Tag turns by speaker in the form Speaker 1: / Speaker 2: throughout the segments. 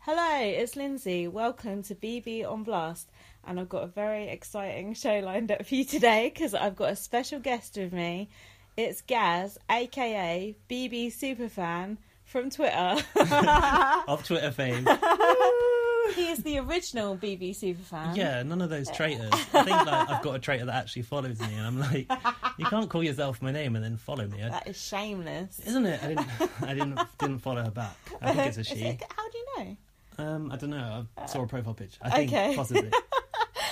Speaker 1: Hello, it's Lindsay. Welcome to BB on Blast. And I've got a very exciting show lined up for you today because I've got a special guest with me. It's Gaz, aka BB Superfan from Twitter.
Speaker 2: of Twitter fame.
Speaker 1: Uh-huh. he is the original BB Superfan.
Speaker 2: Yeah, none of those traitors. I think like, I've got a traitor that actually follows me, and I'm like, you can't call yourself my name and then follow me, I,
Speaker 1: That is shameless.
Speaker 2: isn't it? I didn't, I didn't, didn't follow her back. I think it's a
Speaker 1: Is
Speaker 2: she.
Speaker 1: it- how do you know?
Speaker 2: Um, I don't know. I saw a profile picture. I think
Speaker 1: okay.
Speaker 2: possibly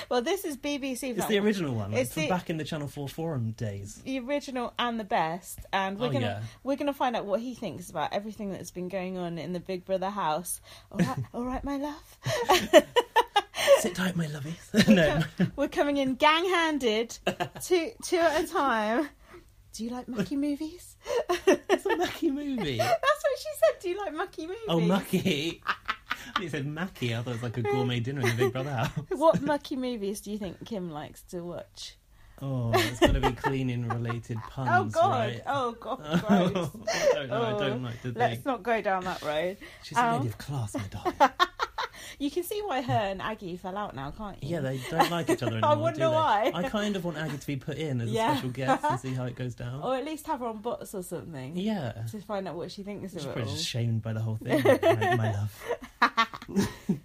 Speaker 1: Well, this is BB Superfan.
Speaker 2: it's the original one. Like,
Speaker 1: It's
Speaker 2: from
Speaker 1: the-
Speaker 2: back in the Channel Four forum days.
Speaker 1: the original and the best and we're
Speaker 2: Oh,
Speaker 1: gonna
Speaker 2: yeah.
Speaker 1: we're gonna find out what he thinks about everything that's been going on in the big brother house all right all right my love
Speaker 2: Sit tight, my lovies. no,
Speaker 1: we're coming in gang handed two two at a time do you like mucky movies
Speaker 2: it's a Mucky movie.
Speaker 1: that's what she said do you like mucky movies
Speaker 2: Oh, Mucky. It said Mackey. I thought it was like a gourmet dinner in the Big Brother house.
Speaker 1: what mucky movies do you think kim likes to watch
Speaker 2: Oh, it's got to be cleaning related puns,
Speaker 1: oh god
Speaker 2: right?
Speaker 1: oh god gross
Speaker 2: I don't know. I
Speaker 1: Oh,
Speaker 2: don't like the
Speaker 1: let's
Speaker 2: thing.
Speaker 1: not go down that road
Speaker 2: She's a
Speaker 1: um,
Speaker 2: lady of class, my darling.
Speaker 1: you can see why her and aggie fell out now can't you
Speaker 2: Yeah, they don't like each other anymore.
Speaker 1: wonder
Speaker 2: do they?
Speaker 1: why.
Speaker 2: I kind of want Aggie to be put in as
Speaker 1: Yeah. Oh,
Speaker 2: a special guest and see how it goes down.
Speaker 1: or at least have her on bots or something
Speaker 2: yeah.
Speaker 1: to find out what she thinks
Speaker 2: She's
Speaker 1: of
Speaker 2: probably
Speaker 1: it all.
Speaker 2: just shamed by the whole thing, my, my love.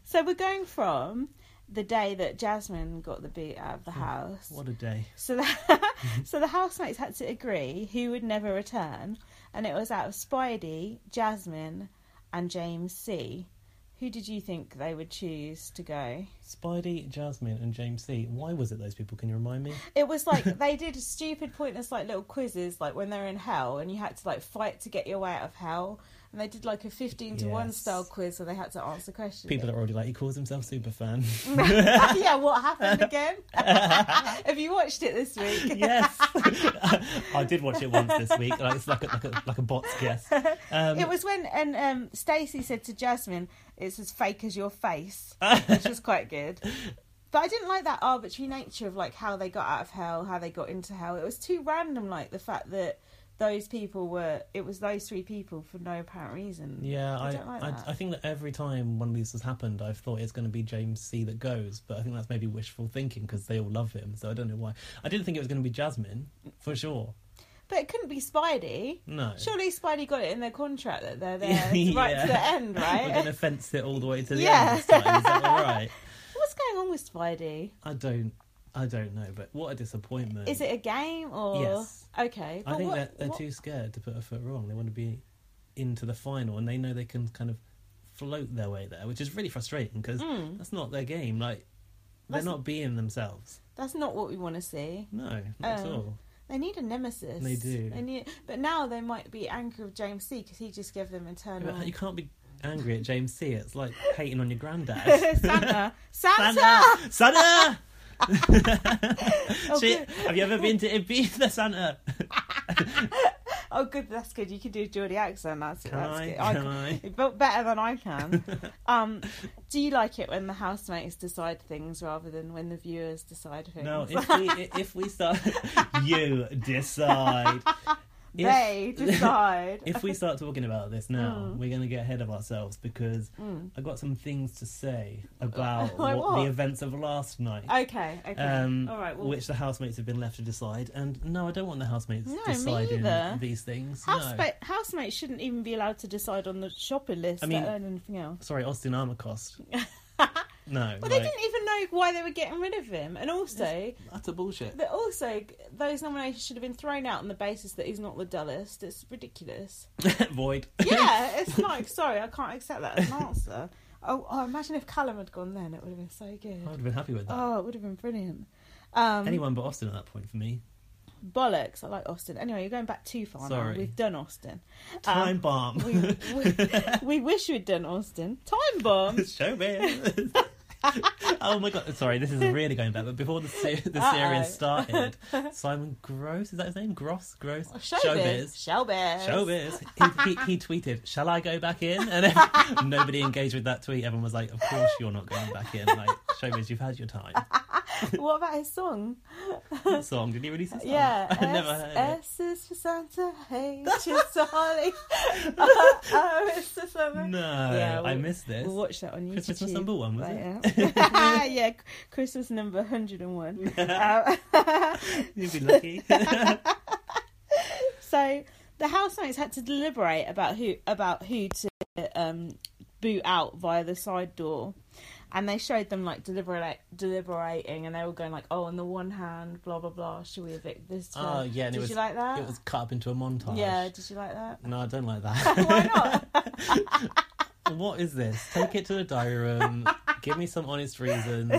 Speaker 1: So we're going from the day that Jasmine got the boot out of the house.
Speaker 2: Oh, What Mm-hmm. a day.
Speaker 1: So the, so the housemates had to agree who would never return, and it was out of Spidey, Jasmine, and James C. Who did you think they would choose to go?
Speaker 2: Spidey, Jasmine, and James C. Why was it those people? Can you remind me?
Speaker 1: It was like they did stupid, pointless, like little quizzes, like when they're in hell, and you had to like fight to get your way out of hell. And they did like a fifteen to one
Speaker 2: Yes.
Speaker 1: style quiz where they had to answer questions.
Speaker 2: People that are already like, he calls himself Superfan.
Speaker 1: yeah, what happened again? Have you watched it this week?
Speaker 2: yes. I did watch it once this week. Like, it's like a, like a, like a bot's guess. Um,
Speaker 1: It was when and um, Stacey said to Jasmine, "It's as fake as your face," which was quite good. But I didn't like that arbitrary nature of like how they got out of hell, how they got into hell. It was too random. Like the fact that those people were, it was those three people for no apparent reason.
Speaker 2: Yeah,
Speaker 1: I
Speaker 2: I,
Speaker 1: don't like
Speaker 2: I,
Speaker 1: that.
Speaker 2: I think that every time one of these has happened, I've thought it's going to be James C that goes, but I think that's maybe wishful thinking because they all love him, so I don't know why. I didn't think it was going to be Jasmine for sure.
Speaker 1: But it couldn't be Spidey.
Speaker 2: No,
Speaker 1: Surely Spidey got it in their contract that they're there right
Speaker 2: Yeah.
Speaker 1: to the end,
Speaker 2: we're going
Speaker 1: right?
Speaker 2: to fence it all the way to the
Speaker 1: Yeah.
Speaker 2: end. This time. Is that all right?
Speaker 1: What's going on with Spidey?
Speaker 2: I don't, I don't know, but what a disappointment!
Speaker 1: Is it a game or
Speaker 2: Yes.
Speaker 1: okay?
Speaker 2: I
Speaker 1: but
Speaker 2: think
Speaker 1: what-
Speaker 2: that they're
Speaker 1: what-
Speaker 2: too scared to put a foot wrong. They want to be into the final, and they know they can kind of float their way there, which is really frustrating because
Speaker 1: Mm.
Speaker 2: that's not their game. Like they're
Speaker 1: That's-
Speaker 2: not being themselves.
Speaker 1: That's not what we want to see.
Speaker 2: No, not
Speaker 1: Um,
Speaker 2: at all.
Speaker 1: They need a nemesis.
Speaker 2: They do.
Speaker 1: They need, but now they might be angry with James C because he just gave them
Speaker 2: Yeah,
Speaker 1: internal.
Speaker 2: but you can't be angry at James C. It's like hating on your granddad.
Speaker 1: Santa, Santa.
Speaker 2: Santa! Santa!
Speaker 1: Oh,
Speaker 2: She-
Speaker 1: good.
Speaker 2: have you ever been to Ibiza, Santa?
Speaker 1: Oh, good. That's good. You can do a Geordie accent. That's,
Speaker 2: Can
Speaker 1: that's
Speaker 2: I?
Speaker 1: good.
Speaker 2: Can I?
Speaker 1: But better than I can. um, do you like it when the housemates decide things rather than when the viewers decide things?
Speaker 2: No, if we if we start, you decide. If-
Speaker 1: they decide.
Speaker 2: If we start talking about this now,
Speaker 1: Mm.
Speaker 2: we're going to get ahead of ourselves because
Speaker 1: Mm.
Speaker 2: I got some things to say about
Speaker 1: Like
Speaker 2: what,
Speaker 1: what?
Speaker 2: the events of last night,
Speaker 1: Okay. Okay.
Speaker 2: um,
Speaker 1: All right. Well,
Speaker 2: which the housemates have been left to decide. And no, I don't want the housemates
Speaker 1: No, me
Speaker 2: deciding
Speaker 1: either.
Speaker 2: these things. no.
Speaker 1: Housema- housemates shouldn't even be allowed to decide on the shopping list,
Speaker 2: I
Speaker 1: I
Speaker 2: mean-
Speaker 1: let alone anything else.
Speaker 2: Sorry, Austin Armacost. no.
Speaker 1: Well,
Speaker 2: like,
Speaker 1: they didn't even know why they were getting rid of him, and also,
Speaker 2: Utter bullshit.
Speaker 1: that also those nominations should have been thrown out on the basis that he's not the dullest. It's ridiculous.
Speaker 2: Void.
Speaker 1: Yeah, it's like sorry, I can't accept that as an answer. Oh, oh, imagine if Callum had gone then, it would have been so
Speaker 2: I would
Speaker 1: good.
Speaker 2: have been happy with that.
Speaker 1: Oh, it would have been brilliant. Um,
Speaker 2: Anyone but Austin at that point for me.
Speaker 1: bollocks! I like Austin. Anyway, you're going back too far
Speaker 2: Sorry.
Speaker 1: now. We've done Austin.
Speaker 2: Time bomb.
Speaker 1: Um, we, we, we wish we'd done Austin. Time bomb.
Speaker 2: Show me. oh my god! Sorry, this is really going back. But before the se- the
Speaker 1: Uh-oh.
Speaker 2: series started, Simon Gross is that his name? Gross, Gross,
Speaker 1: Showbiz. Showbiz.
Speaker 2: Showbiz. He, he, he tweeted, "Shall I go back in?" And ev- nobody engaged with that tweet. Everyone was like, "Of course you're not going back in." Like, Showbiz, you've had your time.
Speaker 1: what about his song?
Speaker 2: What song? Did he release this?
Speaker 1: Yeah,
Speaker 2: I never
Speaker 1: S-
Speaker 2: heard it.
Speaker 1: S is for Santa, H is for Holly, R, R is for summer.
Speaker 2: No,
Speaker 1: Yeah,
Speaker 2: I
Speaker 1: we-
Speaker 2: missed this.
Speaker 1: We'll watch that on YouTube.
Speaker 2: Christmas number one, was
Speaker 1: later. yeah, Christmas number 101. um,
Speaker 2: You'd be lucky.
Speaker 1: so the housemates had to deliberate about who about who to um, boot out via the side door, and they showed them like deliberate deliberating, and they were going like, "Oh, on the one hand, blah blah blah, should we evict this?"
Speaker 2: oh
Speaker 1: one?
Speaker 2: yeah, and
Speaker 1: did
Speaker 2: it was
Speaker 1: you like that?
Speaker 2: it was cut up into a montage.
Speaker 1: Ah. yeah, did you like that?
Speaker 2: No, I don't like that.
Speaker 1: Why not?
Speaker 2: what is this? Take it to the diary room. give me some honest reasons.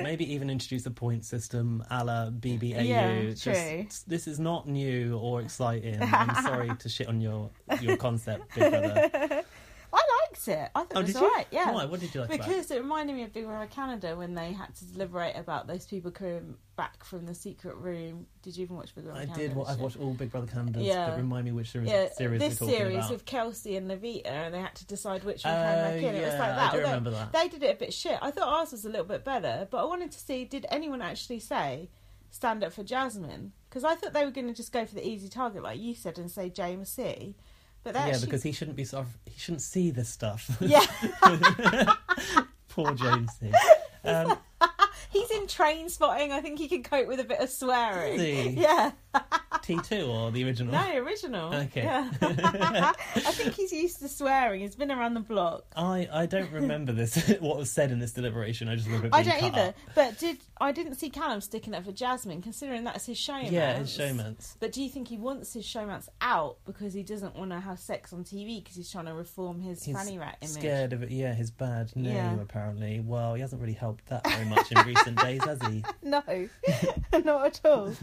Speaker 2: Maybe even introduce a point system, a la BBAU.
Speaker 1: Yeah,
Speaker 2: Just-
Speaker 1: true.
Speaker 2: this is not new or exciting. I'm sorry to shit on your your concept, Big Brother.
Speaker 1: I liked it. I thought
Speaker 2: Oh,
Speaker 1: it
Speaker 2: did
Speaker 1: was
Speaker 2: you?
Speaker 1: alright. Yeah.
Speaker 2: Why? What did you like about it?
Speaker 1: Because it reminded me of Big Brother Canada when they had to deliberate about those people coming back from the secret room. Did you even watch Big Brother
Speaker 2: I
Speaker 1: Canada?
Speaker 2: did. What,
Speaker 1: this
Speaker 2: I've
Speaker 1: year?
Speaker 2: watched all Big Brother Candidates,
Speaker 1: Yeah.
Speaker 2: but remind me which series,
Speaker 1: Yeah,
Speaker 2: series
Speaker 1: this
Speaker 2: we're talking
Speaker 1: series
Speaker 2: about.
Speaker 1: with Kelsey and Levita, and they had to decide which one came
Speaker 2: Oh,
Speaker 1: back in.
Speaker 2: yeah,
Speaker 1: it was like that.
Speaker 2: I do
Speaker 1: although
Speaker 2: remember that.
Speaker 1: They did it a bit shit. I thought ours was a little bit better, but I wanted to see did anyone actually say stand up for Jasmine? Because I thought they were going to just go for the easy target, like you said, and say James C. But they
Speaker 2: Yeah,
Speaker 1: actually
Speaker 2: because he shouldn't be sort of, he shouldn't see this stuff.
Speaker 1: yeah,
Speaker 2: Poor Jamesy. Um,
Speaker 1: he's in train spotting. I think he can cope with a bit of swearing.
Speaker 2: Is he?
Speaker 1: Yeah,
Speaker 2: T2 or the original?
Speaker 1: no original.
Speaker 2: Okay.
Speaker 1: Yeah. I think he's used to swearing. He's been around the block.
Speaker 2: I, I don't remember this what was said in this deliberation. I just remember it
Speaker 1: I
Speaker 2: being
Speaker 1: don't
Speaker 2: cut
Speaker 1: either.
Speaker 2: up.
Speaker 1: But did I didn't see Callum sticking up for Jasmine, considering that's his showman.
Speaker 2: Yeah, his showmance.
Speaker 1: But do you think he wants his showmance out because he doesn't want to have sex on TV because he's trying to reform his
Speaker 2: He's
Speaker 1: fanny rat image?
Speaker 2: scared of it. Yeah, his bad name
Speaker 1: Yeah.
Speaker 2: apparently. Well, he hasn't really helped that very much in recent days, has he?
Speaker 1: No, not at all.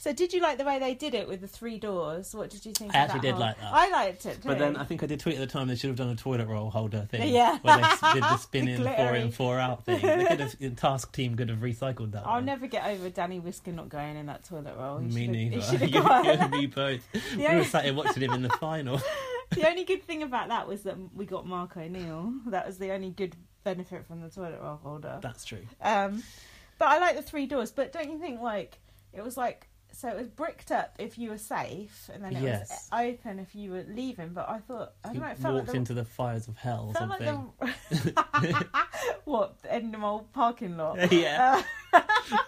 Speaker 1: So did you like the way they did it with the three doors? What did you think?
Speaker 2: I
Speaker 1: of
Speaker 2: actually
Speaker 1: that
Speaker 2: did
Speaker 1: whole-
Speaker 2: like that.
Speaker 1: I liked it too.
Speaker 2: But then I think I did tweet at the time they should have done a toilet roll holder thing.
Speaker 1: Yeah.
Speaker 2: Where they did the spin
Speaker 1: The
Speaker 2: in, four
Speaker 1: glittery.
Speaker 2: in, four out thing. They could have, the task team could have recycled that.
Speaker 1: I'll
Speaker 2: one.
Speaker 1: never get over Danny Whisker not going in that toilet roll. He
Speaker 2: Me
Speaker 1: Oh, should've- he
Speaker 2: neither.
Speaker 1: should've
Speaker 2: You,
Speaker 1: gone.
Speaker 2: you and me both. we were
Speaker 1: only-
Speaker 2: sat here watching him in the final.
Speaker 1: the only good thing about that was that we got Mark O'Neill. That was the only good benefit from the toilet roll holder.
Speaker 2: That's true.
Speaker 1: Um, but I like the three doors. But don't you think like it was like so it was bricked up if you were safe, and then it
Speaker 2: Yes.
Speaker 1: was open if you were leaving. But I thought I
Speaker 2: He
Speaker 1: don't know. It felt
Speaker 2: walked
Speaker 1: like the,
Speaker 2: into the fires of hell or
Speaker 1: felt like
Speaker 2: something.
Speaker 1: the what the end of my old parking lot. Uh,
Speaker 2: yeah.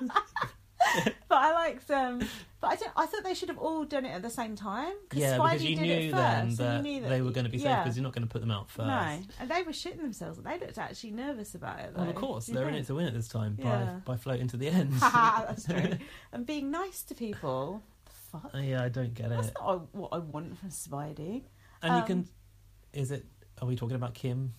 Speaker 1: But I liked. Um, but I don't. I thought they should have all done it at the same time.
Speaker 2: Yeah,
Speaker 1: Spidey
Speaker 2: because you
Speaker 1: did
Speaker 2: knew
Speaker 1: it
Speaker 2: then
Speaker 1: first,
Speaker 2: that,
Speaker 1: and you knew that
Speaker 2: they were going to be safe
Speaker 1: yeah.
Speaker 2: because you're not going to put them out first.
Speaker 1: No, and they were shitting themselves. They looked actually nervous about it. Though.
Speaker 2: Well, of course,
Speaker 1: Do you
Speaker 2: they're in
Speaker 1: think?
Speaker 2: it to win it this time
Speaker 1: Yeah.
Speaker 2: by by floating to the end.
Speaker 1: Haha, That's true. and being nice to people. The fuck.
Speaker 2: Uh, yeah, I don't get
Speaker 1: That's
Speaker 2: it.
Speaker 1: not what I want from Spidey.
Speaker 2: And you
Speaker 1: um,
Speaker 2: can. Is it. Are we talking about Kim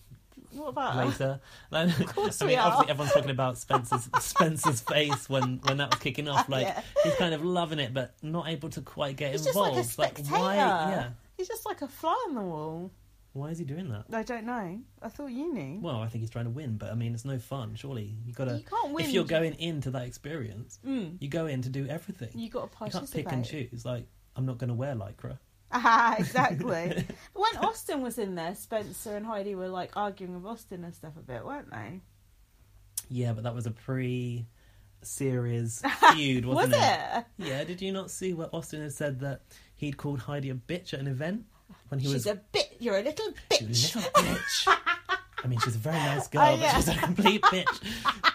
Speaker 1: What about
Speaker 2: later? of
Speaker 1: Uh-uh. course
Speaker 2: I
Speaker 1: we
Speaker 2: mean,
Speaker 1: are.
Speaker 2: obviously, everyone's talking about Spencer's Spencer's face when when that was kicking off. Like
Speaker 1: Yeah.
Speaker 2: he's kind of loving it, but not able to quite get
Speaker 1: He's just like
Speaker 2: involved.
Speaker 1: a spectator.
Speaker 2: why? Yeah,
Speaker 1: He's just like a fly on the wall.
Speaker 2: why is he doing that?
Speaker 1: I don't know. I thought you knew.
Speaker 2: Well, I think he's trying to win, but I mean, it's no fun. Surely you got to.
Speaker 1: You can't win.
Speaker 2: If you're going into that experience,
Speaker 1: Mm.
Speaker 2: you go in to do everything.
Speaker 1: You got to
Speaker 2: You can't
Speaker 1: participate.
Speaker 2: pick and choose. Like, I'm not going to wear lycra.
Speaker 1: Ah, exactly. but when Austin was in there, Spencer and Heidi were like arguing with Austin and stuff a bit, weren't they?
Speaker 2: Yeah, but that was a pre series feud, wasn't
Speaker 1: was it?
Speaker 2: Yeah, did you not see where Austin had said that he'd called Heidi a bitch at an event when he
Speaker 1: She's
Speaker 2: was
Speaker 1: a bit. You're a little
Speaker 2: "You
Speaker 1: bitch.
Speaker 2: little bitch? I mean, she's a very nice girl,
Speaker 1: Oh,
Speaker 2: but
Speaker 1: yeah.
Speaker 2: she's a complete bitch.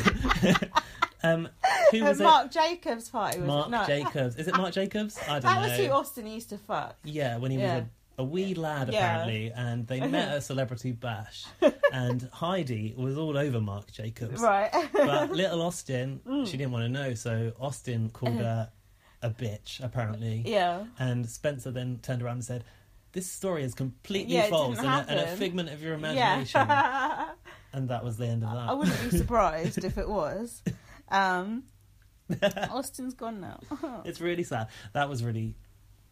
Speaker 2: um, who
Speaker 1: At
Speaker 2: was
Speaker 1: Mark Jacobs' party
Speaker 2: it?
Speaker 1: was
Speaker 2: Mark
Speaker 1: it? No,
Speaker 2: Jacobs. Is it Mark Jacobs? I don't
Speaker 1: that
Speaker 2: know.
Speaker 1: was who Austin used to fuck.
Speaker 2: Yeah, when he was
Speaker 1: Yeah.
Speaker 2: a, a wee lad,
Speaker 1: Yeah.
Speaker 2: apparently, and they met at a celebrity bash, and Heidi was all over Mark Jacobs.
Speaker 1: Right. Mm.
Speaker 2: But little Austin, she didn't want to know, so Austin
Speaker 1: Uh-huh.
Speaker 2: called her a bitch, apparently.
Speaker 1: yeah.
Speaker 2: And Spencer then turned around and said, This story is completely
Speaker 1: Yeah, it
Speaker 2: false
Speaker 1: didn't
Speaker 2: and a, and a
Speaker 1: happen."
Speaker 2: figment of your imagination.
Speaker 1: Yeah.
Speaker 2: and that was the end of that.
Speaker 1: I wouldn't be surprised if it was. Um, Austin's gone now.
Speaker 2: It's really sad. That was really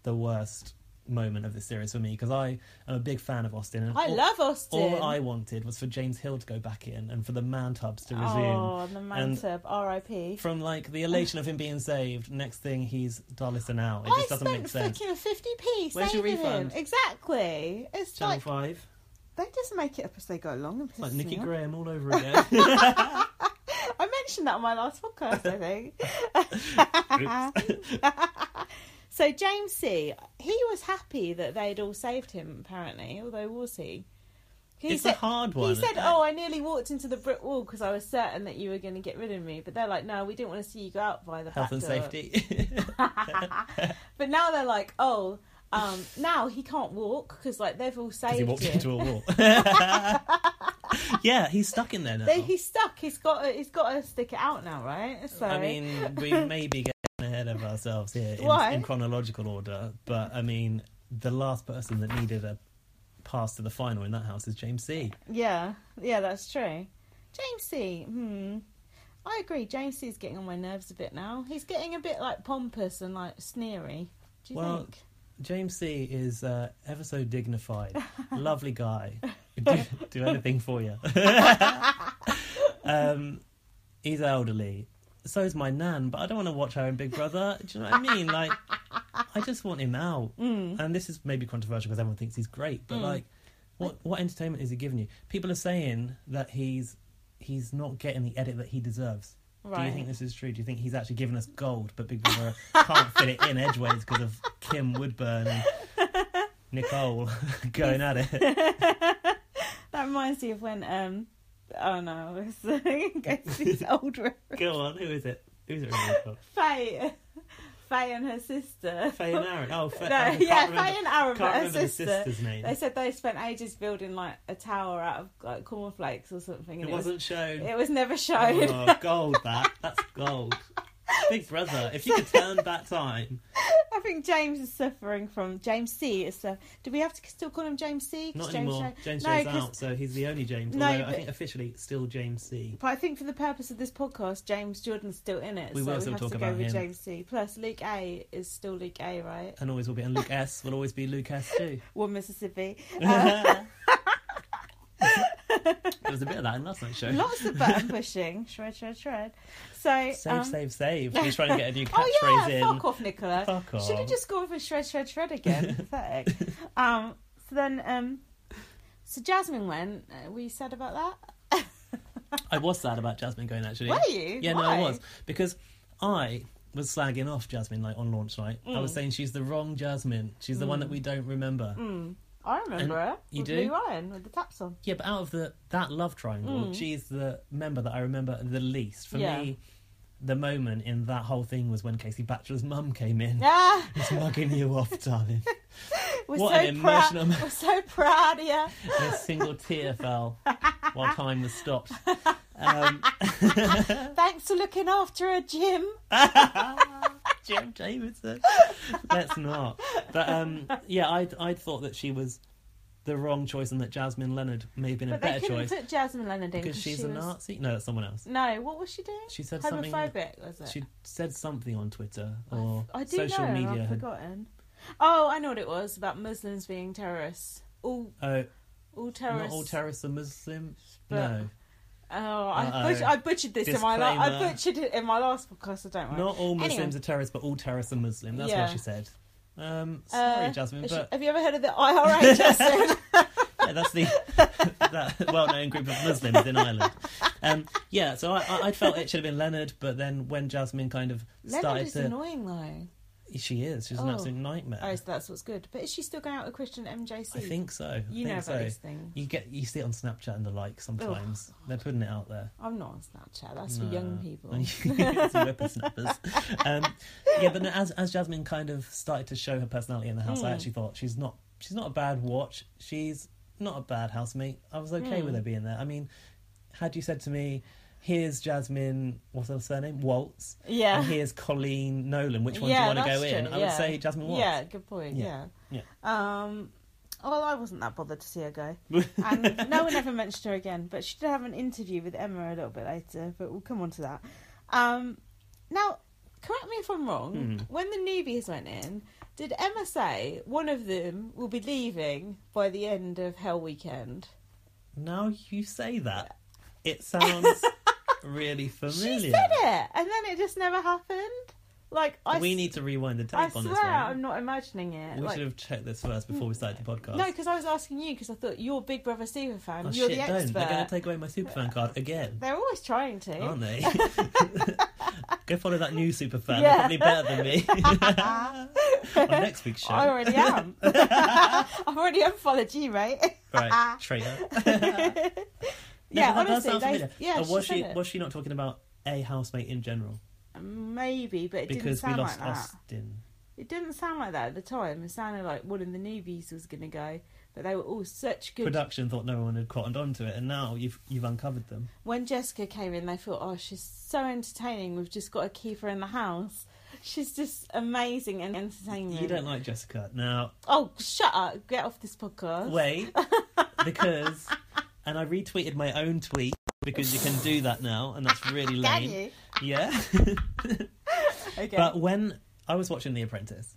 Speaker 2: the worst moment of this series for me because I am a big fan of Austin. And
Speaker 1: I
Speaker 2: all-
Speaker 1: love Austin.
Speaker 2: All I wanted was for James Hill to go back in and for the man tubs to resume.
Speaker 1: Oh, the mantub, R.I.P.
Speaker 2: From like the elation of him being saved, next thing he's Darlison out. It
Speaker 1: I
Speaker 2: just doesn't
Speaker 1: spent
Speaker 2: make sense.
Speaker 1: fucking fifty p
Speaker 2: Where's your
Speaker 1: saving him.
Speaker 2: refund?
Speaker 1: Exactly. It's
Speaker 2: Channel
Speaker 1: like
Speaker 2: Five,
Speaker 1: they just make it up as they go along and piss
Speaker 2: like
Speaker 1: me
Speaker 2: Nicky
Speaker 1: off.
Speaker 2: Graham all over again.
Speaker 1: I meant mentioned that on my last podcast, I think. so James C, he was happy that they'd all saved him. Apparently, although was he? He
Speaker 2: it's
Speaker 1: said,
Speaker 2: a hard one.
Speaker 1: he said, "Oh, I nearly walked into the brick wall because I was certain that you were going to get rid of me." But they're like, "No, we didn't want to see you go out by the
Speaker 2: health
Speaker 1: back
Speaker 2: and
Speaker 1: door."
Speaker 2: safety.
Speaker 1: But now they're like, "Oh, um, now he can't walk because like they've all saved
Speaker 2: Because he walked
Speaker 1: him."
Speaker 2: into a wall. yeah, he's stuck in there now.
Speaker 1: They, he's stuck. He's got. He's got to stick it out now, right? So
Speaker 2: I mean, we may be getting ahead of ourselves here in,
Speaker 1: Why?
Speaker 2: in chronological order, but I mean, the last person that needed a pass to the final in that house is James C.
Speaker 1: yeah, yeah, that's true. James C. Hmm. I agree. James C. is getting on my nerves a bit now. He's getting a bit like pompous and like sneery. Do you
Speaker 2: Well,
Speaker 1: think?
Speaker 2: James C is uh, ever so dignified, lovely guy. Do, do anything for you. um, he's elderly. So is my nan, but I don't want to watch her in Big Brother. Do you know what I mean? Like, I just want him out.
Speaker 1: Hmm,
Speaker 2: And this is maybe controversial because everyone thinks he's great, but Mm. like, what what entertainment is he giving you? People are saying that he's he's not getting the edit that he deserves. Do you
Speaker 1: Right.
Speaker 2: think this is true? Do you think he's actually given us gold, but Big Brother can't fit it in edgeways because of Kim Woodburn and Nicole going at it?
Speaker 1: That reminds me of when. um Oh no, it's these old
Speaker 2: Go on, who is it? Who's it really called?
Speaker 1: Faye, Faye and her sister.
Speaker 2: Faye and Aaron. Oh, Faye,
Speaker 1: No,
Speaker 2: I can't
Speaker 1: yeah,
Speaker 2: remember,
Speaker 1: Faye and Aaron,
Speaker 2: can't
Speaker 1: but her
Speaker 2: remember the
Speaker 1: sister.
Speaker 2: sister's name.
Speaker 1: They said they spent ages building like a tower out of like cornflakes or something.
Speaker 2: It
Speaker 1: And
Speaker 2: wasn't shown.
Speaker 1: Was, it was never shown.
Speaker 2: Oh, gold that. That's gold. Big Brother, if you could turn back time.
Speaker 1: I think James is suffering from James C. Is su- do we have to still call him James C? 'Cause
Speaker 2: Not
Speaker 1: James
Speaker 2: anymore.
Speaker 1: Sh-
Speaker 2: James
Speaker 1: No,
Speaker 2: J's
Speaker 1: 'cause-
Speaker 2: out, so he's the only James.
Speaker 1: No,
Speaker 2: although I
Speaker 1: but-
Speaker 2: think officially it's still James C.
Speaker 1: But I think for the purpose of this podcast, James Jordan's still in it,
Speaker 2: We
Speaker 1: so
Speaker 2: will
Speaker 1: we
Speaker 2: still
Speaker 1: have
Speaker 2: talk
Speaker 1: to
Speaker 2: about
Speaker 1: go with
Speaker 2: him.
Speaker 1: James C. Plus, Luke A is still Luke A, right?
Speaker 2: And always will be. And Luke S will always be Luke S too.
Speaker 1: One Mississippi.
Speaker 2: there was a bit of that in last night's show.
Speaker 1: Lots of button pushing. Shred, shred, shred. So.
Speaker 2: Save,
Speaker 1: um,
Speaker 2: save, save. He's trying to get a new catchphrase
Speaker 1: Oh yeah,
Speaker 2: in.
Speaker 1: fuck off, Nicola.
Speaker 2: Fuck off.
Speaker 1: Should have just gone for shred, shred, shred again. Pathetic. Um, so then, um, so Jasmine went. Uh, were you sad about that?
Speaker 2: I was sad about Jasmine going actually.
Speaker 1: Were you?
Speaker 2: Yeah, no, I
Speaker 1: Why?
Speaker 2: was because I was slagging off Jasmine like on launch night. I
Speaker 1: Mm.
Speaker 2: was saying she's the wrong Jasmine. She's the one that we don't remember.
Speaker 1: Hmm. I remember
Speaker 2: And
Speaker 1: her.
Speaker 2: you
Speaker 1: with
Speaker 2: do?
Speaker 1: Blue Ryan with the taps on.
Speaker 2: Yeah, but out of the that love triangle, she's the member that I remember the least. For
Speaker 1: Hmm. Yeah.
Speaker 2: me, the moment in that whole thing was when Casey Batchelor's mum came in.
Speaker 1: Ah,
Speaker 2: It's mugging you off, darling.
Speaker 1: we're
Speaker 2: What
Speaker 1: so
Speaker 2: an
Speaker 1: proud.
Speaker 2: emotional mo-
Speaker 1: We're so proud of you.
Speaker 2: And a single tear fell while time was stopped. Um,
Speaker 1: Thanks for looking after her, Jim.
Speaker 2: Jim Davidson. Let's not. But um, yeah, I I thought that she was the wrong choice and that Jasmine Leonard may have been a
Speaker 1: But they
Speaker 2: better
Speaker 1: couldn't
Speaker 2: choice
Speaker 1: put Jasmine Leonard in
Speaker 2: because she's
Speaker 1: she
Speaker 2: a
Speaker 1: was...
Speaker 2: Nazi. No, that's someone else.
Speaker 1: No, what was she doing?
Speaker 2: She said something-
Speaker 1: homophobic. Was it?
Speaker 2: She said something on Twitter or
Speaker 1: I do
Speaker 2: social
Speaker 1: know,
Speaker 2: media.
Speaker 1: I've
Speaker 2: had-
Speaker 1: forgotten. Oh, I know what it was about Muslims being terrorists. All
Speaker 2: Oh,
Speaker 1: all
Speaker 2: not
Speaker 1: terrorists.
Speaker 2: all terrorists are Muslim.
Speaker 1: But-
Speaker 2: no,
Speaker 1: oh, I,
Speaker 2: Uh-oh.
Speaker 1: butch- I butchered this in my la- I
Speaker 2: Disclaimer.
Speaker 1: butchered it in my last podcast. So don't worry.
Speaker 2: not all
Speaker 1: Anyway.
Speaker 2: Muslims are terrorists, but all terrorists are Muslim. That's
Speaker 1: Yeah.
Speaker 2: what she said. Um,
Speaker 1: Uh,
Speaker 2: sorry, Jasmine,
Speaker 1: has she-
Speaker 2: but
Speaker 1: have you ever heard of the IRA, Justin?
Speaker 2: Yeah, that's the that well-known group of Muslims in Ireland. Um, yeah, so I, I, I felt it should have been Leonard, but then when Jasmine kind of
Speaker 1: Leonard
Speaker 2: started
Speaker 1: is
Speaker 2: to, uh,
Speaker 1: annoying though.
Speaker 2: she is she's an
Speaker 1: Oh.
Speaker 2: absolute nightmare.
Speaker 1: Oh, so that's what's good. But is she still going out with Christian MJC?
Speaker 2: I think so. I
Speaker 1: you
Speaker 2: think
Speaker 1: know about
Speaker 2: so.
Speaker 1: these things.
Speaker 2: You get you see it on Snapchat and the like sometimes. They're putting it out there.
Speaker 1: I'm not on Snapchat. That's for young
Speaker 2: Nah.
Speaker 1: people.
Speaker 2: It's whippersnappers. um, yeah, but no, as as Jasmine kind of started to show her personality in the house,
Speaker 1: Hmm.
Speaker 2: I actually thought she's not she's not a bad watch. She's not a bad housemate. I was okay
Speaker 1: Hmm.
Speaker 2: with her being there. I mean, had you said to me, "Here's Jasmine, what's her surname, Waltz,"
Speaker 1: Yeah.
Speaker 2: and here's Colleen Nolan, which one
Speaker 1: yeah,
Speaker 2: do you want to
Speaker 1: that's
Speaker 2: go in?
Speaker 1: true,
Speaker 2: I would
Speaker 1: yeah.
Speaker 2: say Jasmine Waltz.
Speaker 1: Yeah, good point.
Speaker 2: Yeah.
Speaker 1: Yeah. Um, well, I wasn't that bothered to see her go.
Speaker 2: Yeah.
Speaker 1: and no one ever mentioned her again. But she did have an interview with Emma a little bit later, but we'll come on to that. Um, now, correct me if I'm wrong.
Speaker 2: Hmm.
Speaker 1: When the newbies went in, did Emma say one of them will be leaving by the end of Hell Weekend?
Speaker 2: now you say that, it sounds Oh, really familiar.
Speaker 1: She said it, and then it just never happened. Like I,
Speaker 2: we
Speaker 1: s-
Speaker 2: need to rewind the tape
Speaker 1: I
Speaker 2: on
Speaker 1: swear
Speaker 2: this one.
Speaker 1: I'm not imagining it.
Speaker 2: we
Speaker 1: Like-
Speaker 2: should have checked this first before we started the podcast.
Speaker 1: no, because I was asking you because I thought you're Big Brother super fan.
Speaker 2: oh,
Speaker 1: you're
Speaker 2: shit,
Speaker 1: the
Speaker 2: don't.
Speaker 1: expert.
Speaker 2: They're going to take away my superfan card again,
Speaker 1: They're always trying to.
Speaker 2: aren't they? Go follow that new superfan.
Speaker 1: Yeah.
Speaker 2: They're probably better than me. On next week's show.
Speaker 1: I already am. I've already unfollowed you, mate.
Speaker 2: right, traitor. No,
Speaker 1: yeah,
Speaker 2: but that does
Speaker 1: honestly,
Speaker 2: sound
Speaker 1: they,
Speaker 2: familiar.
Speaker 1: yeah,
Speaker 2: And was
Speaker 1: she,
Speaker 2: she
Speaker 1: said it. Um,
Speaker 2: was she not talking about a housemate in general?
Speaker 1: maybe, but it didn't
Speaker 2: Because we
Speaker 1: sound
Speaker 2: lost
Speaker 1: like that.
Speaker 2: Austin.
Speaker 1: It didn't sound like that at the time. It sounded like one of the newbies was going to go, but they were all such good.
Speaker 2: Production thought no one had cottoned onto it, and now you've you've uncovered them.
Speaker 1: when Jessica came in, they thought, oh, she's so entertaining. We've just got to keep her in the house. She's just amazing and entertaining.
Speaker 2: You don't like Jessica now.
Speaker 1: Oh, shut up! Get off this podcast.
Speaker 2: Wait, because and I retweeted my own tweet because you can do that now, and that's really lame.
Speaker 1: Can you?
Speaker 2: Yeah.
Speaker 1: Okay.
Speaker 2: But when I was watching The Apprentice,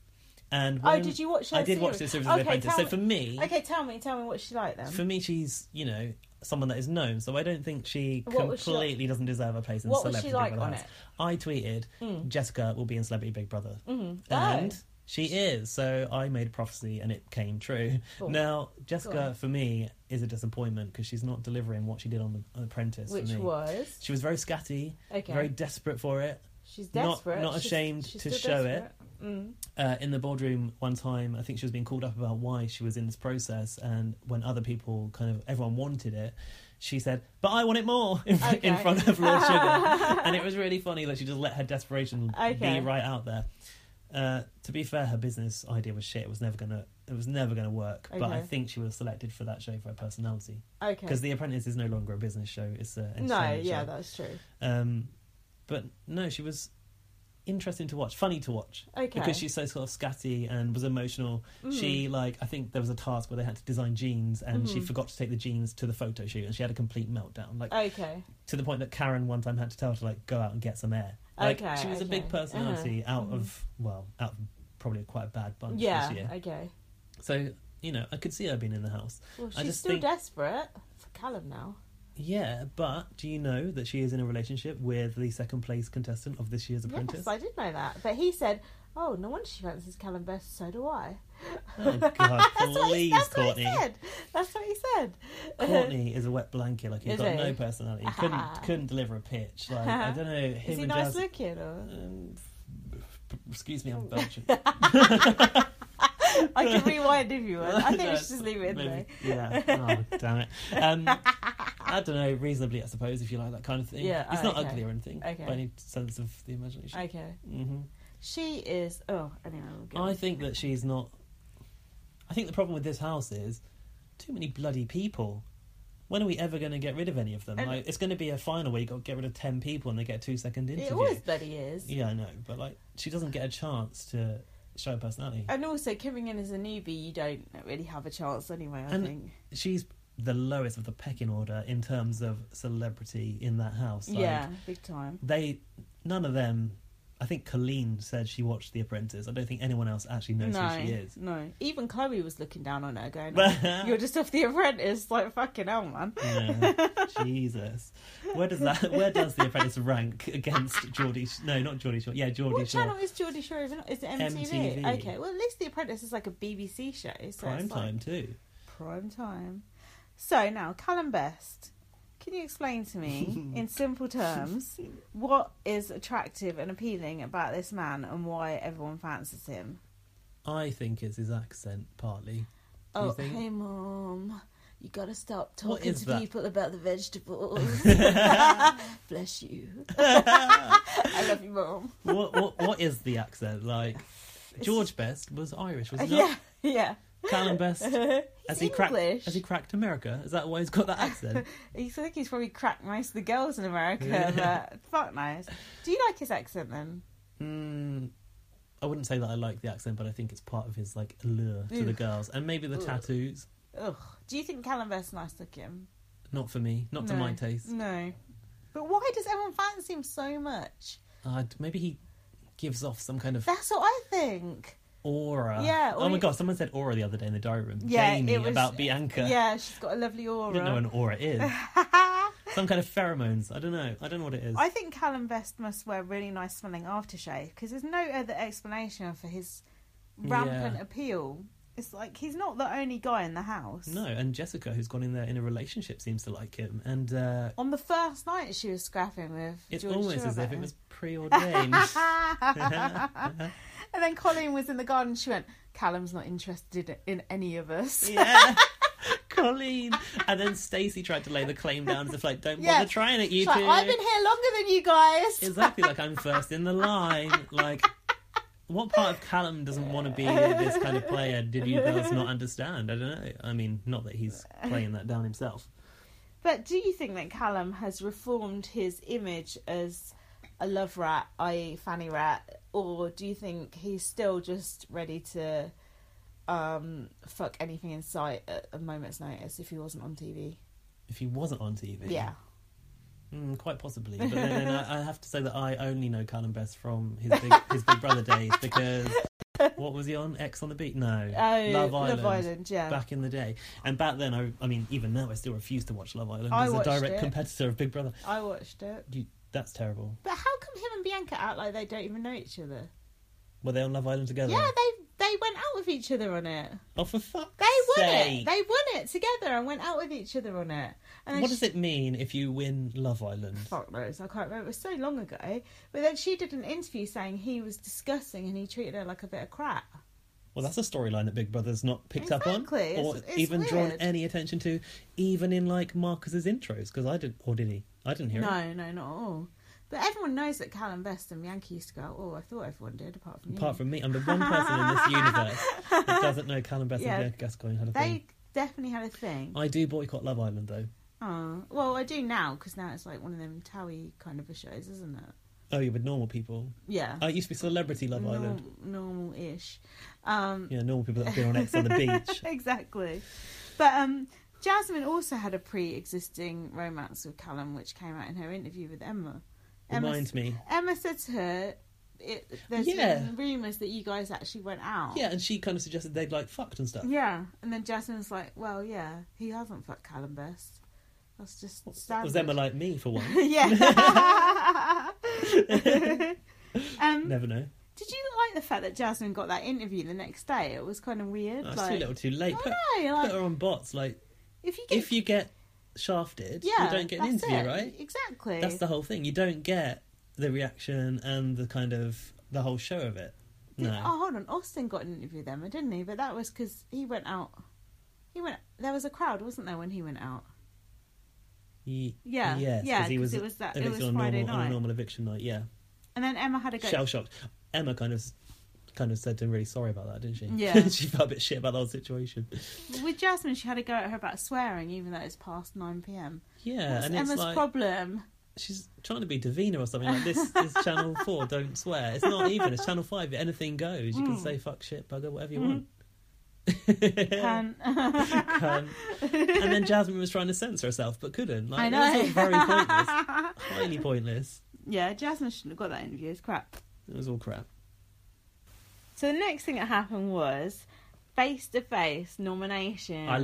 Speaker 2: and
Speaker 1: oh,
Speaker 2: when-
Speaker 1: did you watch? Her
Speaker 2: I did watch the
Speaker 1: series?
Speaker 2: series of
Speaker 1: okay,
Speaker 2: The Apprentice.
Speaker 1: Tell
Speaker 2: So
Speaker 1: me,
Speaker 2: for me,
Speaker 1: okay, tell me, tell me what she like then.
Speaker 2: for me, she's you know someone that is known, so I don't think she
Speaker 1: What was she like-
Speaker 2: completely doesn't deserve a place in
Speaker 1: What was
Speaker 2: Celebrity
Speaker 1: she like
Speaker 2: Big Brother.
Speaker 1: on
Speaker 2: House.
Speaker 1: it? Hmm.
Speaker 2: I tweeted Jessica will be in Celebrity Big Brother,
Speaker 1: Mm.
Speaker 2: and she is. So I made a prophecy, and it came true.
Speaker 1: Cool.
Speaker 2: Now
Speaker 1: Go
Speaker 2: Jessica,
Speaker 1: on.
Speaker 2: for me, is a disappointment because she's not delivering what she did on The on Apprentice.
Speaker 1: oh, which
Speaker 2: for me.
Speaker 1: was
Speaker 2: she was very scatty,
Speaker 1: okay.
Speaker 2: very desperate for it.
Speaker 1: she's
Speaker 2: not-
Speaker 1: desperate.
Speaker 2: not
Speaker 1: She's-
Speaker 2: ashamed
Speaker 1: she's
Speaker 2: to
Speaker 1: still
Speaker 2: show it.
Speaker 1: desperate. Mm.
Speaker 2: uh, in the boardroom one time. I think she was being called up about why she was in this process, and when other people kind of everyone wanted it, she said, "But I want it more!" in, fr- in
Speaker 1: Okay.
Speaker 2: front of Lord Sugar, and it was really funny that she just let her desperation
Speaker 1: Okay.
Speaker 2: be right out there. Uh, to be fair, her business idea was shit. It was never gonna. It was never going to work, but I
Speaker 1: Okay.
Speaker 2: think she was selected for that show for her personality
Speaker 1: Okay.
Speaker 2: because The Apprentice is no longer a business show; it's a
Speaker 1: No,
Speaker 2: entertainment
Speaker 1: yeah,
Speaker 2: show.
Speaker 1: that's true.
Speaker 2: Um, but no, she was interesting to watch, funny to watch,
Speaker 1: Okay. Mm.
Speaker 2: because she's so sort of scatty and was emotional. She like I think there was a task where they had to design jeans, and she
Speaker 1: Mhm.
Speaker 2: forgot to take the jeans to the photo shoot, and she had a complete meltdown, like
Speaker 1: Okay.
Speaker 2: to the point that Karen one time had to tell her to like go out and get some air. Like
Speaker 1: Okay,
Speaker 2: she was a big
Speaker 1: okay.
Speaker 2: personality
Speaker 1: Uh-huh.
Speaker 2: out of well, out of probably quite a bad bunch
Speaker 1: Yeah.
Speaker 2: this year.
Speaker 1: Okay.
Speaker 2: So you know, I could see her being in the house.
Speaker 1: Well,
Speaker 2: I
Speaker 1: she's
Speaker 2: just
Speaker 1: still
Speaker 2: think-
Speaker 1: desperate for Callum now.
Speaker 2: Yeah, but do you know that she is in a relationship with the second place contestant of this year's Apprentice?
Speaker 1: Yes, I did know that. But he said, "Oh, no wonder she fancies Callum best. So do I."
Speaker 2: Oh God!
Speaker 1: That's what he-
Speaker 2: Please,
Speaker 1: that's what he
Speaker 2: Courtney.
Speaker 1: said. That's what he said.
Speaker 2: Courtney is a wet blanket. Like he's
Speaker 1: Is
Speaker 2: got
Speaker 1: he?
Speaker 2: no personality. He couldn't couldn't deliver a pitch. Like I don't know. Him
Speaker 1: Is he
Speaker 2: and
Speaker 1: nice
Speaker 2: Jazz-
Speaker 1: looking? Or?
Speaker 2: Um, p- excuse me, I'm Belgian.
Speaker 1: I can rewind if you want. I think we
Speaker 2: That's
Speaker 1: should just leave it in there.
Speaker 2: maybe- Yeah. Oh, damn it. Um, I don't know. Reasonably, I suppose, if you like that kind of thing.
Speaker 1: Yeah,
Speaker 2: He's
Speaker 1: oh,
Speaker 2: not
Speaker 1: okay.
Speaker 2: ugly or anything.
Speaker 1: Okay.
Speaker 2: By any sense of the imagination.
Speaker 1: Okay.
Speaker 2: hmm
Speaker 1: She is. Oh, anyway, we'll go.
Speaker 2: I think that she's not. I think the problem with this house is too many bloody people. When are we ever going to get rid of any of them?
Speaker 1: And-
Speaker 2: like, it's going to be a final where you got to get rid of ten people and they get a two-second interview.
Speaker 1: it always bloody is.
Speaker 2: Yeah, I know, but like, she doesn't get a chance to show her personality.
Speaker 1: And also, coming in as a newbie, you don't really have a chance anyway, I
Speaker 2: And-
Speaker 1: think.
Speaker 2: She's the lowest of the pecking order in terms of celebrity in that house. Like,
Speaker 1: yeah, big time.
Speaker 2: they none of them. I think Colleen said she watched The Apprentice. I don't think anyone else actually knows
Speaker 1: no,
Speaker 2: who she is.
Speaker 1: no. Even Chloe was looking down on her, going, "Oh, "You're just off the apprentice, like fucking hell, man."
Speaker 2: Yeah. Jesus, where does that? Where does the Apprentice rank against Geordie? Sh- No, not Geordie Shore. Yeah, Geordie
Speaker 1: what
Speaker 2: Shore.
Speaker 1: channel is Geordie Shore even? Is it MTV?
Speaker 2: MTV.
Speaker 1: Okay, well at least The Apprentice is like a BBC show, so
Speaker 2: Prime
Speaker 1: it's like
Speaker 2: time too.
Speaker 1: prime time. So now, Callum Best, can you explain to me in simple terms what is attractive and appealing about this man and why everyone fancies him?
Speaker 2: I think it's his accent partly. Do you
Speaker 1: Oh,
Speaker 2: think?
Speaker 1: hey mom. You gotta stop
Speaker 2: What
Speaker 1: talking
Speaker 2: is
Speaker 1: to
Speaker 2: that?
Speaker 1: people about the vegetables. Bless you. I love you, mom.
Speaker 2: what, what what is the accent like? George Best was Irish, was he not?
Speaker 1: Yeah, Uh, yeah.
Speaker 2: Callum Best has he cracked
Speaker 1: English.
Speaker 2: has he cracked America? Is that why he's got that accent?
Speaker 1: He's think he's probably cracked most of the girls in America,
Speaker 2: Yeah.
Speaker 1: but fuck knows. Do you like his accent then?
Speaker 2: mm, I wouldn't say that I like the accent, but I think it's part of his like allure to the
Speaker 1: Oof.
Speaker 2: girls, and maybe the
Speaker 1: Ugh.
Speaker 2: tattoos.
Speaker 1: Ugh. Do you think Callum Best's nice looking?
Speaker 2: Not for me, not to
Speaker 1: No. Mm.
Speaker 2: my taste.
Speaker 1: No. But why does everyone fancy him so much?
Speaker 2: Uh, maybe he gives off some kind of
Speaker 1: That's what I think.
Speaker 2: aura.
Speaker 1: Yeah,
Speaker 2: Oh
Speaker 1: or
Speaker 2: my
Speaker 1: he-
Speaker 2: god, someone said aura the other day in the diary room.
Speaker 1: Yeah,
Speaker 2: Jamie
Speaker 1: it was-
Speaker 2: about Bianca.
Speaker 1: Yeah, she's got a lovely
Speaker 2: I
Speaker 1: aura.
Speaker 2: don't know what an aura is. Some kind of pheromones. I don't know. I don't know what it is.
Speaker 1: I think Callum Best must wear really nice smelling aftershave because there's no other explanation for his rampant
Speaker 2: Yeah. uh,
Speaker 1: um,
Speaker 2: mm,
Speaker 1: Oh,
Speaker 2: Oh,
Speaker 1: Um,
Speaker 2: Oh. Oh,
Speaker 1: um, Um, oh, Um, right to be defensive though, because everyone is
Speaker 2: Oh,
Speaker 1: on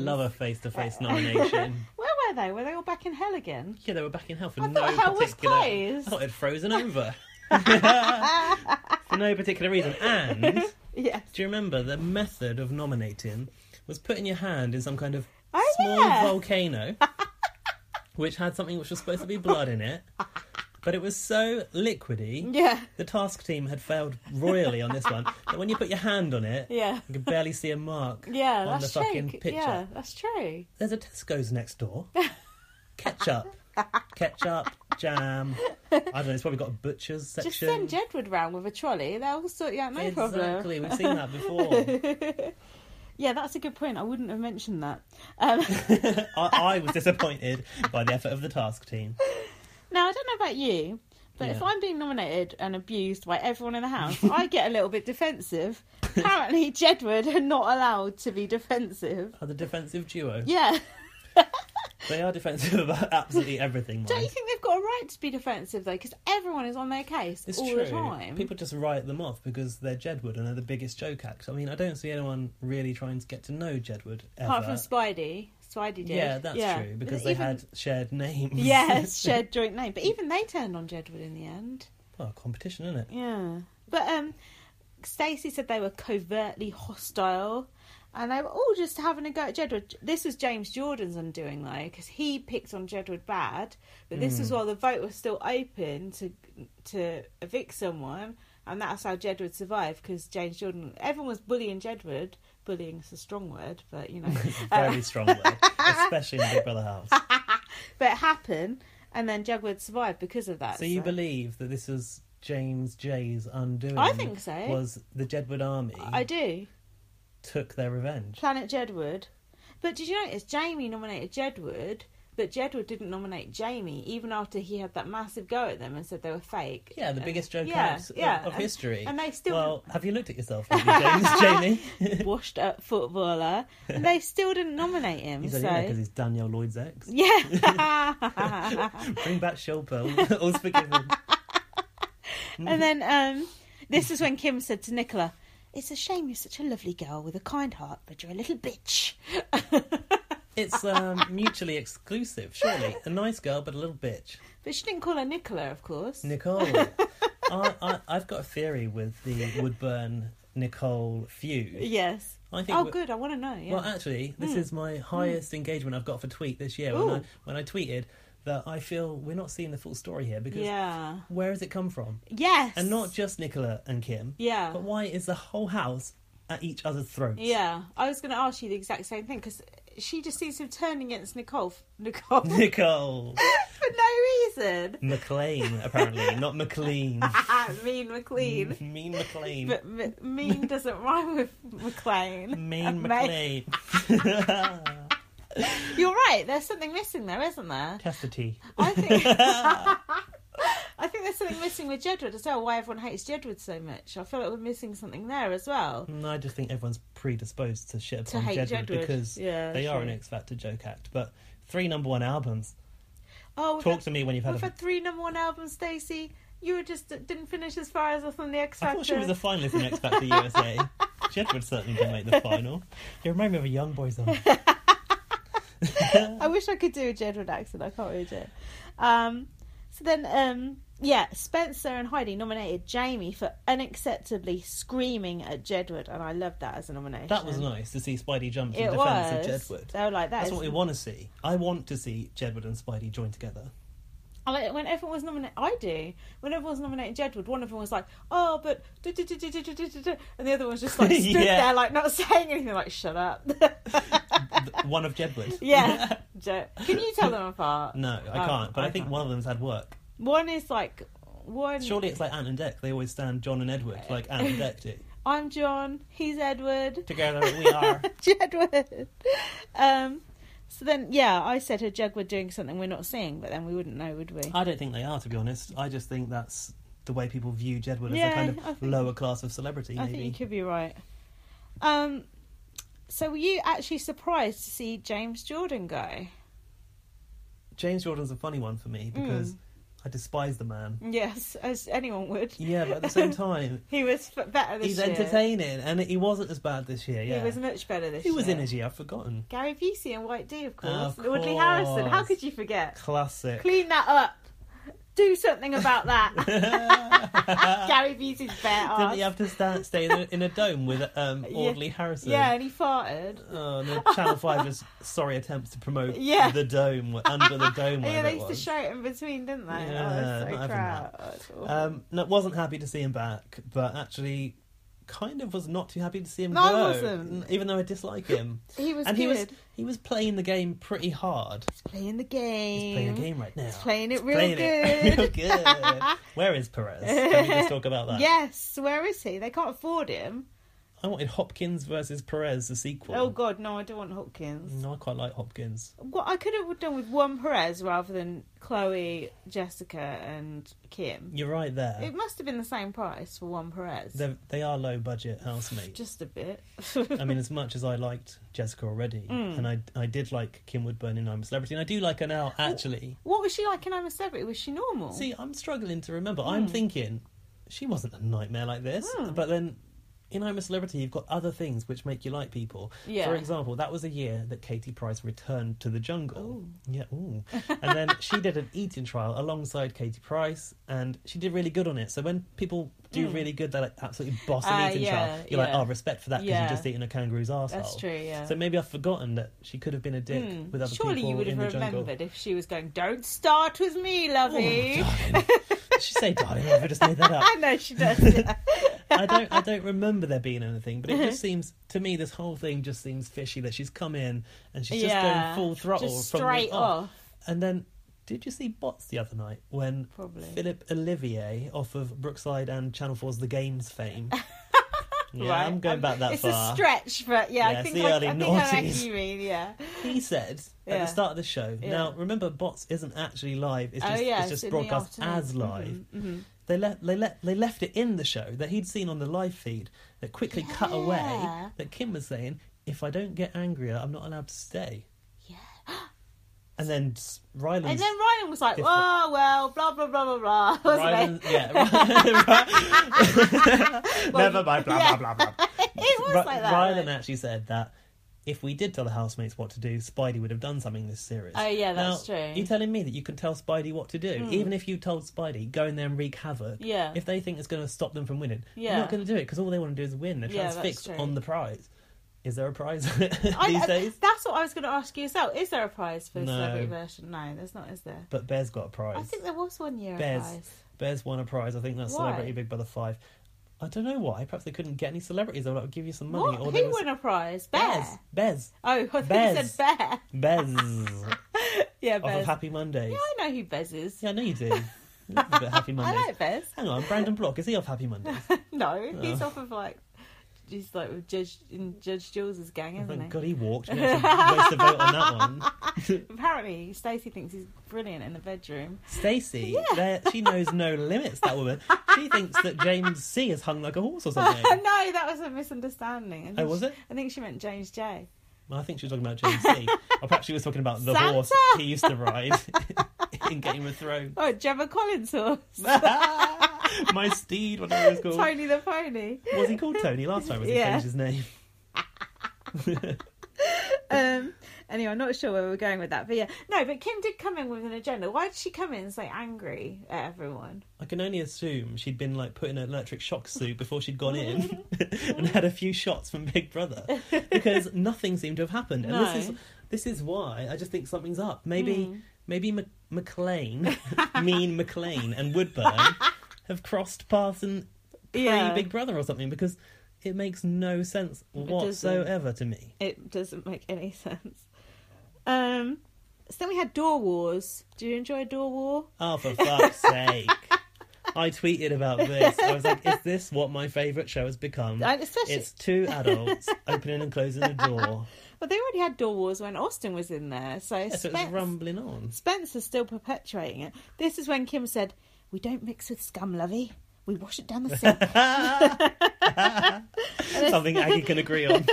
Speaker 1: their case
Speaker 2: It's
Speaker 1: all
Speaker 2: true.
Speaker 1: the time.
Speaker 2: People just write them off because they're Jedward and they're the biggest joke act. I mean, I don't see anyone really trying to get to know Jedward ever.
Speaker 1: Apart from Spidey, Spidey did.
Speaker 2: yeah, that's
Speaker 1: Yeah.
Speaker 2: true
Speaker 1: But
Speaker 2: because they
Speaker 1: even-
Speaker 2: had shared names.
Speaker 1: yeah shared joint name, but even they turned on Jedward in the end.
Speaker 2: well, Oh, competition, isn't it?
Speaker 1: Yeah, but um, Stacey said they were covertly hostile, and they were all just having a go at Jedward. This was James Jordan's undoing though, because he picked on Jedward bad. But this
Speaker 2: Hmm.
Speaker 1: was while the vote was still open to to evict someone, and that's how Jedward survived. Because James Jordan, everyone was bullying Jedward. Bullying's a strong word, but you know, Uh,
Speaker 2: Very strong word, especially in the Big Brother house.
Speaker 1: but it happened, and then Jedward survived because of that.
Speaker 2: So you believe that this was James J's undoing?
Speaker 1: I think so.
Speaker 2: Was the Jedward army
Speaker 1: I do.
Speaker 2: took their revenge?
Speaker 1: Planet Jedward. But did you notice Jamie nominated Jedward, but Jedward didn't nominate Jamie, even after he had that massive go at them and said they were fake.
Speaker 2: Yeah, the
Speaker 1: And-
Speaker 2: biggest joke
Speaker 1: yeah,
Speaker 2: acts of-
Speaker 1: yeah,
Speaker 2: of
Speaker 1: and-
Speaker 2: history.
Speaker 1: and they still
Speaker 2: Well, have you looked at yourself, have you, James Jamie?
Speaker 1: washed up footballer, and they still didn't nominate him.
Speaker 2: He's
Speaker 1: so
Speaker 2: only there because he's Daniel Lloyd's ex.
Speaker 1: yeah,
Speaker 2: Bring back Shilpa. All's forgiven.
Speaker 1: and then um, this is when Kim said to Nicola. It's a shame you're such a lovely girl with a kind heart, but you're a little bitch.
Speaker 2: It's um, mutually exclusive, surely. A nice girl, but a little bitch.
Speaker 1: But she didn't call her Nicola, of course.
Speaker 2: Nicole. I, I, I've got a theory with the Woodburn Nicole feud.
Speaker 1: yes.
Speaker 2: I think
Speaker 1: Oh,
Speaker 2: we-
Speaker 1: good. I want to know. Yeah. Hmm.
Speaker 2: Well, actually, this is my highest engagement I've got for tweet this year. When I,
Speaker 1: Ooh.
Speaker 2: when I tweeted that I feel we're not seeing the full story here because
Speaker 1: yeah.
Speaker 2: where has it come from?
Speaker 1: Yes.
Speaker 2: And not just Nicola and Kim.
Speaker 1: Yeah.
Speaker 2: But why is the whole house at each other's throats?
Speaker 1: Yeah, I was going to ask you the exact same thing because she just seems to have turned against Nicole, f- Nicole for
Speaker 2: Nicole
Speaker 1: no reason.
Speaker 2: McLean, apparently, not McLean.
Speaker 1: mean McLean,
Speaker 2: mean McLean.
Speaker 1: but m- mean doesn't rhyme with McLean.
Speaker 2: Mean
Speaker 1: Mate,
Speaker 2: McLean.
Speaker 1: You're right. There's something missing there, isn't there?
Speaker 2: Test the tea.
Speaker 1: I think. I think there's something missing with Jedward as well. Why everyone hates Jedward so much? I feel like we're missing something there as well.
Speaker 2: Mm, I just think everyone's predisposed to shit
Speaker 1: To
Speaker 2: upon
Speaker 1: hate
Speaker 2: Jedward,
Speaker 1: Jedward.
Speaker 2: because
Speaker 1: Yeah,
Speaker 2: they are
Speaker 1: true.
Speaker 2: an X Factor joke act. But three number one albums.
Speaker 1: Oh, we've
Speaker 2: Talk
Speaker 1: had,
Speaker 2: to me when you've had.
Speaker 1: we've
Speaker 2: a...
Speaker 1: had three number one albums, Stacey. You were just didn't finish as far as us on the X
Speaker 2: I
Speaker 1: Factor.
Speaker 2: thought she was a finalist in X Factor USA. Jedward certainly didn't make the final. You remind me of a young boy song.
Speaker 1: I wish I could do a Jedward accent. I can't read it. Um, so then, um, yeah, Spencer and Heidi nominated Jamie for unacceptably screaming at Jedward, and I loved that as a nomination.
Speaker 2: That was nice to see Spidey jump in
Speaker 1: It was.
Speaker 2: defence of Jedward.
Speaker 1: They were like that.
Speaker 2: That's
Speaker 1: is-
Speaker 2: what we want to see. I want to see Jedward and Spidey join together.
Speaker 1: I like- when everyone was nominated, I do. When everyone was nominating Jedward, one of them was like, "Oh, but," da- da- da- da- da- da- da- da," and the other one was just like stood
Speaker 2: Yeah.
Speaker 1: there, like not saying anything, like "Shut up."
Speaker 2: Th- One of Jedward.
Speaker 1: yeah. Je- Can you tell them apart?
Speaker 2: No, I
Speaker 1: Oh,
Speaker 2: can't. But I
Speaker 1: I
Speaker 2: think
Speaker 1: can't.
Speaker 2: one of them's had work.
Speaker 1: One is like one.
Speaker 2: Surely it's like Ant and Dec. They always stand John and Edward, like Ant and Dec do.
Speaker 1: I'm John. He's Edward.
Speaker 2: Together we are.
Speaker 1: Jedward. Um, so then, yeah, I said her jug were doing something we're not seeing, but then we wouldn't know, would we?
Speaker 2: I don't think they are, to be honest. I just think that's the way people view Jedward as
Speaker 1: Yeah,
Speaker 2: a kind
Speaker 1: I
Speaker 2: of
Speaker 1: think-
Speaker 2: lower class of celebrity,
Speaker 1: I
Speaker 2: maybe.
Speaker 1: think you could be right. Um, so were you actually surprised to see James Jordan go?
Speaker 2: James Jordan's a funny one for
Speaker 1: Mm.
Speaker 2: me because I despise the man.
Speaker 1: Yes, as anyone would.
Speaker 2: Yeah, but at the same time,
Speaker 1: He was f- better this
Speaker 2: he's
Speaker 1: year.
Speaker 2: entertaining and he wasn't as bad this year, yeah.
Speaker 1: He was much better this
Speaker 2: Who
Speaker 1: year.
Speaker 2: was in his year? I've forgotten.
Speaker 1: Gary Busey and White D, of course.
Speaker 2: Of
Speaker 1: And Woodley Harrison. How
Speaker 2: course.
Speaker 1: could you forget?
Speaker 2: Classic.
Speaker 1: Clean that up. Do something about that. Gary Busey's bare
Speaker 2: Didn't
Speaker 1: ass.
Speaker 2: he have to stand, stay in a, in a dome with um,
Speaker 1: Yeah.
Speaker 2: Audley Harrison?
Speaker 1: Yeah, and he farted.
Speaker 2: Oh, and then Channel 5 just sorry attempts to promote
Speaker 1: Yeah.
Speaker 2: the dome, under the dome.
Speaker 1: Yeah,
Speaker 2: wherever
Speaker 1: they
Speaker 2: it
Speaker 1: used to
Speaker 2: was.
Speaker 1: show it in between, didn't they?
Speaker 2: Yeah,
Speaker 1: oh, it's
Speaker 2: not
Speaker 1: so
Speaker 2: having
Speaker 1: crap.
Speaker 2: that.
Speaker 1: Oh, it's awful.
Speaker 2: Um, no, wasn't happy to see him back, but actually, kind of was not too happy to see him
Speaker 1: No, I
Speaker 2: go.
Speaker 1: wasn't.
Speaker 2: n- Even though I dislike him,
Speaker 1: he was
Speaker 2: and
Speaker 1: good.
Speaker 2: he was he was playing the game pretty hard.
Speaker 1: playing the game.
Speaker 2: He's playing the game right now.
Speaker 1: Mm. He's playing it real
Speaker 2: Playing
Speaker 1: good.
Speaker 2: it real good. Where is Perez? Can we just talk about that?
Speaker 1: Yes, where is he? They can't afford him.
Speaker 2: I wanted Hopkins versus Perez, the sequel.
Speaker 1: Oh God, no! I don't want Hopkins.
Speaker 2: No, I quite like Hopkins.
Speaker 1: What I could have done with one Perez rather than Chloe, Jessica, and Kim.
Speaker 2: You're right there.
Speaker 1: It must have been the same price for one Perez.
Speaker 2: They're, they are low budget housemates.
Speaker 1: Just a bit.
Speaker 2: I mean, as much as I liked Jessica already,
Speaker 1: Mm.
Speaker 2: and I I did like Kim Woodburn in I'm a Celebrity, and I do like her now actually.
Speaker 1: what was she like in I'm a Celebrity? Was she normal?
Speaker 2: See, I'm struggling to remember. I'm thinking she wasn't a nightmare like this,
Speaker 1: Hmm.
Speaker 2: but then. In I'm a Celebrity, you've got other things which make you like people.
Speaker 1: Yeah.
Speaker 2: For example, that was a year that Katie Price returned to the jungle.
Speaker 1: Ooh.
Speaker 2: Yeah, ooh. and then she did an eating trial alongside Katie Price, and she did really good on it. So when people do
Speaker 1: Mm.
Speaker 2: really good, they like absolutely boss an
Speaker 1: Ah,
Speaker 2: eating
Speaker 1: yeah,
Speaker 2: trial. You're
Speaker 1: yeah.
Speaker 2: like, oh, respect for that because
Speaker 1: Yeah.
Speaker 2: you've just eaten a kangaroo's arsehole.
Speaker 1: That's true. Yeah.
Speaker 2: So maybe I've forgotten that she could have been a dick
Speaker 1: Mm.
Speaker 2: with other
Speaker 1: Surely
Speaker 2: people
Speaker 1: you would
Speaker 2: in
Speaker 1: have
Speaker 2: the
Speaker 1: remembered
Speaker 2: jungle.
Speaker 1: if she was going, "Don't start with me, lovey."
Speaker 2: Oh, darling. Did she say darling? I've just made that up.
Speaker 1: I know she does.
Speaker 2: I don't I don't remember there being anything, but it just seems to me this whole thing just seems fishy that she's come in and she's just
Speaker 1: Yeah.
Speaker 2: going full throttle
Speaker 1: Just
Speaker 2: from the oh.
Speaker 1: straight
Speaker 2: off.
Speaker 1: off.
Speaker 2: And then did you see Bots the other night when
Speaker 1: Probably.
Speaker 2: Philip Olivier off of Brookside and Channel 4's The Games fame? yeah,
Speaker 1: right?
Speaker 2: I'm going
Speaker 1: Um,
Speaker 2: back that
Speaker 1: it's
Speaker 2: far.
Speaker 1: a stretch, but yeah, I
Speaker 2: Yeah, it's
Speaker 1: think
Speaker 2: the
Speaker 1: I, I
Speaker 2: early
Speaker 1: think I know what
Speaker 2: 90s.
Speaker 1: you mean. Yeah.
Speaker 2: he said at
Speaker 1: Yeah.
Speaker 2: the start of the show.
Speaker 1: Yeah.
Speaker 2: Now remember, Bots isn't actually live; it's
Speaker 1: oh
Speaker 2: just
Speaker 1: yeah,
Speaker 2: it's just
Speaker 1: in the
Speaker 2: broadcast
Speaker 1: afternoon.
Speaker 2: as live.
Speaker 1: Mhm, mhm.
Speaker 2: They left they let they left it in the show that he'd seen on the live feed that quickly cut
Speaker 1: Yeah.
Speaker 2: away. That Kim was saying, "If I don't get angrier, I'm not allowed to stay."
Speaker 1: Yeah.
Speaker 2: And then s- Ryland's
Speaker 1: And then Ryan was like,
Speaker 2: different.
Speaker 1: "Oh well, blah blah blah blah blah." Wasn't
Speaker 2: Ryland,
Speaker 1: it?
Speaker 2: yeah. Ry-
Speaker 1: you-
Speaker 2: Never mind. Blah
Speaker 1: yeah.
Speaker 2: blah blah blah.
Speaker 1: It was
Speaker 2: Ry-
Speaker 1: like that.
Speaker 2: Ryland
Speaker 1: like-
Speaker 2: actually said that if we did tell the housemates what to do, Spidey would have done something this series.
Speaker 1: Oh, yeah, that's
Speaker 2: Now,
Speaker 1: true.
Speaker 2: You telling me that you can tell Spidey what to do,
Speaker 1: Mm.
Speaker 2: even if you told Spidey go in there and wreak havoc.
Speaker 1: Yeah.
Speaker 2: If they think it's going to stop them from winning,
Speaker 1: Yeah.
Speaker 2: they're not going to do it because all they want to do is win. They're
Speaker 1: Yeah, that's
Speaker 2: transfixed
Speaker 1: true.
Speaker 2: on the prize. Is there a prize
Speaker 1: I-
Speaker 2: these
Speaker 1: I-
Speaker 2: days?
Speaker 1: That's what I was going to ask you as well. Is there a prize for the
Speaker 2: No.
Speaker 1: celebrity version? No, there's not, is there?
Speaker 2: But Bear's got a prize.
Speaker 1: I think there was one year a
Speaker 2: Bears.
Speaker 1: prize.
Speaker 2: Bear's won a prize. I think that's
Speaker 1: Why?
Speaker 2: Celebrity Big Brother Five. I don't know why. Perhaps they couldn't get any celebrities. They were like, "I'll give you some money."
Speaker 1: What?
Speaker 2: they
Speaker 1: Who
Speaker 2: were-
Speaker 1: won a prize? Bear.
Speaker 2: Bez. Bez.
Speaker 1: Oh, I thought you
Speaker 2: Bez.
Speaker 1: said bear.
Speaker 2: Bez.
Speaker 1: Yeah,
Speaker 2: off
Speaker 1: Bez.
Speaker 2: of Happy Mondays.
Speaker 1: Yeah, I know who Bez is.
Speaker 2: Yeah, I know you do. You Love a bit of Happy
Speaker 1: I
Speaker 2: Mondays.
Speaker 1: like Bez.
Speaker 2: Hang on, Brandon Block, is he off Happy Mondays?
Speaker 1: no, he's
Speaker 2: Oh.
Speaker 1: off of like he's like with Judge in Judge Jules's gang,
Speaker 2: Oh,
Speaker 1: isn't he?
Speaker 2: Thank God he walked. We had to waste a vote on that one.
Speaker 1: Apparently, Stacey thinks he's brilliant in the bedroom.
Speaker 2: Stacey, there- she knows no limits, that woman. She thinks that James C is hung like a horse or
Speaker 1: no,
Speaker 2: something.
Speaker 1: that was a misunderstanding. I think
Speaker 2: Oh, was
Speaker 1: she-
Speaker 2: it?
Speaker 1: I think she meant James J.
Speaker 2: Well, I think she was talking about James C. Or perhaps she was talking about the
Speaker 1: Santa!
Speaker 2: horse he used to ride in Game of Thrones.
Speaker 1: Oh, Gemma Collins horse.
Speaker 2: My steed, whatever it was called.
Speaker 1: Tony the Pony.
Speaker 2: Was he called Tony last time? Was he
Speaker 1: Yeah.
Speaker 2: changed his name?
Speaker 1: Um, anyway, I'm not sure where we're going with that, but yeah, no. But Kim did come in with an agenda. Why did she come in and say angry at everyone?
Speaker 2: I can only assume she'd been like put in an electric shock suit before she'd gone in and had a few shots from Big Brother because nothing seemed to have happened. And this
Speaker 1: No. Hmm.
Speaker 2: is this is why I just think something's up. Maybe maybe Mc- McLean, mean McLean, and Woodburn have crossed paths in pre
Speaker 1: Yeah.
Speaker 2: Big Brother or something because it makes no sense whatsoever to me.
Speaker 1: It doesn't make any sense. Um, so then we had Door Wars. Do you enjoy Door War?
Speaker 2: Oh, for fuck's sake. I tweeted about this. I was like, is this what my favourite show has become?
Speaker 1: And especially,
Speaker 2: It's two adults opening and closing a door.
Speaker 1: well, they already had Door Wars when Austin was in there, so
Speaker 2: Yeah, so it was
Speaker 1: Spence-
Speaker 2: rumbling on.
Speaker 1: Spencer's still perpetuating it. This is when Kim said, "We don't mix with scum, lovey. We wash it down the sink."
Speaker 2: Something Aggie can agree on.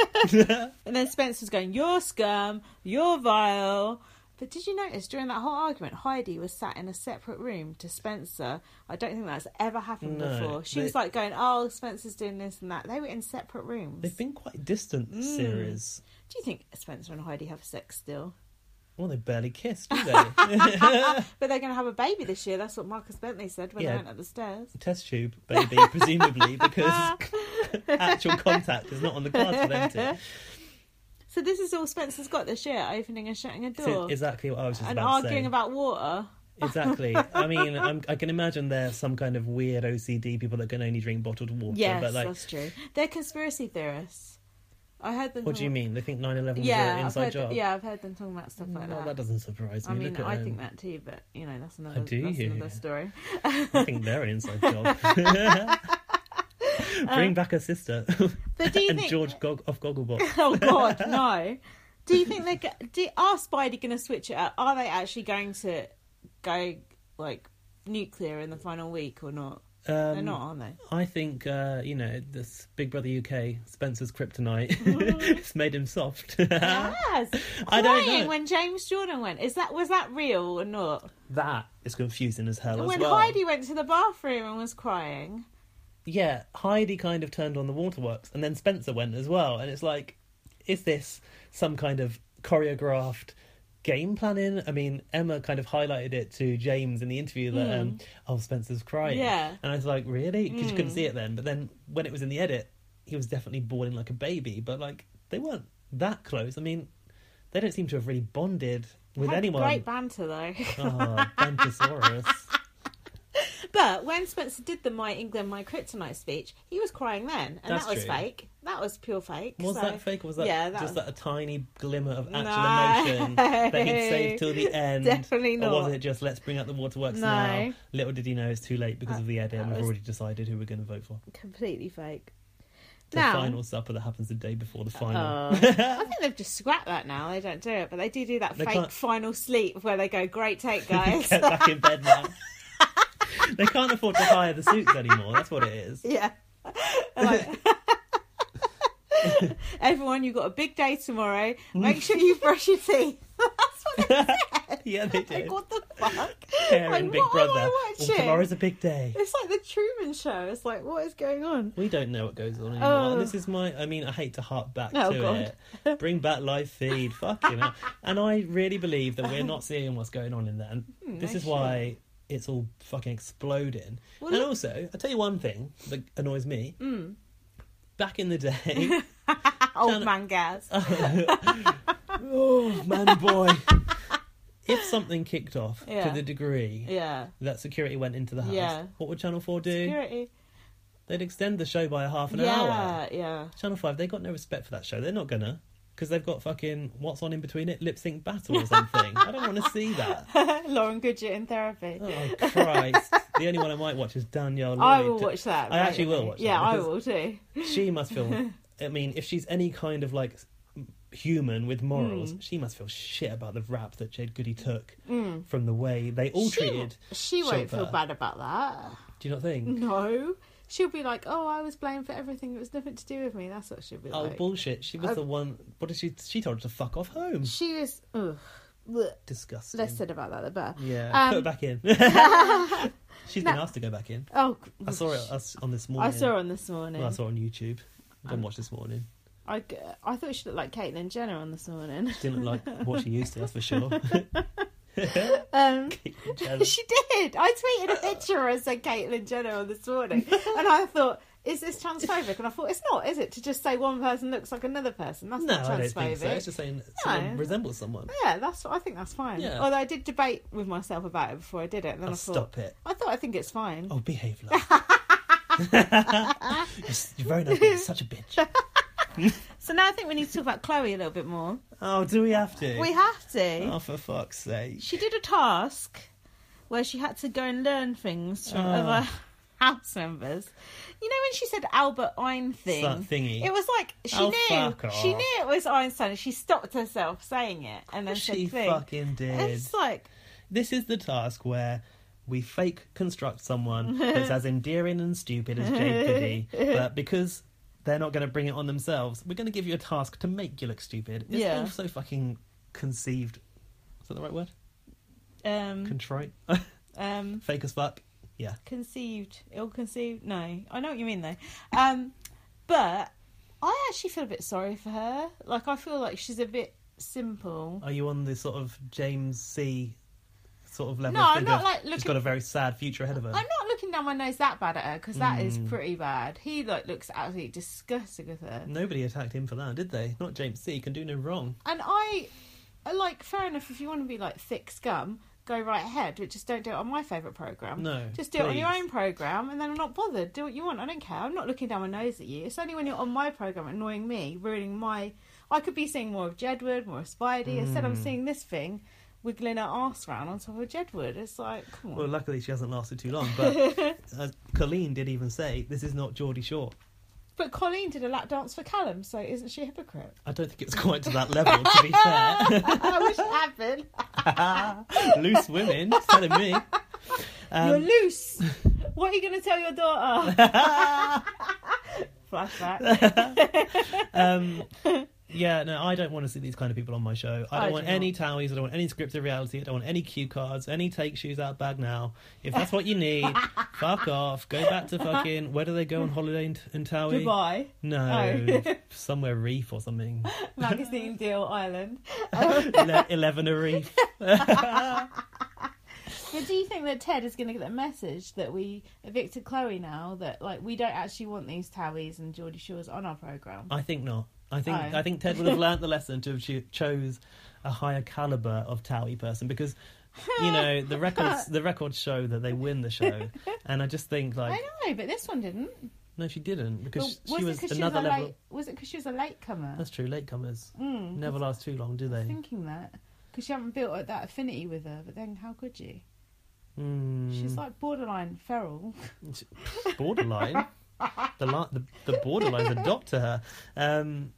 Speaker 1: and then Spence was going, "You're scum. You're vile." But did you notice during that whole argument, Heidi was sat in a separate room to Spencer? I don't think that's ever happened
Speaker 2: No,
Speaker 1: before. She
Speaker 2: they-
Speaker 1: was like going, "Oh, Spencer's doing this and that." They were in separate rooms.
Speaker 2: They've been quite distant
Speaker 1: Mm.
Speaker 2: this series.
Speaker 1: Do you think Spencer and Heidi have sex still?
Speaker 2: Well, they barely kissed, do they?
Speaker 1: But they're going to have a baby this year. That's what Marcus Bentley said when they
Speaker 2: Yeah.
Speaker 1: went up the stairs.
Speaker 2: Test tube, baby, presumably, because actual contact is not on the cards for them to.
Speaker 1: So this is all Spencer's got this year: opening and shutting a
Speaker 2: So
Speaker 1: door
Speaker 2: exactly what I was just
Speaker 1: and
Speaker 2: about to say.
Speaker 1: arguing about water.
Speaker 2: Exactly. I mean, I'm, I can imagine there's some kind of weird OCD people that can only drink bottled water.
Speaker 1: Yes,
Speaker 2: but like,
Speaker 1: that's true. They're conspiracy theorists. I heard them.
Speaker 2: what do you
Speaker 1: talk-
Speaker 2: mean? They think 9/11 was
Speaker 1: Yeah,
Speaker 2: an
Speaker 1: I've
Speaker 2: inside
Speaker 1: heard.
Speaker 2: job.
Speaker 1: Yeah, I've heard them talking about stuff like
Speaker 2: well,
Speaker 1: Mm, that.
Speaker 2: that doesn't surprise me.
Speaker 1: I mean,
Speaker 2: Look at
Speaker 1: I
Speaker 2: them.
Speaker 1: think that too, but you know, that's another.
Speaker 2: do,
Speaker 1: that's
Speaker 2: yeah.
Speaker 1: another story.
Speaker 2: I think they're an inside job. Bring back her sister
Speaker 1: Um, But do you
Speaker 2: and
Speaker 1: think-
Speaker 2: George Gog- of Gogglebox.
Speaker 1: oh God, no. Do you think they go- do, are Spidey going to switch it up? Are they actually going to go like nuclear in the final week or not? They're
Speaker 2: Um,
Speaker 1: not, aren't they?
Speaker 2: I think uh, you know this Big Brother UK Spencer's kryptonite. it's made him soft.
Speaker 1: Yes,
Speaker 2: I don't
Speaker 1: crying
Speaker 2: know.
Speaker 1: when James Jordan went. Is that was that real or not?
Speaker 2: that is confusing as hell.
Speaker 1: when
Speaker 2: as well.
Speaker 1: Heidi went to the bathroom and was crying.
Speaker 2: yeah, Heidi kind of turned on the waterworks, and then Spencer went as well. And it's like, is this some kind of choreographed game planning? I mean, Emma kind of highlighted it to James in the interview that, um, oh, Spencer's crying.
Speaker 1: Hmm. Yeah. Hmm.
Speaker 2: And I was like, really? Because you couldn't see it then. But then when it was in the edit, he was definitely bawling like a baby. But like, they weren't that close. I mean, they don't seem to have really bonded with
Speaker 1: Had
Speaker 2: anyone.
Speaker 1: Great banter though.
Speaker 2: oh, Bantosaurus.
Speaker 1: but when Spencer did the "My England, My Kryptonite" speech, he was crying then, and
Speaker 2: That's
Speaker 1: that was
Speaker 2: true.
Speaker 1: fake. That was pure fake.
Speaker 2: Was
Speaker 1: so-
Speaker 2: that fake or was that,
Speaker 1: Yeah, that
Speaker 2: just
Speaker 1: was-
Speaker 2: that a tiny glimmer of actual
Speaker 1: No.
Speaker 2: emotion that he'd saved till the end?
Speaker 1: Definitely not.
Speaker 2: Or was it just let's bring out the waterworks
Speaker 1: No. Uh,
Speaker 2: now? Little did he know it's too late because of the edit and
Speaker 1: that
Speaker 2: we've
Speaker 1: was-
Speaker 2: already decided who we're going to vote for.
Speaker 1: completely fake?
Speaker 2: The final supper that happens the day before the final.
Speaker 1: Oh. I think they've just scrapped that now. They don't do it, but they do do that
Speaker 2: They
Speaker 1: fake
Speaker 2: can't-
Speaker 1: final sleep where they go, "Great take, guys."
Speaker 2: Get back in bed now. they can't afford to hire the suits anymore. That's what it is.
Speaker 1: yeah. Like- Everyone, you've got a big day tomorrow. Make sure you brush your teeth. That's what they said.
Speaker 2: Yeah, they
Speaker 1: Like,
Speaker 2: did.
Speaker 1: what the fuck?
Speaker 2: Hair
Speaker 1: Like,
Speaker 2: and Big
Speaker 1: what am
Speaker 2: Brother.
Speaker 1: I
Speaker 2: Oh,
Speaker 1: watching?
Speaker 2: tomorrow's a big day.
Speaker 1: It's like the Truman Show. It's like, what is going on?
Speaker 2: We don't know what goes on anymore.
Speaker 1: Oh.
Speaker 2: And this is my, I mean, I hate to harp back
Speaker 1: Oh,
Speaker 2: to
Speaker 1: God.
Speaker 2: it. Bring back live feed. Fucking hell. And I really believe that we're not seeing what's going on in there. And this
Speaker 1: no
Speaker 2: is why it's all fucking exploding.
Speaker 1: Well,
Speaker 2: and
Speaker 1: look- Hmm.
Speaker 2: also, I'll tell you one thing that annoys me. Back in the day,
Speaker 1: Old
Speaker 2: Turn- Uh,
Speaker 1: man gas.
Speaker 2: oh, man boy. if something kicked off
Speaker 1: Yeah.
Speaker 2: to the degree
Speaker 1: yeah.
Speaker 2: that security went into the house,
Speaker 1: Yeah.
Speaker 2: what would Channel 4 do?
Speaker 1: Security.
Speaker 2: They'd extend the show by a half an hour.
Speaker 1: Yeah, yeah.
Speaker 2: Channel Five, they got no respect for that show. They're not gonna because they've got fucking what's on in between it, lip sync battle or something. I don't want to see that.
Speaker 1: Lauren Goodger in therapy.
Speaker 2: Oh Christ! the only one I might watch is Danielle Lloyd.
Speaker 1: I will watch that.
Speaker 2: I actually will
Speaker 1: mate.
Speaker 2: watch
Speaker 1: Yeah,
Speaker 2: that
Speaker 1: I
Speaker 2: because-
Speaker 1: will too.
Speaker 2: She must feel. I mean, if she's any kind of like human with morals,
Speaker 1: Hmm.
Speaker 2: she must feel shit about the rap that Jade Goody took
Speaker 1: Hmm.
Speaker 2: from the way they all treated.
Speaker 1: She won't feel
Speaker 2: Shilpa.
Speaker 1: bad about that.
Speaker 2: Do you not
Speaker 1: Hmm.
Speaker 2: think?
Speaker 1: No. She'll be like, oh, I was blamed for everything. It was nothing to do with me. That's what she'll be
Speaker 2: Oh
Speaker 1: like.
Speaker 2: bullshit! She was
Speaker 1: I-
Speaker 2: the one. What did she? She told her to fuck off home.
Speaker 1: she was. Ugh, blech.
Speaker 2: Disgusting.
Speaker 1: Less said about that, the better.
Speaker 2: Yeah,
Speaker 1: Um,
Speaker 2: put it back in. She's been asked to go back in.
Speaker 1: Oh,
Speaker 2: I saw it us- on this morning.
Speaker 1: I saw her on this morning.
Speaker 2: Well, I saw it on YouTube. I didn't watch this morning.
Speaker 1: I, g- I thought she looked like Caitlyn Jenner on this morning.
Speaker 2: Didn't look like what she used to, that's for sure.
Speaker 1: Um,
Speaker 2: Jenner.
Speaker 1: she did. I tweeted
Speaker 2: Uh,
Speaker 1: a picture and said Caitlyn Jenner on this morning, and I thought, is this transphobic? And I thought, it's not, is it? To just say one person looks like another person, that's
Speaker 2: no,
Speaker 1: not
Speaker 2: I don't
Speaker 1: transphobic.
Speaker 2: think so. It's just saying someone
Speaker 1: No.
Speaker 2: resembles someone.
Speaker 1: Yeah, that's. I think that's fine.
Speaker 2: Yeah.
Speaker 1: Although I did debate with myself about it before I did it, and then
Speaker 2: Oh,
Speaker 1: I thought,
Speaker 2: stop it.
Speaker 1: I thought I think it's fine.
Speaker 2: Oh, behave like. you're, s- you're very nice, but you're such a bitch.
Speaker 1: So now I think we need to talk about Chloe a little bit more.
Speaker 2: Oh, do we have to?
Speaker 1: We have to.
Speaker 2: Oh, for fuck's sake.
Speaker 1: She did a task where she had to go and learn things from
Speaker 2: Oh.
Speaker 1: other house members. You know when she said Albert Einstein,
Speaker 2: That thingy.
Speaker 1: it was like she
Speaker 2: Oh,
Speaker 1: knew
Speaker 2: fuck
Speaker 1: she
Speaker 2: off.
Speaker 1: knew it was Einstein. and She stopped herself saying it and then
Speaker 2: she
Speaker 1: said thing.
Speaker 2: fucking did.
Speaker 1: It's like
Speaker 2: This is the task where we fake construct someone that's as endearing and stupid as Jade Goody, but because they're not going to bring it on themselves, we're going to give you a task to make you look stupid. It's
Speaker 1: Yeah.
Speaker 2: all so fucking conceived. Is that the right word?
Speaker 1: um
Speaker 2: Contrite?
Speaker 1: um
Speaker 2: Fake as fuck? Yeah.
Speaker 1: conceived, ill conceived. No, I know what you mean though. Um, but I actually feel a bit sorry for her. Like I feel like she's a bit simple.
Speaker 2: Are you on the sort of James C. sort of level?
Speaker 1: No,
Speaker 2: of
Speaker 1: I'm
Speaker 2: figure?
Speaker 1: not, like,
Speaker 2: She's
Speaker 1: looking-
Speaker 2: got a very sad future ahead of her.
Speaker 1: I'm not looking down my nose that bad at her because that is
Speaker 2: Mm.
Speaker 1: pretty bad. He like looks absolutely disgusting with her,
Speaker 2: Nobody attacked him for that, did they? Not James C. Can do no wrong.
Speaker 1: and I, I like fair enough if you want to be like thick scum, go right ahead, but just don't do it on my favourite program.
Speaker 2: No,
Speaker 1: just do it on your
Speaker 2: please.
Speaker 1: own program, and then I'm not bothered. Do what you want. I don't care. I'm not looking down my nose at you. It's only when you're on my program annoying me, ruining my. I could be seeing more of Jedward, more of Spidey. Instead,
Speaker 2: Mm.
Speaker 1: I'm seeing this thing wiggling her arse round on top of Jedward. It's like, come on.
Speaker 2: Well, luckily she hasn't lasted too long, but uh, Colleen did even say, This is not Geordie Shore.
Speaker 1: But Colleen did a lap dance for Callum, so isn't she a hypocrite?
Speaker 2: I don't think it's quite to that level, to be fair.
Speaker 1: I wish it had been.
Speaker 2: Loose women, telling me.
Speaker 1: You're
Speaker 2: Um,
Speaker 1: loose. What are you going to tell your daughter? Flashback.
Speaker 2: um, yeah, no, I don't want to see these kind of people on my show. I
Speaker 1: I
Speaker 2: don't
Speaker 1: do
Speaker 2: want any tallies. I don't want any scripted reality. I don't want any cue cards. Any take shoes out bag now. If that's what you need, fuck off. Go back to fucking. Where do they go on holiday in, in Taui?
Speaker 1: Dubai,
Speaker 2: No,
Speaker 1: Oh.
Speaker 2: somewhere reef or something.
Speaker 1: magazine deal, Island. Oh.
Speaker 2: Ele- Eleven a reef.
Speaker 1: But do you think that Ted is going to get the message that we evicted Chloe now? That like we don't actually want these Towies and Geordie Shores on our program.
Speaker 2: I think not. I think
Speaker 1: Oh.
Speaker 2: I think Ted would have learnt the lesson to have cho- chose a higher caliber of Towie person because you know the records the records show that they win the show, and I just think
Speaker 1: I
Speaker 2: like
Speaker 1: know, but this one didn't.
Speaker 2: no, she didn't because
Speaker 1: Well,
Speaker 2: she
Speaker 1: was
Speaker 2: was
Speaker 1: it 'cause she was
Speaker 2: another
Speaker 1: a
Speaker 2: level.
Speaker 1: late? Was it because she was a latecomer?
Speaker 2: That's true. Latecomers
Speaker 1: mm,
Speaker 2: never last too long, do
Speaker 1: I was
Speaker 2: they?
Speaker 1: thinking that because you haven't built that affinity with her. But then how could you?
Speaker 2: Mm,
Speaker 1: She's like borderline feral.
Speaker 2: borderline. the, li- the the borderline's a dot to her. Um,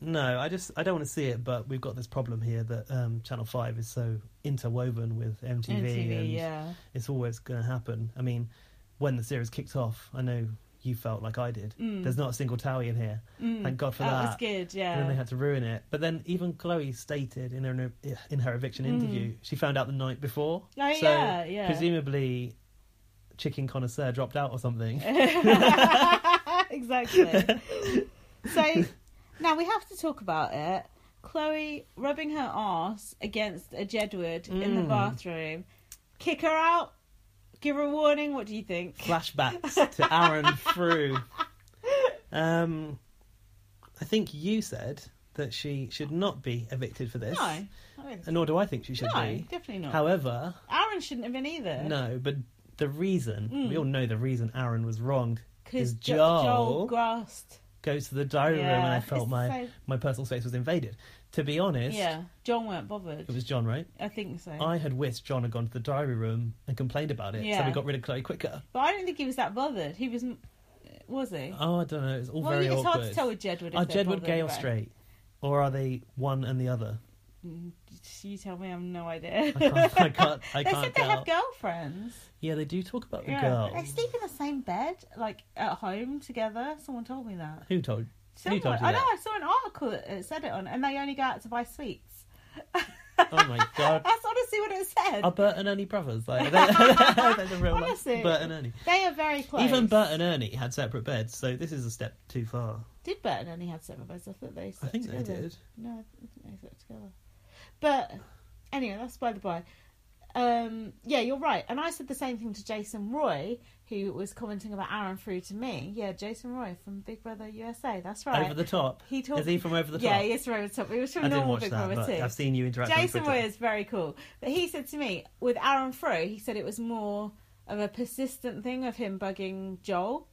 Speaker 2: no, I just I don't want to see it. But we've got this problem here that um, Channel Five is so interwoven with MTV, and
Speaker 1: yeah.
Speaker 2: it's always going to happen. I mean, when the series kicked off, I know you felt like I did.
Speaker 1: Mm.
Speaker 2: There's not a single Towie in here.
Speaker 1: Mm.
Speaker 2: Thank God for
Speaker 1: that
Speaker 2: that.
Speaker 1: was good.
Speaker 2: And then
Speaker 1: Yeah.
Speaker 2: they had to ruin it. But then even Chloe stated in her in her eviction
Speaker 1: Mm.
Speaker 2: interview, she found out the night before.
Speaker 1: Oh,
Speaker 2: so
Speaker 1: yeah, yeah.
Speaker 2: presumably, chicken connoisseur dropped out or something.
Speaker 1: exactly. so now we have to talk about it. Chloe rubbing her ass against a Jedward in the
Speaker 2: Mm.
Speaker 1: bathroom. Kick her out. Give her a warning. What do you think?
Speaker 2: Flashbacks to Aaron Frew. Um, I think you said that she should not be evicted for this.
Speaker 1: No, I don't-
Speaker 2: And nor do I think she should
Speaker 1: no,
Speaker 2: be.
Speaker 1: definitely not.
Speaker 2: However,
Speaker 1: Aaron shouldn't have been either.
Speaker 2: No, but the reason
Speaker 1: Mm.
Speaker 2: we all know the reason Aaron was wronged
Speaker 1: because
Speaker 2: is
Speaker 1: Joel,
Speaker 2: Joel-
Speaker 1: grasped.
Speaker 2: goes to the diary room and I
Speaker 1: Yeah,
Speaker 2: felt
Speaker 1: it's
Speaker 2: my
Speaker 1: so-
Speaker 2: my personal space was invaded. To be honest,
Speaker 1: yeah, John weren't bothered.
Speaker 2: it was John, right?
Speaker 1: I think so,
Speaker 2: I had wished John had gone to the diary room and complained about it, so
Speaker 1: Yeah.
Speaker 2: we got rid of Chloe quicker.
Speaker 1: but I don't think he was that bothered. He was, was he?
Speaker 2: Oh, I don't know. It's all
Speaker 1: well,
Speaker 2: very
Speaker 1: it's
Speaker 2: awkward.
Speaker 1: hard to tell with Jedward. if
Speaker 2: Are
Speaker 1: they're
Speaker 2: Jedward
Speaker 1: bothered
Speaker 2: gay or
Speaker 1: about it.
Speaker 2: straight, or are they one and the other?
Speaker 1: Mm, You tell me. I have no idea.
Speaker 2: I can't. I can't. I
Speaker 1: they
Speaker 2: can't
Speaker 1: said they
Speaker 2: tell.
Speaker 1: have girlfriends.
Speaker 2: Yeah, they do talk about the
Speaker 1: Yeah,
Speaker 2: girls.
Speaker 1: they sleep in the same bed, like at home together. Someone told me that.
Speaker 2: Who told?
Speaker 1: Someone,
Speaker 2: told you
Speaker 1: I know.
Speaker 2: that?
Speaker 1: I saw an article that it said it on, and they only go out to buy sweets.
Speaker 2: Oh my god.
Speaker 1: That's honestly what it said.
Speaker 2: Are Bert and Ernie brothers? Like, are they- there's a real life
Speaker 1: Honestly.
Speaker 2: Bert and Ernie.
Speaker 1: They are very close.
Speaker 2: Even Bert and Ernie had separate beds, so this is a step too far.
Speaker 1: Did Bert and Ernie have separate beds? I thought they.
Speaker 2: I
Speaker 1: slept
Speaker 2: think they
Speaker 1: together.
Speaker 2: did.
Speaker 1: No, I think they slept together. But anyway, that's by the by. Um, yeah, you're right. And I said the same thing to Jason Roy, who was commenting about Aaron through to me. Yeah, Jason Roy from Big Brother USA. That's right.
Speaker 2: Over the top.
Speaker 1: He talked-
Speaker 2: Is he from Over the
Speaker 1: yeah,
Speaker 2: Top?
Speaker 1: he is from over the top. He was from
Speaker 2: I didn't
Speaker 1: normal
Speaker 2: watch
Speaker 1: Big
Speaker 2: that,
Speaker 1: Brother
Speaker 2: but
Speaker 1: too.
Speaker 2: I've seen you interact
Speaker 1: Jason
Speaker 2: on Twitter.
Speaker 1: Roy is very cool. But he said to me, with Aaron Fro, he said it was more of a persistent thing of him bugging Joel.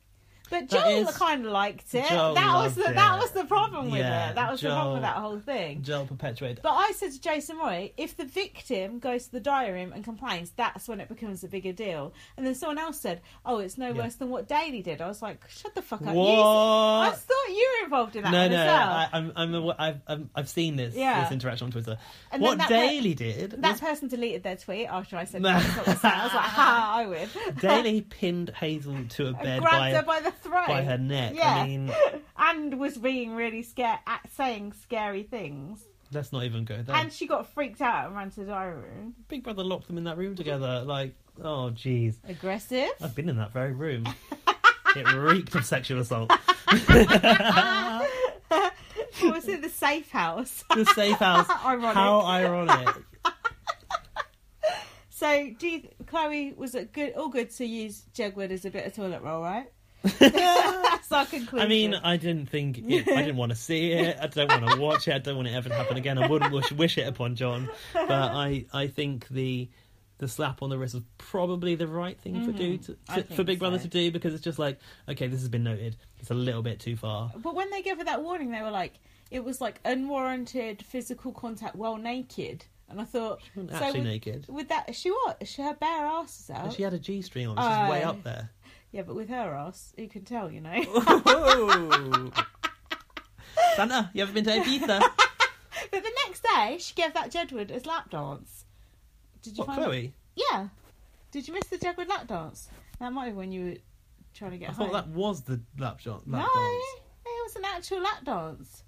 Speaker 1: But
Speaker 2: That
Speaker 1: Joel
Speaker 2: is-
Speaker 1: kind of liked it.
Speaker 2: Joel
Speaker 1: that was
Speaker 2: loved
Speaker 1: the
Speaker 2: it.
Speaker 1: that was the problem with
Speaker 2: Yeah,
Speaker 1: it. That was the problem with
Speaker 2: Joel-
Speaker 1: that whole thing.
Speaker 2: Joel perpetuated.
Speaker 1: But I said to Jason Roy, if the victim goes to the diary room and complains, that's when it becomes a bigger deal. And then someone else said, "Oh, it's no
Speaker 2: Yeah.
Speaker 1: worse than what Daly did." I was like, "Shut the fuck up!" You s- I
Speaker 2: What?
Speaker 1: thought you were involved in that
Speaker 2: No,
Speaker 1: one
Speaker 2: no,
Speaker 1: as well.
Speaker 2: I, I'm, I'm, aw- I've, I've, I've seen this,
Speaker 1: Yeah.
Speaker 2: this interaction on Twitter.
Speaker 1: And then
Speaker 2: what
Speaker 1: that-
Speaker 2: Daly did
Speaker 1: That
Speaker 2: was
Speaker 1: person deleted their tweet after I said
Speaker 2: No.
Speaker 1: that. I was like, ha, I would.
Speaker 2: Daly pinned Hazel to a
Speaker 1: And
Speaker 2: bed
Speaker 1: grabbed
Speaker 2: by,
Speaker 1: her by the throat.
Speaker 2: by her neck.
Speaker 1: Yeah.
Speaker 2: I mean,
Speaker 1: and was being really scared, at saying scary things.
Speaker 2: let's not even go there.
Speaker 1: And she got freaked out and ran to the diary room.
Speaker 2: Big Brother locked them in that room together. Like, oh, jeez.
Speaker 1: Aggressive.
Speaker 2: I've been in that very room. it reeked of sexual assault.
Speaker 1: Or was Uh-huh. it the safe house?
Speaker 2: the safe house.
Speaker 1: Ironic.
Speaker 2: How ironic.
Speaker 1: So, do you, Chloe, was it good? All good to use Jegwood as a bit of toilet roll, right? That's our conclusion.
Speaker 2: I mean, I didn't think it, I didn't want to see it. I don't want to watch it. I don't want it ever to happen again. I wouldn't wish, wish it upon John. But I, I think the the slap on the wrist is probably the right thing for do to,
Speaker 1: Mm-hmm. I
Speaker 2: to, for
Speaker 1: think
Speaker 2: Big Brother
Speaker 1: so.
Speaker 2: to do because it's just like okay, this has been noted. It's a little bit too far.
Speaker 1: But when they gave her that warning, they were like, it was like unwarranted physical contact while naked. And I thought,
Speaker 2: She wasn't
Speaker 1: so
Speaker 2: actually
Speaker 1: with,
Speaker 2: naked.
Speaker 1: with that, she was, she, her bare ass was
Speaker 2: And
Speaker 1: out.
Speaker 2: she had a G string on, which is way
Speaker 1: Oh.
Speaker 2: up there.
Speaker 1: Yeah, but with her ass, you can tell, you know.
Speaker 2: Ooh. Santa, you ever been to Ibiza?
Speaker 1: but the next day, she gave that Jedward as lap dance. Did you
Speaker 2: What,
Speaker 1: find
Speaker 2: Chloe?
Speaker 1: Yeah. Did you miss the Jedward lap dance? That might have been when you were trying to get
Speaker 2: I
Speaker 1: home.
Speaker 2: thought that was the lap shot.
Speaker 1: no,
Speaker 2: Lap dance.
Speaker 1: it was an actual lap dance.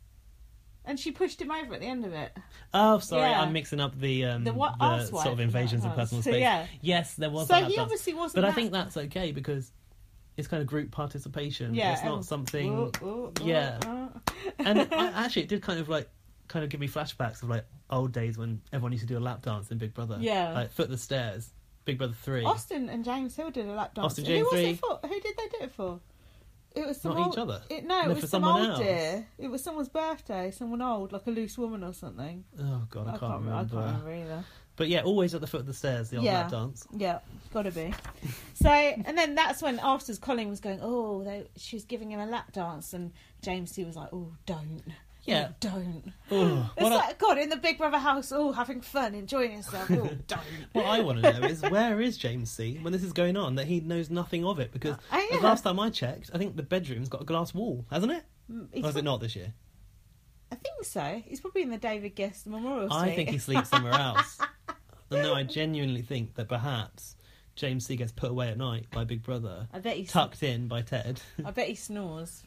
Speaker 1: And she pushed him over at the end of it.
Speaker 2: Oh, sorry,
Speaker 1: Yeah.
Speaker 2: I'm mixing up the um,
Speaker 1: The what-
Speaker 2: the
Speaker 1: arsewipe
Speaker 2: sort of
Speaker 1: lap
Speaker 2: invasions
Speaker 1: dance.
Speaker 2: of personal
Speaker 1: So,
Speaker 2: space.
Speaker 1: yeah.
Speaker 2: Yes, there was.
Speaker 1: so
Speaker 2: a
Speaker 1: he
Speaker 2: lap dance.
Speaker 1: obviously wasn't.
Speaker 2: but I
Speaker 1: that-
Speaker 2: think that's okay because it's kind of group participation.
Speaker 1: Yeah,
Speaker 2: it's not
Speaker 1: and-
Speaker 2: something.
Speaker 1: Ooh, ooh, ooh,
Speaker 2: yeah.
Speaker 1: ooh.
Speaker 2: and I, actually, it did kind of like kind of give me flashbacks of like old days when everyone used to do a lap dance in Big Brother.
Speaker 1: Yeah.
Speaker 2: like foot the stairs, Big Brother three.
Speaker 1: Austin and James Hill did a lap dance.
Speaker 2: Austin, James
Speaker 1: who was
Speaker 2: three.
Speaker 1: it for? Who did they do it for? It was some
Speaker 2: Not
Speaker 1: old,
Speaker 2: each other?
Speaker 1: It, no, it
Speaker 2: No,
Speaker 1: was
Speaker 2: for
Speaker 1: some
Speaker 2: someone
Speaker 1: old
Speaker 2: else.
Speaker 1: dear. It was someone's birthday. Someone old, like a loose woman or something.
Speaker 2: Oh god, I, can't,
Speaker 1: re-
Speaker 2: remember.
Speaker 1: I can't remember either.
Speaker 2: But yeah, always at the foot of the stairs, the old
Speaker 1: Yeah.
Speaker 2: lap dance.
Speaker 1: Yeah, gotta be. So, and then that's when afterwards Colin was going, oh, they, she was giving him a lap dance, and James T was like, oh, don't.
Speaker 2: Yeah.
Speaker 1: Oh, don't.
Speaker 2: Ooh,
Speaker 1: It's
Speaker 2: what, I,
Speaker 1: like, God, in the Big Brother house, all having fun, enjoying yourself. Oh, don't.
Speaker 2: what I want to know is where is James C when this is going on that he knows nothing of it because
Speaker 1: Oh, yeah.
Speaker 2: the last time I checked, I think the bedroom's got a glass wall, hasn't it?
Speaker 1: Mm, He's
Speaker 2: or is
Speaker 1: prob-
Speaker 2: it not this year?
Speaker 1: I think so. He's probably in the David Guest Memorial Suite.
Speaker 2: I think he sleeps somewhere else. And no, I genuinely think that perhaps James C gets put away at night by Big Brother,
Speaker 1: I bet he. sn-
Speaker 2: tucked in by Ted,
Speaker 1: I bet he snores.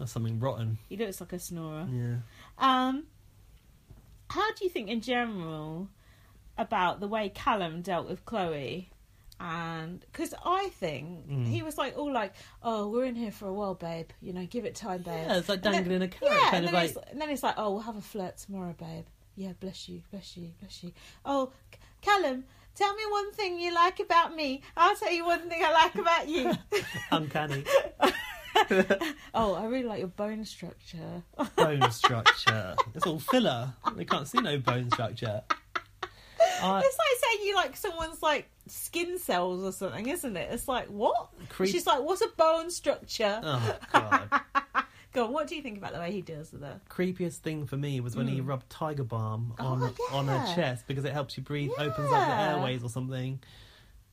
Speaker 2: or something rotten.
Speaker 1: He looks like a snorer.
Speaker 2: Yeah.
Speaker 1: Um, how do you think, in general, about the way Callum dealt with Chloe? And because I think
Speaker 2: Mm.
Speaker 1: he was like, all like, oh, we're in here for a while, babe. You know, give it time, babe.
Speaker 2: Yeah, it's like
Speaker 1: And then-
Speaker 2: dangling a carrot,
Speaker 1: Yeah,
Speaker 2: kind
Speaker 1: and
Speaker 2: of
Speaker 1: then,
Speaker 2: like.
Speaker 1: it's, and then it's like, oh, we'll have a flirt tomorrow, babe. Yeah, bless you, bless you, bless you. Oh, C- Callum, tell me one thing you like about me. I'll tell you one thing I like about you.
Speaker 2: Uncanny
Speaker 1: oh, I really like your bone structure.
Speaker 2: bone structure. It's all filler. They can't see no bone structure. I-
Speaker 1: It's like saying you like someone's like skin cells or something, isn't it? It's like what?
Speaker 2: Creep-
Speaker 1: She's like, what's a bone structure?
Speaker 2: oh god.
Speaker 1: Go on, what do you think about the way he deals with her?
Speaker 2: Creepiest thing for me was when he rubbed tiger balm on
Speaker 1: Mm. Oh, yeah.
Speaker 2: on her chest because it helps you breathe, opens up the
Speaker 1: Yeah.
Speaker 2: airways or something.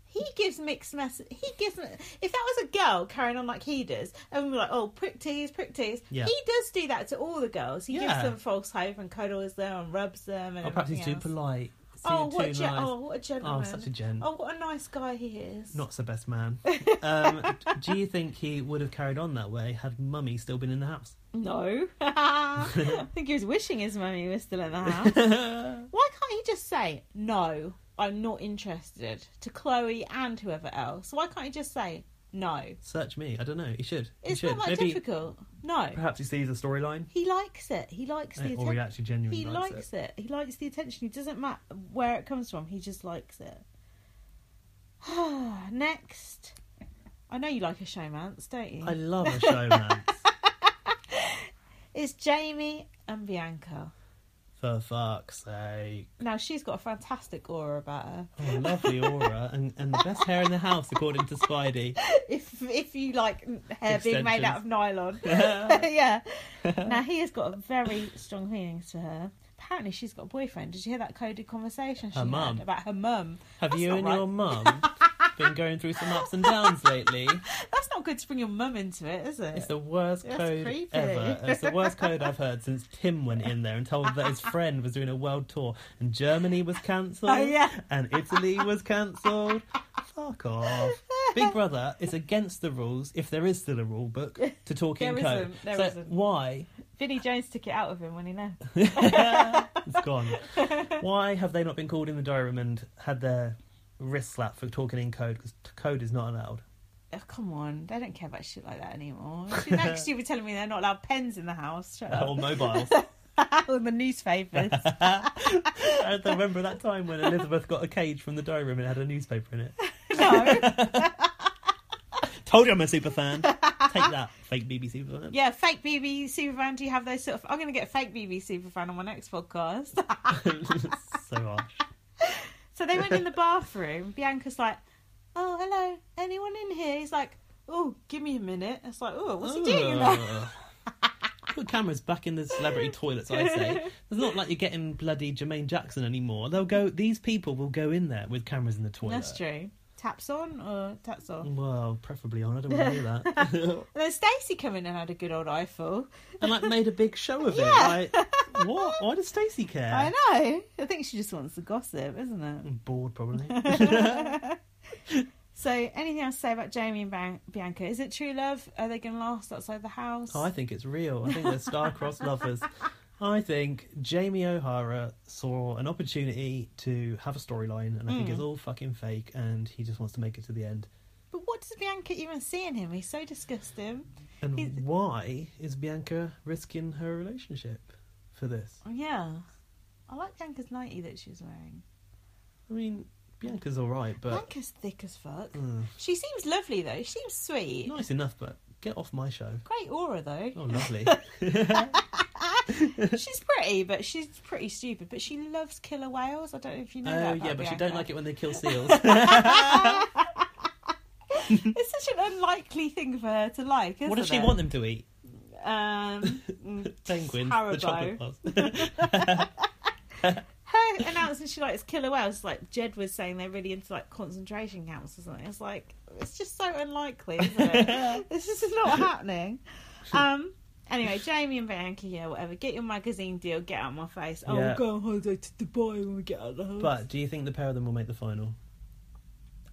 Speaker 1: He gives mixed mess. He gives. me- If that was a girl carrying on like he does, and we're like, oh, prick tease, prick tease.
Speaker 2: Yeah.
Speaker 1: He does do that to all the girls. He
Speaker 2: Yeah.
Speaker 1: gives them false hope and cuddles them and rubs them. And
Speaker 2: Or Oh, perhaps he's
Speaker 1: everything
Speaker 2: too
Speaker 1: else.
Speaker 2: polite. He's
Speaker 1: Oh,
Speaker 2: too
Speaker 1: what a gen-
Speaker 2: nice.
Speaker 1: oh, what a gentleman!
Speaker 2: Oh, such a gent.
Speaker 1: Oh, what a nice guy he is.
Speaker 2: Not so best man. Um, do you think he would have carried on that way had mummy still been in the house?
Speaker 1: No. I think he was wishing his mummy was still in the house. Why can't he just say, no, I'm not interested to Chloe and whoever else? Why can't he just say, no?
Speaker 2: Search me. I don't know. He should. He
Speaker 1: It's
Speaker 2: should.
Speaker 1: not that
Speaker 2: Maybe
Speaker 1: difficult. No.
Speaker 2: perhaps he sees a storyline.
Speaker 1: He likes it. He likes the
Speaker 2: Or he
Speaker 1: attention.
Speaker 2: actually genuinely
Speaker 1: He
Speaker 2: likes,
Speaker 1: likes it. He likes the attention. He doesn't matter where it comes from. He just likes it. Next. I know you like a showmance, don't you?
Speaker 2: it. I love a showman.
Speaker 1: It's Jamie and Bianca.
Speaker 2: For fuck's sake.
Speaker 1: Now, she's got a fantastic aura about her.
Speaker 2: Oh, lovely aura. and, and the best hair in the house, according to Spidey.
Speaker 1: if if you like hair being made out of nylon.
Speaker 2: Yeah.
Speaker 1: yeah. Now he has got very strong feelings for her. Apparently she's got a boyfriend. Did you hear that coded conversation she
Speaker 2: Her mum.
Speaker 1: had about her mum?
Speaker 2: Have
Speaker 1: That's
Speaker 2: you
Speaker 1: not
Speaker 2: and
Speaker 1: right.
Speaker 2: your mum been going through some ups and downs lately?
Speaker 1: That's not good to bring your mum into it, is it?
Speaker 2: It's the worst
Speaker 1: That's
Speaker 2: code
Speaker 1: creepy.
Speaker 2: ever. It's the worst code I've heard since Tim went in there and told that his friend was doing a world tour and Germany was cancelled
Speaker 1: Oh, yeah.
Speaker 2: and Italy was cancelled. Fuck off. Big Brother is against the rules, if there is still a rule book, to talk in
Speaker 1: There
Speaker 2: code.
Speaker 1: isn't, there
Speaker 2: so
Speaker 1: isn't.
Speaker 2: why?
Speaker 1: Vinnie Jones took it out of him when he left. Oh,
Speaker 2: it's gone. Why have they not been called in the diary room and had their wrist slapped for talking in code? Because code is not allowed.
Speaker 1: Oh, come on, they don't care about shit like that anymore. She- Next, you were telling me they're not allowed pens in the house. Shut
Speaker 2: Or
Speaker 1: up.
Speaker 2: mobiles.
Speaker 1: Or the newspapers.
Speaker 2: I remember that time when Elizabeth got a cage from the diary room and had a newspaper in it.
Speaker 1: no.
Speaker 2: Told you I'm a super fan. Take that, fake BBC fan.
Speaker 1: Yeah, fake BB Superfan. Do you have those sort of? I'm going to get fake BB Superfan on my next podcast.
Speaker 2: so harsh.
Speaker 1: so they went in the bathroom. Bianca's like, "Oh, hello. Anyone in here?" He's like, "Oh, give me a minute." It's like, "Oh, what's he doing in there?"
Speaker 2: Ugh. Put cameras back in the celebrity toilets, I say. It's not like you're getting bloody Jermaine Jackson anymore. They'll go. These people will go in there with cameras in the toilet.
Speaker 1: That's true. Taps on or taps off?
Speaker 2: Well, preferably on. I don't want to hear that.
Speaker 1: And then Stacey come in and had a good old eyeful.
Speaker 2: and like made a big show of it.
Speaker 1: Yeah.
Speaker 2: Like, what? Why does Stacey care?
Speaker 1: I know. I think she just wants the gossip, isn't it?
Speaker 2: I'm bored, probably.
Speaker 1: So, anything else to say about Jamie and Ban- Bianca? Is it true love? Are they going to last outside the house?
Speaker 2: oh, I think it's real. I think they're star-crossed lovers. I think Jamie O'Hara saw an opportunity to have a storyline, and I think it's all fucking fake, and he just wants to make it to the end.
Speaker 1: But what does Bianca even see in him? He's so disgusting.
Speaker 2: And
Speaker 1: He's-
Speaker 2: why is Bianca risking her relationship for this?
Speaker 1: Yeah. I like Bianca's nightie that she's wearing.
Speaker 2: I mean, Bianca's all right, but
Speaker 1: Bianca's thick as fuck.
Speaker 2: Mm.
Speaker 1: She seems lovely though. She seems sweet.
Speaker 2: nice enough. But get off my show.
Speaker 1: Great aura though.
Speaker 2: Oh, lovely.
Speaker 1: she's pretty, but she's pretty stupid. But she loves killer whales. I don't know if you
Speaker 2: Oh
Speaker 1: know that.
Speaker 2: yeah, but she don't like it when they kill seals.
Speaker 1: It's such an unlikely thing for her to like. Isn't
Speaker 2: what does she
Speaker 1: it?
Speaker 2: want them to eat?
Speaker 1: Um, mm,
Speaker 2: Penguins, the
Speaker 1: Haribo.
Speaker 2: chocolate bars.
Speaker 1: her announcing she likes killer whales. Like Jed was saying, they're really into like concentration camps or something. It's like it's just so unlikely, isn't it? this is not happening. Um. Anyway, Jamie and Bianca, yeah, whatever. Get your magazine deal. Get out of my face. I will
Speaker 2: Yeah.
Speaker 1: go on holiday to Dubai when we get out of the house.
Speaker 2: but do you think the pair of them will make the final?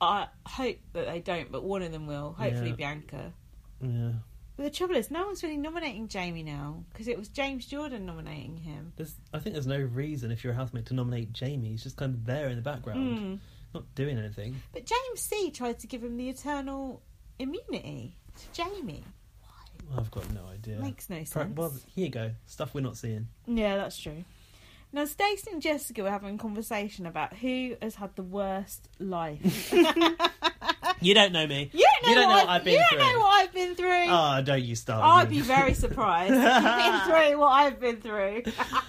Speaker 1: I hope that they don't, but one of them will. Hopefully,
Speaker 2: Yeah.
Speaker 1: Bianca.
Speaker 2: Yeah,
Speaker 1: But the trouble is, no one's really nominating Jamie now because it was James Jordan nominating him.
Speaker 2: there's. I think there's no reason if you're a housemate to nominate Jamie. He's just kind of there in the background,
Speaker 1: Mm.
Speaker 2: not doing anything.
Speaker 1: But James C tried to give him the eternal immunity to Jamie. Why?
Speaker 2: I've got no idea.
Speaker 1: Makes no
Speaker 2: Pro-
Speaker 1: sense.
Speaker 2: well, here you go. Stuff we're not seeing.
Speaker 1: Yeah, that's true. Now, Stacey and Jessica were having a conversation about who has had the worst life.
Speaker 2: You don't know me.
Speaker 1: You don't know,
Speaker 2: You don't know
Speaker 1: what,
Speaker 2: what
Speaker 1: I've,
Speaker 2: I've been
Speaker 1: you don't
Speaker 2: through.
Speaker 1: know what I've been through.
Speaker 2: Ah, don't you start.
Speaker 1: I'd
Speaker 2: with me.
Speaker 1: be very surprised if you've been through what I've been through.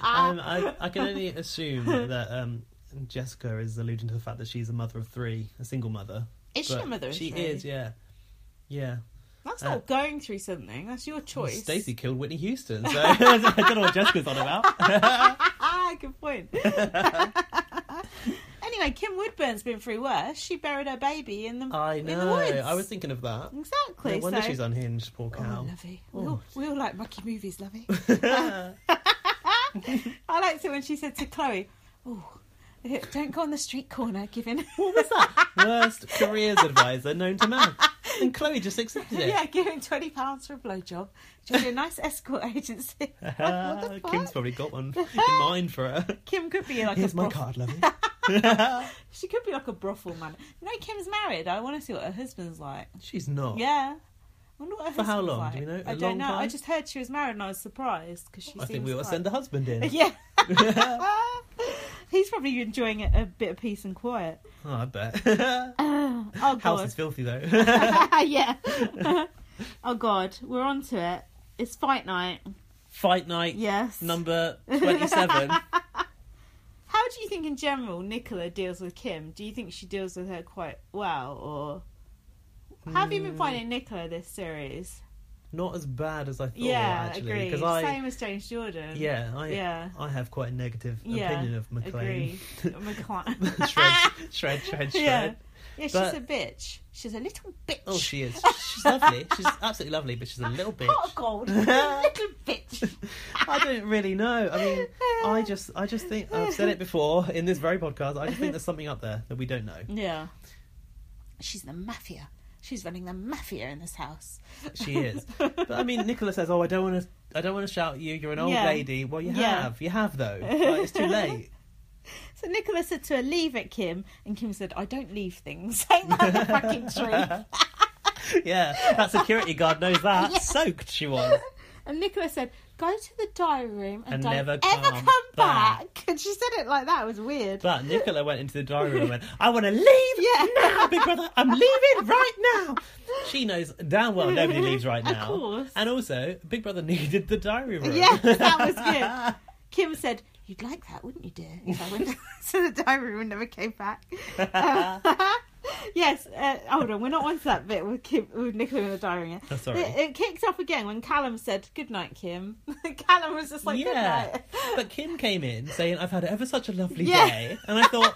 Speaker 2: um, I, I can only assume that um, Jessica is alluding to the fact that she's a mother of three, a single mother.
Speaker 1: is she
Speaker 2: But
Speaker 1: a mother? of
Speaker 2: She
Speaker 1: three?
Speaker 2: is, yeah, yeah.
Speaker 1: That's
Speaker 2: Uh,
Speaker 1: not going through something. That's your choice.
Speaker 2: Stacey killed Whitney Houston, so I don't know what Jessica's on about.
Speaker 1: Ah, good point. anyway, Kim Woodburn's been through worse. She buried her baby in the
Speaker 2: I
Speaker 1: in
Speaker 2: know.
Speaker 1: the woods.
Speaker 2: I was thinking of that.
Speaker 1: exactly.
Speaker 2: Oh. No wonder
Speaker 1: so...
Speaker 2: she's unhinged, poor
Speaker 1: Oh,
Speaker 2: cow.
Speaker 1: lovey. We all, we all like mucky movies, lovey. I liked it when she said to Chloe, "Oh, don't go on the street corner, giving."
Speaker 2: what was that? Worst careers advisor known to man. And Chloe just accepted it.
Speaker 1: Yeah, giving twenty pounds for a blowjob. She'll be a nice escort agency. what the fuck?
Speaker 2: Kim's probably got one in mind for her.
Speaker 1: Kim could be like
Speaker 2: Here's
Speaker 1: a
Speaker 2: my
Speaker 1: broth-
Speaker 2: card, lovey.
Speaker 1: She could be like a brothel man. You know, Kim's married. I want to see what her husband's like.
Speaker 2: She's not.
Speaker 1: Yeah. I wonder what her
Speaker 2: Oh. For how
Speaker 1: husband's
Speaker 2: long?
Speaker 1: Like.
Speaker 2: Do we know?
Speaker 1: I
Speaker 2: A
Speaker 1: don't
Speaker 2: long
Speaker 1: know. I
Speaker 2: time?
Speaker 1: just heard she was married, and I was surprised because she.
Speaker 2: I
Speaker 1: seems
Speaker 2: think we ought to
Speaker 1: quite-
Speaker 2: send the husband in.
Speaker 1: Yeah. He's probably enjoying a, a bit of peace and quiet.
Speaker 2: Oh, I bet.
Speaker 1: Oh
Speaker 2: House
Speaker 1: god.
Speaker 2: is filthy though.
Speaker 1: yeah. oh god, we're on to it. It's fight night.
Speaker 2: Fight night
Speaker 1: Yes.
Speaker 2: number twenty-seven.
Speaker 1: How do you think, in general, Nicola deals with Kim? Do you think she deals with her quite well, or how have you
Speaker 2: Hmm.
Speaker 1: been finding Nicola this series?
Speaker 2: not as bad as I thought.
Speaker 1: yeah,
Speaker 2: Oh, actually,
Speaker 1: agree.
Speaker 2: because I
Speaker 1: Same as James Jordan.
Speaker 2: yeah I
Speaker 1: Yeah.
Speaker 2: I have quite a negative
Speaker 1: Yeah,
Speaker 2: opinion of McLean.
Speaker 1: Agree. McLean.
Speaker 2: shred, shred, shred, shred.
Speaker 1: yeah. Yeah, she's
Speaker 2: But-
Speaker 1: a bitch. She's a little bitch.
Speaker 2: Oh, she is. She's lovely. She's absolutely lovely, but she's a little bitch.
Speaker 1: Hot gold. little bitch.
Speaker 2: I don't really know. I mean, I just, I just think I've said it before in this very podcast. I just think there's something up there that we don't know.
Speaker 1: Yeah. She's the mafia. She's running the mafia in this house.
Speaker 2: She is. But I mean, Nicola says, "Oh, I don't want to, I don't want to shout at you. You're an old
Speaker 1: Yeah.
Speaker 2: lady." Well, you
Speaker 1: Yeah.
Speaker 2: have, you have though. Like, it's too late.
Speaker 1: So Nicola said to her, leave it, Kim. And Kim said, I don't leave things. Ain't that the fucking truth?
Speaker 2: Yeah, that security guard knows that.
Speaker 1: Yeah.
Speaker 2: Soaked she was.
Speaker 1: And Nicola said, go to the diary room and,
Speaker 2: And
Speaker 1: don't
Speaker 2: never
Speaker 1: ever
Speaker 2: come
Speaker 1: come back. And she said it like that. It was weird.
Speaker 2: But Nicola went into the diary room and went, "I want to leave
Speaker 1: Yeah.
Speaker 2: now, big brother. I'm leaving right now." She knows damn well nobody leaves right
Speaker 1: Of
Speaker 2: now.
Speaker 1: course.
Speaker 2: And also, Big Brother needed the diary room.
Speaker 1: Yes, that was good. Kim said, You'd like that, wouldn't you, dear? If I went to the diary room and never came back. Um, yes, uh, hold on, we're not on to that bit with, Kim, with Nicola in the diary room.
Speaker 2: Oh, sorry.
Speaker 1: It, it kicked off again when Callum said, Good night, Kim. Callum was just like,
Speaker 2: yeah.
Speaker 1: Good night.
Speaker 2: But Kim came in saying, "I've had ever such a lovely
Speaker 1: Yeah.
Speaker 2: day," and I thought.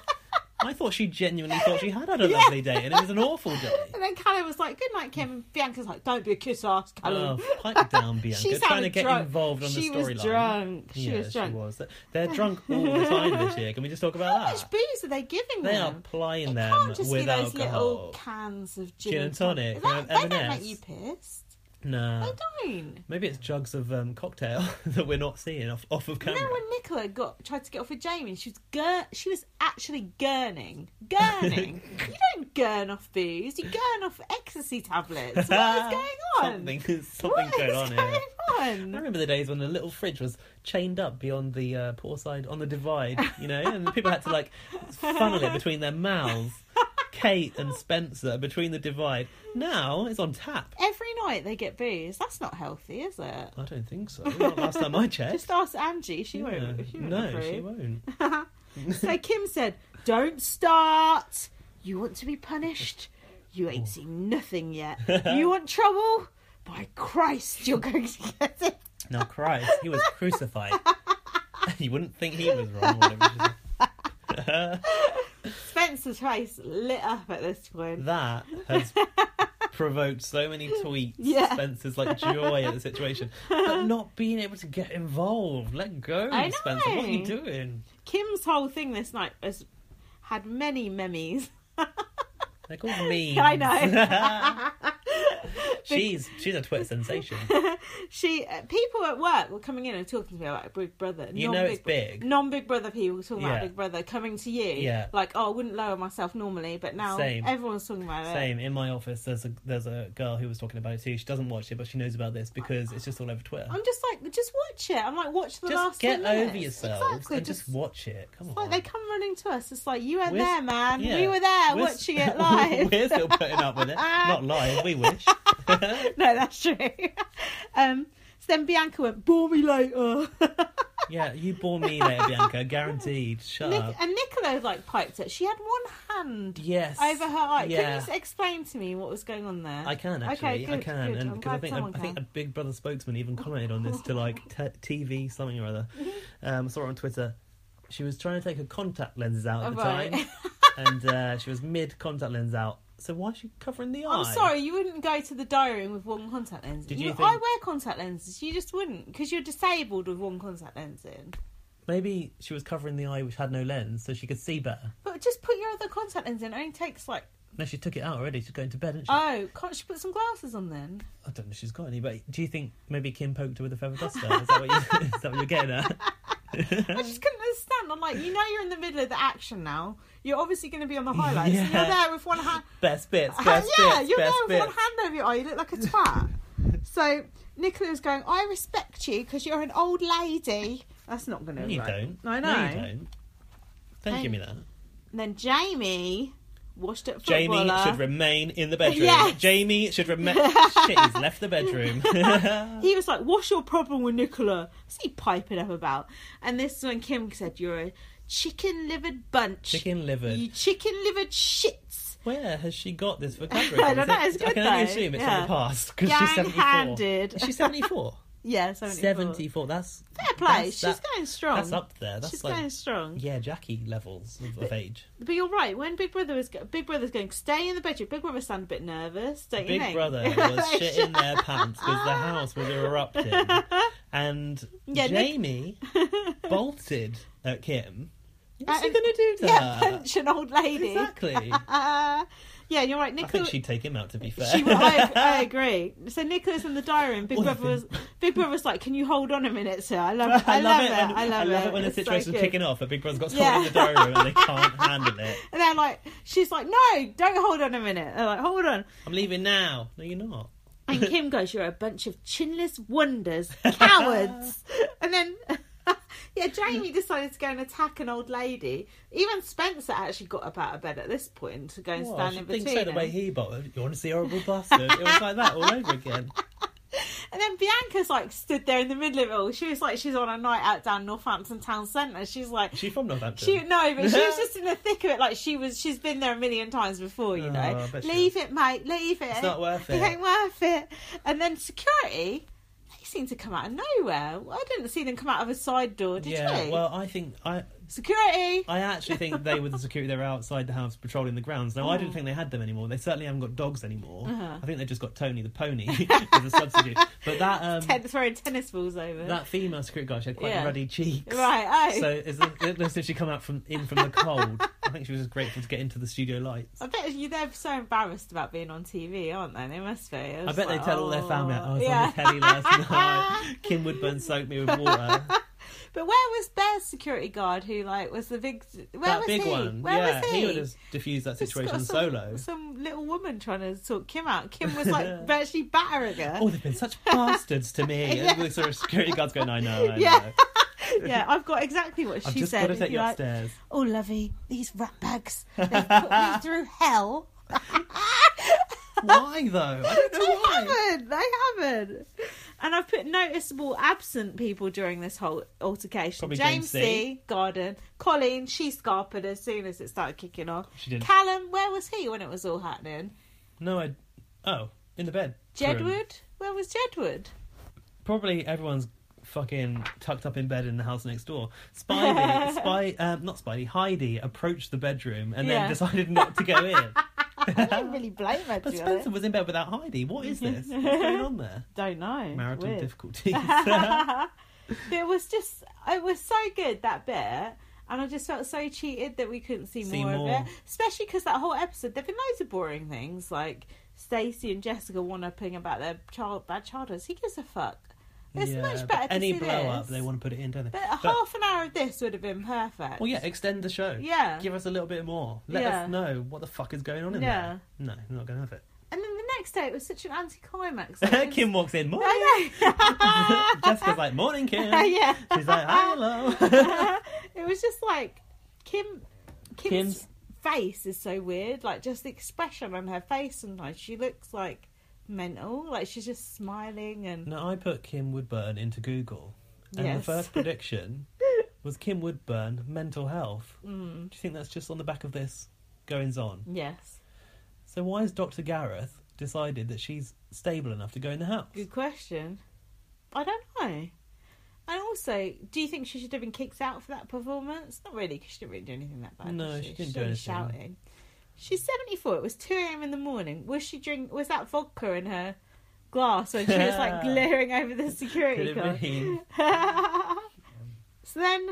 Speaker 2: I thought she genuinely thought she had had a lovely day, and it was an awful day.
Speaker 1: And then Callum was like, "Good night, Kim." And Bianca's like, "Don't be a kiss ass,
Speaker 2: Oh,
Speaker 1: Callum."
Speaker 2: pipe down, Bianca.
Speaker 1: She
Speaker 2: trying to
Speaker 1: sounded
Speaker 2: get
Speaker 1: drunk.
Speaker 2: involved on
Speaker 1: She
Speaker 2: the
Speaker 1: was
Speaker 2: storyline.
Speaker 1: drunk. She
Speaker 2: yeah,
Speaker 1: was drunk.
Speaker 2: she was. They're drunk all the time this year. Can we just talk about
Speaker 1: How
Speaker 2: that?
Speaker 1: much booze are they giving
Speaker 2: They are
Speaker 1: them?
Speaker 2: plying
Speaker 1: Mm. It
Speaker 2: them
Speaker 1: can't just
Speaker 2: with
Speaker 1: be those little
Speaker 2: alcohol.
Speaker 1: cans of gin,
Speaker 2: Gin and tonic, you know,
Speaker 1: That, they don't
Speaker 2: M&S.
Speaker 1: make you pissed.
Speaker 2: No.
Speaker 1: They don't.
Speaker 2: Maybe it's jugs of um, cocktail that we're not seeing off, off of
Speaker 1: You
Speaker 2: camera.
Speaker 1: know when Nicola got tried to get off with Jamie, she was gur- she was actually gurning, gurning. you don't gurn off booze. You gurn off ecstasy tablets. What is going on?
Speaker 2: Something, something
Speaker 1: What is
Speaker 2: going on
Speaker 1: going
Speaker 2: here.
Speaker 1: on?
Speaker 2: I remember the days when the little fridge was chained up beyond the uh, poor side on the divide, you know, and people had to like funnel it between their mouths. Kate and Spencer between the divide. Now it's on tap.
Speaker 1: Every night they get booze. That's not healthy, is it?
Speaker 2: I don't think so. Not last time I checked.
Speaker 1: Just ask Angie. She
Speaker 2: Yeah.
Speaker 1: won't. She won't
Speaker 2: no,
Speaker 1: approve.
Speaker 2: she won't.
Speaker 1: So Kim said, Don't start. You want to be punished? You ain't seen nothing yet. You want trouble? By Christ, you're going to get it.
Speaker 2: Now Christ, he was crucified. you wouldn't think he was wrong. whatever she said.
Speaker 1: Spencer's face lit up at this point.
Speaker 2: that has provoked so many tweets.
Speaker 1: Yeah.
Speaker 2: Spencer's like joy at the situation, but not being able to get involved. Let go,
Speaker 1: I know.
Speaker 2: Spencer. What are you doing?
Speaker 1: Kim's whole thing this night has had many memes.
Speaker 2: They're called memes.
Speaker 1: I know.
Speaker 2: she's she's a Twitter sensation.
Speaker 1: she uh, people at work were coming in and talking to me about Big Brother.
Speaker 2: You know it's
Speaker 1: Non-Big-
Speaker 2: big.
Speaker 1: Non-Big Brother people talking
Speaker 2: Yeah.
Speaker 1: about Big Brother coming to you.
Speaker 2: Yeah.
Speaker 1: Like, oh, I wouldn't lower myself normally, but now
Speaker 2: Same.
Speaker 1: everyone's talking about it.
Speaker 2: Same in my office. There's a there's a girl who was talking about it too. She doesn't watch it, but she knows about this because it's just all over Twitter.
Speaker 1: I'm just like, just watch it. I'm like, watch the last.
Speaker 2: just get
Speaker 1: 10 minutes.
Speaker 2: over yourselves
Speaker 1: Exactly.
Speaker 2: and just, watch it. Come on.
Speaker 1: like they come running to us. It's like you were
Speaker 2: We're-
Speaker 1: there, man.
Speaker 2: yeah.
Speaker 1: We were there
Speaker 2: We're-
Speaker 1: watching it live.
Speaker 2: We're still putting up with it. Not live, we wish.
Speaker 1: no, that's true. um, so then Bianca went, "Bore me later."
Speaker 2: yeah, you bore me later, Bianca. Guaranteed. Shut
Speaker 1: Nic-
Speaker 2: up.
Speaker 1: and Nicola like piped it. She had one hand
Speaker 2: Yes.
Speaker 1: over her eye. Can you
Speaker 2: Yeah.
Speaker 1: s- explain to me what was going on there?
Speaker 2: I can actually.
Speaker 1: Okay,
Speaker 2: I
Speaker 1: good,
Speaker 2: can,
Speaker 1: good.
Speaker 2: and
Speaker 1: I'm
Speaker 2: because I
Speaker 1: glad
Speaker 2: think
Speaker 1: someone
Speaker 2: I think a
Speaker 1: can.
Speaker 2: Big Brother spokesman even commented on this to like t- TV something or other. Um, I saw it on Twitter. She was trying to take her contact lenses out at the
Speaker 1: Right.
Speaker 2: time, and uh, she was mid contact lens out. So why is she covering the eye?
Speaker 1: I'm sorry, you wouldn't go to the diary room with one contact lens.
Speaker 2: Did
Speaker 1: you,
Speaker 2: you
Speaker 1: I
Speaker 2: think-
Speaker 1: wear contact lenses. You just wouldn't because you're disabled with one contact lens in.
Speaker 2: Maybe she was covering the eye which had no lens, so she could see better.
Speaker 1: But just put your other contact lens in. It only takes like
Speaker 2: No, she took it out already. She's going to bed, isn't she?
Speaker 1: oh, can't she put some glasses on then?
Speaker 2: I don't know if she's got any, but do you think maybe Kim poked her with a feather duster? Is that what, you, is that what you're getting at?
Speaker 1: I just couldn't understand. I'm like, you know, you're in the middle of the action now. You're obviously going to be on the highlights. and you're
Speaker 2: Yeah.
Speaker 1: there with one hand.
Speaker 2: Best bits,
Speaker 1: Uh, yeah,
Speaker 2: best bits,
Speaker 1: you're there
Speaker 2: best
Speaker 1: with
Speaker 2: bits.
Speaker 1: one hand over your eye. You look like a twat. so Nicola was going, I respect you because you're an old lady. That's not going to.
Speaker 2: No, you
Speaker 1: right.
Speaker 2: don't.
Speaker 1: I know.
Speaker 2: No, you don't. Don't
Speaker 1: Thank-
Speaker 2: give me that.
Speaker 1: And then Jamie washed up footballer.
Speaker 2: Jamie should remain in the bedroom.
Speaker 1: Yes.
Speaker 2: Jamie should remain. Shit, he's left the bedroom.
Speaker 1: he was like, "What's your problem with Nicola?" What's he piping up about? And this is when Kim said, "You're a chicken livered bunch.
Speaker 2: Chicken livered.
Speaker 1: You chicken livered shits."
Speaker 2: Where has she got this vocabulary?
Speaker 1: I
Speaker 2: from?
Speaker 1: don't know,
Speaker 2: Is it-
Speaker 1: it's good
Speaker 2: I can only
Speaker 1: though,
Speaker 2: assume it's
Speaker 1: yeah.
Speaker 2: from the past because she's seventy-four.
Speaker 1: Gang-handed.
Speaker 2: Is she seventy-four?
Speaker 1: Yeah, 74.
Speaker 2: seventy-four. That's
Speaker 1: Fair play.
Speaker 2: That's,
Speaker 1: She's
Speaker 2: that-
Speaker 1: going strong.
Speaker 2: That's up there. That's
Speaker 1: She's
Speaker 2: like
Speaker 1: going strong.
Speaker 2: yeah, Jackie levels of, of age.
Speaker 1: But you're right. When Big Brother was go- Big Brother's going, stay in the bedroom. Big Brother sounded a bit nervous, don't you
Speaker 2: Big
Speaker 1: think?
Speaker 2: Brother was shitting their pants because the house was erupting, and
Speaker 1: Yeah, Nick-
Speaker 2: Jamie bolted at Kim. What's he
Speaker 1: Uh,
Speaker 2: going to do to
Speaker 1: yeah,
Speaker 2: her?
Speaker 1: punch an old lady.
Speaker 2: Exactly.
Speaker 1: Uh, yeah, you're right.
Speaker 2: I
Speaker 1: Nicola.
Speaker 2: think she'd take him out. To be fair,
Speaker 1: She, I, I agree. So Nicholas in the diary room, Big
Speaker 2: What a
Speaker 1: Brother was Big Brother was like, "Can you hold on a minute, sir? I love,
Speaker 2: I love it. When,
Speaker 1: I love, it
Speaker 2: when the
Speaker 1: It's so
Speaker 2: situation's
Speaker 1: good.
Speaker 2: kicking off, and Big Brother's got someone
Speaker 1: Yeah.
Speaker 2: in the diary room and they can't handle it.
Speaker 1: And they're like, she's like, "No, don't hold on a minute." They're like, "Hold on."
Speaker 2: I'm leaving now. No, you're not.
Speaker 1: And Kim goes, "You're a bunch of chinless wonders, cowards." and then, yeah, Jamie decided to go and attack an old lady. Even Spencer actually got up out of bed at this point to go and
Speaker 2: Well, I
Speaker 1: stand in
Speaker 2: should
Speaker 1: between.
Speaker 2: think so. The way
Speaker 1: them.
Speaker 2: he bolted. You want to see a horrible bastard? It was like that all over again.
Speaker 1: And then Bianca's like stood there in the middle of it all. She was like, she's on a night out down Northampton town centre. She's like,
Speaker 2: She from Northampton.
Speaker 1: She no, but she was just in the thick of it. Like she was, she's been there a million times before. You
Speaker 2: Oh,
Speaker 1: know,
Speaker 2: I bet she
Speaker 1: leave it, mate. Leave it.
Speaker 2: It's not worth
Speaker 1: It
Speaker 2: it.
Speaker 1: ain't worth it. And then security They seem to come out of nowhere. I didn't see them come out of a side door, did
Speaker 2: yeah.
Speaker 1: you?
Speaker 2: Well, I think I
Speaker 1: Security.
Speaker 2: I actually think they were the security. They were outside the house patrolling the grounds. Now I didn't think they had them anymore. They certainly haven't got dogs anymore.
Speaker 1: Oh. Uh-huh.
Speaker 2: I think they just got Tony the pony as a substitute. But that um,
Speaker 1: Ten, throwing tennis balls over.
Speaker 2: that female security guard, she had quite
Speaker 1: Yeah.
Speaker 2: ruddy cheeks.
Speaker 1: Right. Oh,
Speaker 2: So it's it looks like she come out from in from the cold. I think she was just grateful to get into the studio lights.
Speaker 1: I bet you they're so embarrassed about being on TV, aren't they? They must be.
Speaker 2: I bet they tell all their family, "Oh, I was on the telly last night. Kim Woodburn soaked me with water."
Speaker 1: But where was their security guard who like was the big? Where
Speaker 2: that
Speaker 1: was
Speaker 2: big
Speaker 1: he?
Speaker 2: one,
Speaker 1: Where
Speaker 2: yeah,
Speaker 1: was he?
Speaker 2: would have diffused that
Speaker 1: Just got
Speaker 2: situation
Speaker 1: some,
Speaker 2: solo.
Speaker 1: Some little woman trying to sort Kim out. Kim was like virtually battering her.
Speaker 2: Oh, they've been such bastards to me.
Speaker 1: Yeah.
Speaker 2: And the sort of security guard's going, "I know, I
Speaker 1: Yeah.
Speaker 2: know."
Speaker 1: yeah, I've got exactly what
Speaker 2: I've
Speaker 1: she
Speaker 2: just
Speaker 1: said.
Speaker 2: got to
Speaker 1: If
Speaker 2: take you
Speaker 1: you're like,
Speaker 2: upstairs.
Speaker 1: oh, lovey, these rat bags, they've put me through hell.
Speaker 2: Why though? I don't know why.
Speaker 1: They haven't. They haven't. And I've put noticeable absent people during this whole altercation.
Speaker 2: Probably
Speaker 1: James
Speaker 2: James
Speaker 1: C.
Speaker 2: C.
Speaker 1: Garden. Colleen, she scarpered as soon as it started kicking off.
Speaker 2: She did.
Speaker 1: Callum, where was he when it was all happening?
Speaker 2: No, I. Oh, in the bed. Room.
Speaker 1: Jedward? Where was Jedward?
Speaker 2: Probably everyone's fucking tucked up in bed in the house next door. Spidey, spy, um, not Spidey. Heidi approached the bedroom and
Speaker 1: Yeah.
Speaker 2: then decided not to go in.
Speaker 1: I don't really blame her, to
Speaker 2: But
Speaker 1: be
Speaker 2: Spencer
Speaker 1: honest.
Speaker 2: was in bed without Heidi. What is this? What's going on there?
Speaker 1: Don't know. Mm-hmm.
Speaker 2: Marital
Speaker 1: Weird.
Speaker 2: difficulties.
Speaker 1: it was just, it was so good, that bit. And I just felt so cheated that we couldn't see,
Speaker 2: See
Speaker 1: more,
Speaker 2: more.
Speaker 1: of it. Especially because that whole episode, there have been loads of boring things, like Stacey and Jessica one-upping about their child, bad childhoods. He gives a fuck. It's
Speaker 2: Yeah,
Speaker 1: much
Speaker 2: but
Speaker 1: better to
Speaker 2: Any
Speaker 1: see
Speaker 2: blow
Speaker 1: this.
Speaker 2: up, they want to put it in, don't they?
Speaker 1: But a half an hour of this would have been perfect.
Speaker 2: well, yeah, extend the show.
Speaker 1: Yeah.
Speaker 2: Give us a little bit more. Let
Speaker 1: Yeah.
Speaker 2: us know what the fuck is going on in
Speaker 1: Yeah.
Speaker 2: there. No, I'm not going to have it.
Speaker 1: And then the next day, it was such an anticlimax. Like, it was-
Speaker 2: Kim walks in, morning.
Speaker 1: I know.
Speaker 2: Jessica's like, morning, Kim.
Speaker 1: yeah.
Speaker 2: She's like, hello.
Speaker 1: it was just like Kim. Kim's,
Speaker 2: Kim's-
Speaker 1: face is so weird. Like just the expression on her face. Sometimes she looks like mental. Like she's just smiling and
Speaker 2: now, I put Kim Woodburn into Google, and
Speaker 1: Yes.
Speaker 2: the first prediction was Kim Woodburn, mental health.
Speaker 1: Mm.
Speaker 2: Do you think that's just on the back of this goings on?
Speaker 1: yes.
Speaker 2: So, why has Dr. Gareth decided that she's stable enough to go in the house?
Speaker 1: Good question. I don't know. And also, do you think she should have been kicked out for that performance? Not really, 'cause she didn't really do anything that bad.
Speaker 2: No,
Speaker 1: did
Speaker 2: she
Speaker 1: she
Speaker 2: didn't
Speaker 1: She's
Speaker 2: do
Speaker 1: only
Speaker 2: anything.
Speaker 1: Shouting. She's seventy-four. It was two a.m. in the morning. Was she drink? Was that vodka in her glass when she was like glaring over the
Speaker 2: Could
Speaker 1: security
Speaker 2: it
Speaker 1: guard?
Speaker 2: mean-
Speaker 1: so then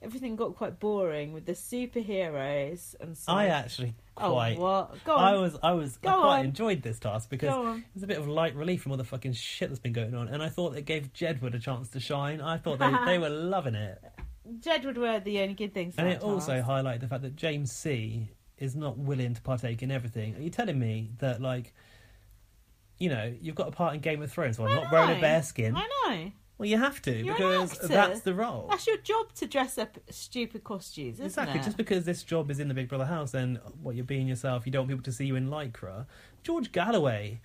Speaker 1: everything got quite boring with the superheroes and stuff.
Speaker 2: I actually
Speaker 1: oh
Speaker 2: quite.
Speaker 1: what? Go on.
Speaker 2: I was, I was,
Speaker 1: Go
Speaker 2: I quite
Speaker 1: on.
Speaker 2: enjoyed this task because
Speaker 1: Go on.
Speaker 2: it was a bit of light relief from all the fucking shit that's been going on, and I thought it gave Jedward a chance to shine. I thought they, they were loving it,
Speaker 1: Jedward were the only good things.
Speaker 2: and
Speaker 1: that
Speaker 2: it also
Speaker 1: task.
Speaker 2: highlighted the fact that James C is not willing to partake in everything. Are you telling me that like? You know, you've got a part in Game of Thrones. Well, I'm
Speaker 1: I
Speaker 2: not wearing a
Speaker 1: know.
Speaker 2: bear skin.
Speaker 1: I know.
Speaker 2: Well, you have to
Speaker 1: You're an
Speaker 2: because
Speaker 1: actor.
Speaker 2: that's the role.
Speaker 1: That's your job to dress up stupid costumes, isn't
Speaker 2: Exactly.
Speaker 1: it?
Speaker 2: Just because this job is in the Big Brother house, then what you're being yourself, you don't want people to see you in lycra. George Galloway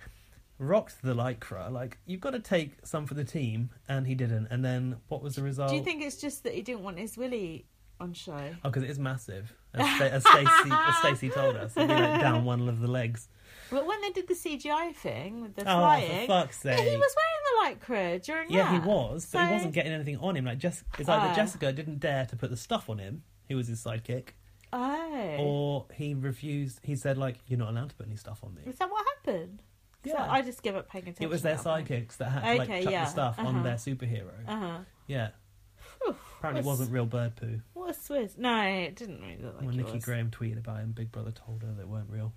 Speaker 2: rocked the lycra. Like you've got to take some for the team, and he didn't. And then what was the result?
Speaker 1: Do you think it's just that he didn't want his Willy on show?
Speaker 2: Oh, because it is massive, as, Sta- as Stacey as Stacey told us, it'd be like down one of the legs.
Speaker 1: But when they did the CGI thing with the
Speaker 2: oh,
Speaker 1: flying,
Speaker 2: for fuck's
Speaker 1: yeah,
Speaker 2: sake!
Speaker 1: he was wearing the lycra during
Speaker 2: yeah,
Speaker 1: that.
Speaker 2: he was, but
Speaker 1: So-
Speaker 2: he wasn't getting anything on him. Like Jess, it's either
Speaker 1: Ah.
Speaker 2: Jessica didn't dare to put the stuff on him, who was his sidekick,
Speaker 1: Oh,
Speaker 2: or he refused. He said like, "You're not allowed to put any stuff on me."
Speaker 1: is that what happened? 'Cause
Speaker 2: Yeah.
Speaker 1: I I just give up paying attention.
Speaker 2: It was their
Speaker 1: at that point.
Speaker 2: sidekicks that had to like
Speaker 1: Okay,
Speaker 2: chuck
Speaker 1: yeah.
Speaker 2: the stuff
Speaker 1: Uh-huh.
Speaker 2: on their superhero.
Speaker 1: Uh-huh.
Speaker 2: Yeah.
Speaker 1: Phew,
Speaker 2: Apparently it
Speaker 1: what's-
Speaker 2: wasn't real bird poo.
Speaker 1: What a Swiss. No, it didn't really look like
Speaker 2: when
Speaker 1: it
Speaker 2: Nikki
Speaker 1: was.
Speaker 2: Graham tweeted about him, Big Brother told her they weren't real.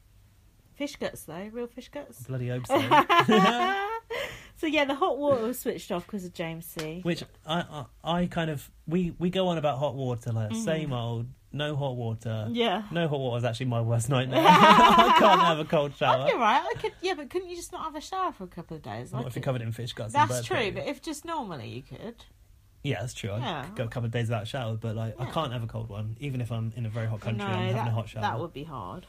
Speaker 1: Fish guts, though. Real fish guts.
Speaker 2: Bloody hope so.
Speaker 1: so, yeah, the hot water was switched off because of James C.
Speaker 2: Which I, I I kind of we we go on about hot water like same old no hot water.
Speaker 1: Mm-hmm. Yeah.
Speaker 2: No hot water is actually my worst nightmare. I can't have a cold
Speaker 1: I'd
Speaker 2: shower.
Speaker 1: be right. I could, yeah, but couldn't you just not have a shower for a couple of days?
Speaker 2: Not
Speaker 1: I
Speaker 2: if you're
Speaker 1: could-
Speaker 2: covered in fish guts. and
Speaker 1: That's
Speaker 2: bird
Speaker 1: true,
Speaker 2: poo.
Speaker 1: but if just normally you could.
Speaker 2: yeah, that's true. I
Speaker 1: Yeah.
Speaker 2: could go a couple of days without a shower, but like I
Speaker 1: Yeah.
Speaker 2: can't have a cold one, even if I'm in a very hot country.
Speaker 1: no,
Speaker 2: I'm having
Speaker 1: that,
Speaker 2: a hot shower.
Speaker 1: that would be hard.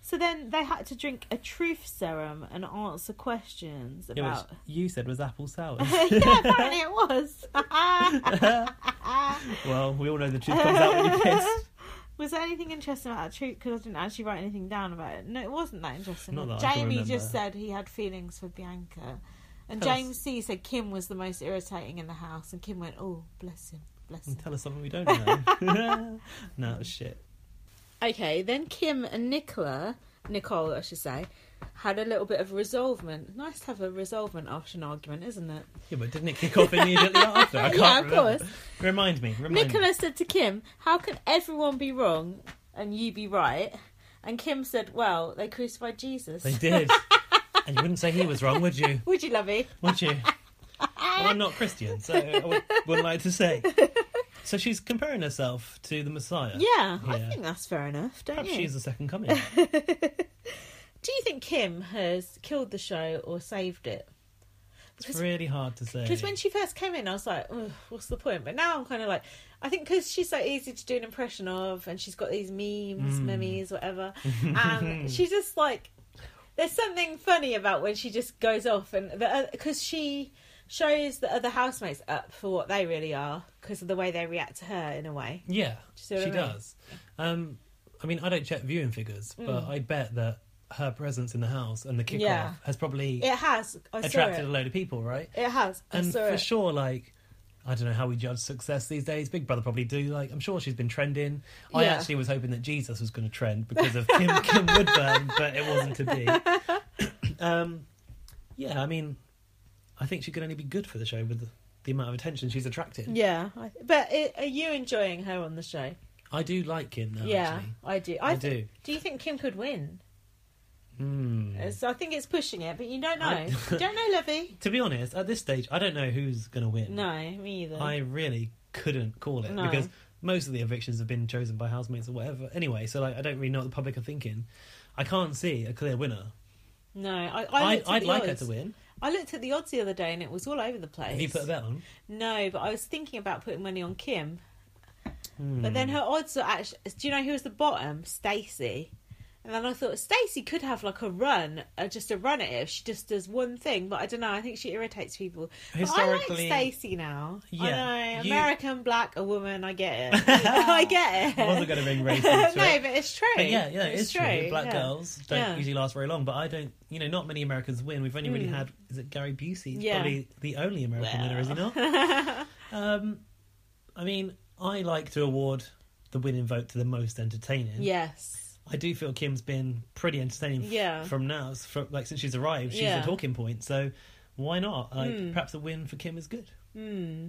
Speaker 1: So then they had to drink a truth serum and answer questions
Speaker 2: yeah, which
Speaker 1: about.
Speaker 2: you said was apple sour.
Speaker 1: yeah, apparently it was.
Speaker 2: Well, we all know the truth comes out when you piss.
Speaker 1: was there anything interesting about that truth? Because I didn't actually write anything down about it. No, it wasn't that interesting.
Speaker 2: Not that I can
Speaker 1: Jamie
Speaker 2: remember.
Speaker 1: just said he had feelings for Bianca, And
Speaker 2: Tell us.
Speaker 1: James C said Kim was the most irritating in the house, and Kim went, "Oh, bless him, bless him."
Speaker 2: And tell us something we don't know. no, it was shit.
Speaker 1: Okay, then Kim and Nicola, Nicole, I should say, had a little bit of resolvement. Nice to have a resolvement after an argument, isn't it?
Speaker 2: Yeah, but didn't it kick off immediately after? I can't
Speaker 1: Yeah, of
Speaker 2: remember.
Speaker 1: course.
Speaker 2: Remind me. Remind me.
Speaker 1: Nicola said to Kim, How can everyone be wrong and you be right? And Kim said, Well, they crucified Jesus.
Speaker 2: They did. and you wouldn't say he was wrong, would you?
Speaker 1: Would you, lovey?
Speaker 2: Would you? Well, I'm not Christian, so I would, wouldn't like to say. So she's comparing herself to the Messiah.
Speaker 1: Yeah, I
Speaker 2: Yeah.
Speaker 1: think that's fair enough, don't
Speaker 2: Perhaps
Speaker 1: you?
Speaker 2: she's the second coming.
Speaker 1: Do you think Kim has killed the show or saved it?
Speaker 2: It's really hard to say.
Speaker 1: Because when she first came in, I was like, "Ugh, what's the point? But now I'm kind of like, I think because she's so easy to do an impression of, and she's got these
Speaker 2: Mm.
Speaker 1: memes, memes, whatever. And she just like, there's something funny about when she just goes off, and because she shows the other housemates up for what they really are because of the way they react to her in a way.
Speaker 2: Yeah,
Speaker 1: see
Speaker 2: she
Speaker 1: what I mean?
Speaker 2: does. Um, I mean, I don't check viewing figures, but I bet that her presence in the house and the kickoff
Speaker 1: Mm. Yeah.
Speaker 2: has probably
Speaker 1: It has. I
Speaker 2: attracted a
Speaker 1: saw it.
Speaker 2: load of people, right?
Speaker 1: It has. I
Speaker 2: and
Speaker 1: saw
Speaker 2: for
Speaker 1: it.
Speaker 2: sure, like I don't know how we judge success these days. Big Brother probably do. Like I'm sure she's been trending. I
Speaker 1: Yeah.
Speaker 2: actually was hoping that Jesus was going to trend because of Kim, Kim Woodburn, but it wasn't to be. um, yeah, I mean, I think she could only be good for the show with the, the amount of attention she's attracted.
Speaker 1: Yeah, I, but i are you enjoying her on the show?
Speaker 2: I do like Kim now.
Speaker 1: yeah,
Speaker 2: Oh, actually.
Speaker 1: I do.
Speaker 2: I
Speaker 1: thi-
Speaker 2: do.
Speaker 1: Do you think Kim could win?
Speaker 2: Hmm.
Speaker 1: Uh, So I think it's pushing it, but you don't know.
Speaker 2: I-
Speaker 1: you don't know, Levy.
Speaker 2: To be honest, at this stage, I don't know who's going to win.
Speaker 1: No, me either.
Speaker 2: I really couldn't call it
Speaker 1: No.
Speaker 2: because most of the evictions have been chosen by housemates or whatever. Anyway, so like I don't really know what the public are thinking. I can't see a clear winner.
Speaker 1: no, I. I
Speaker 2: I'd,
Speaker 1: looked at
Speaker 2: I'd
Speaker 1: the
Speaker 2: like her
Speaker 1: odds.
Speaker 2: to win.
Speaker 1: I looked at the odds the other day, and it was all over the place.
Speaker 2: Have you put a bet on?
Speaker 1: No, but I was thinking about putting money on Kim,
Speaker 2: Hmm.
Speaker 1: but then her odds are actually. Do you know who was the bottom? Stacey. And then I thought Stacey could have like a run, uh, just a run at it if she just does one thing. But I don't know. I think she irritates people. But I
Speaker 2: Historically-
Speaker 1: like Stacey now. I
Speaker 2: Yeah,
Speaker 1: know
Speaker 2: you-
Speaker 1: American black, a woman. I get it. I get it.
Speaker 2: I wasn't going to bring race
Speaker 1: no,
Speaker 2: into it.
Speaker 1: but it's true.
Speaker 2: But yeah, yeah, it's, true. Black
Speaker 1: yeah.
Speaker 2: girls don't
Speaker 1: Yeah. Hmm.
Speaker 2: usually last very long, but I don't, you know, not many Americans win. We've only really had, is it Gary Busey? He's
Speaker 1: Yeah.
Speaker 2: Probably the only American winner, is he not? Um, I mean, I like to award the winning vote to the most entertaining.
Speaker 1: yes.
Speaker 2: I do feel Kim's been pretty entertaining f-
Speaker 1: Yeah.
Speaker 2: from now, s- from, like since she's arrived. She's
Speaker 1: Yeah.
Speaker 2: a talking point, so why not? Like, Perhaps a win for Kim is good.
Speaker 1: Hmm.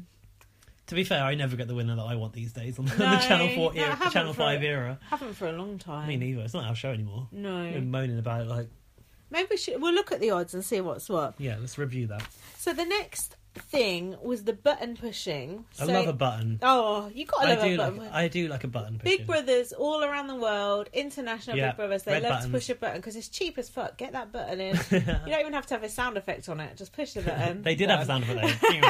Speaker 2: To be fair, I never get the winner that I want these days on the,
Speaker 1: No,
Speaker 2: the Channel Four
Speaker 1: no, I
Speaker 2: era,
Speaker 1: haven't
Speaker 2: Channel
Speaker 1: for-
Speaker 2: Five era.
Speaker 1: Haven't for a long time.
Speaker 2: Me neither. Mm. It's not our show anymore. We've
Speaker 1: no.
Speaker 2: been moaning about it. Like,
Speaker 1: Maybe we should, we'll look at the odds and see what's what.
Speaker 2: yeah, let's review that.
Speaker 1: So the next thing was the button pushing. So,
Speaker 2: I love a button.
Speaker 1: Oh, you got to
Speaker 2: I
Speaker 1: love
Speaker 2: do.
Speaker 1: a button.
Speaker 2: Like, I do like a button.
Speaker 1: Big
Speaker 2: pushing.
Speaker 1: Brothers all around the world, international
Speaker 2: Yeah,
Speaker 1: Big Brothers, they
Speaker 2: red
Speaker 1: love
Speaker 2: buttons.
Speaker 1: to push a button because it's cheap as fuck. Get that button in. you um, don't even have to have a sound effect on it. Just push the button.
Speaker 2: They did have a sound for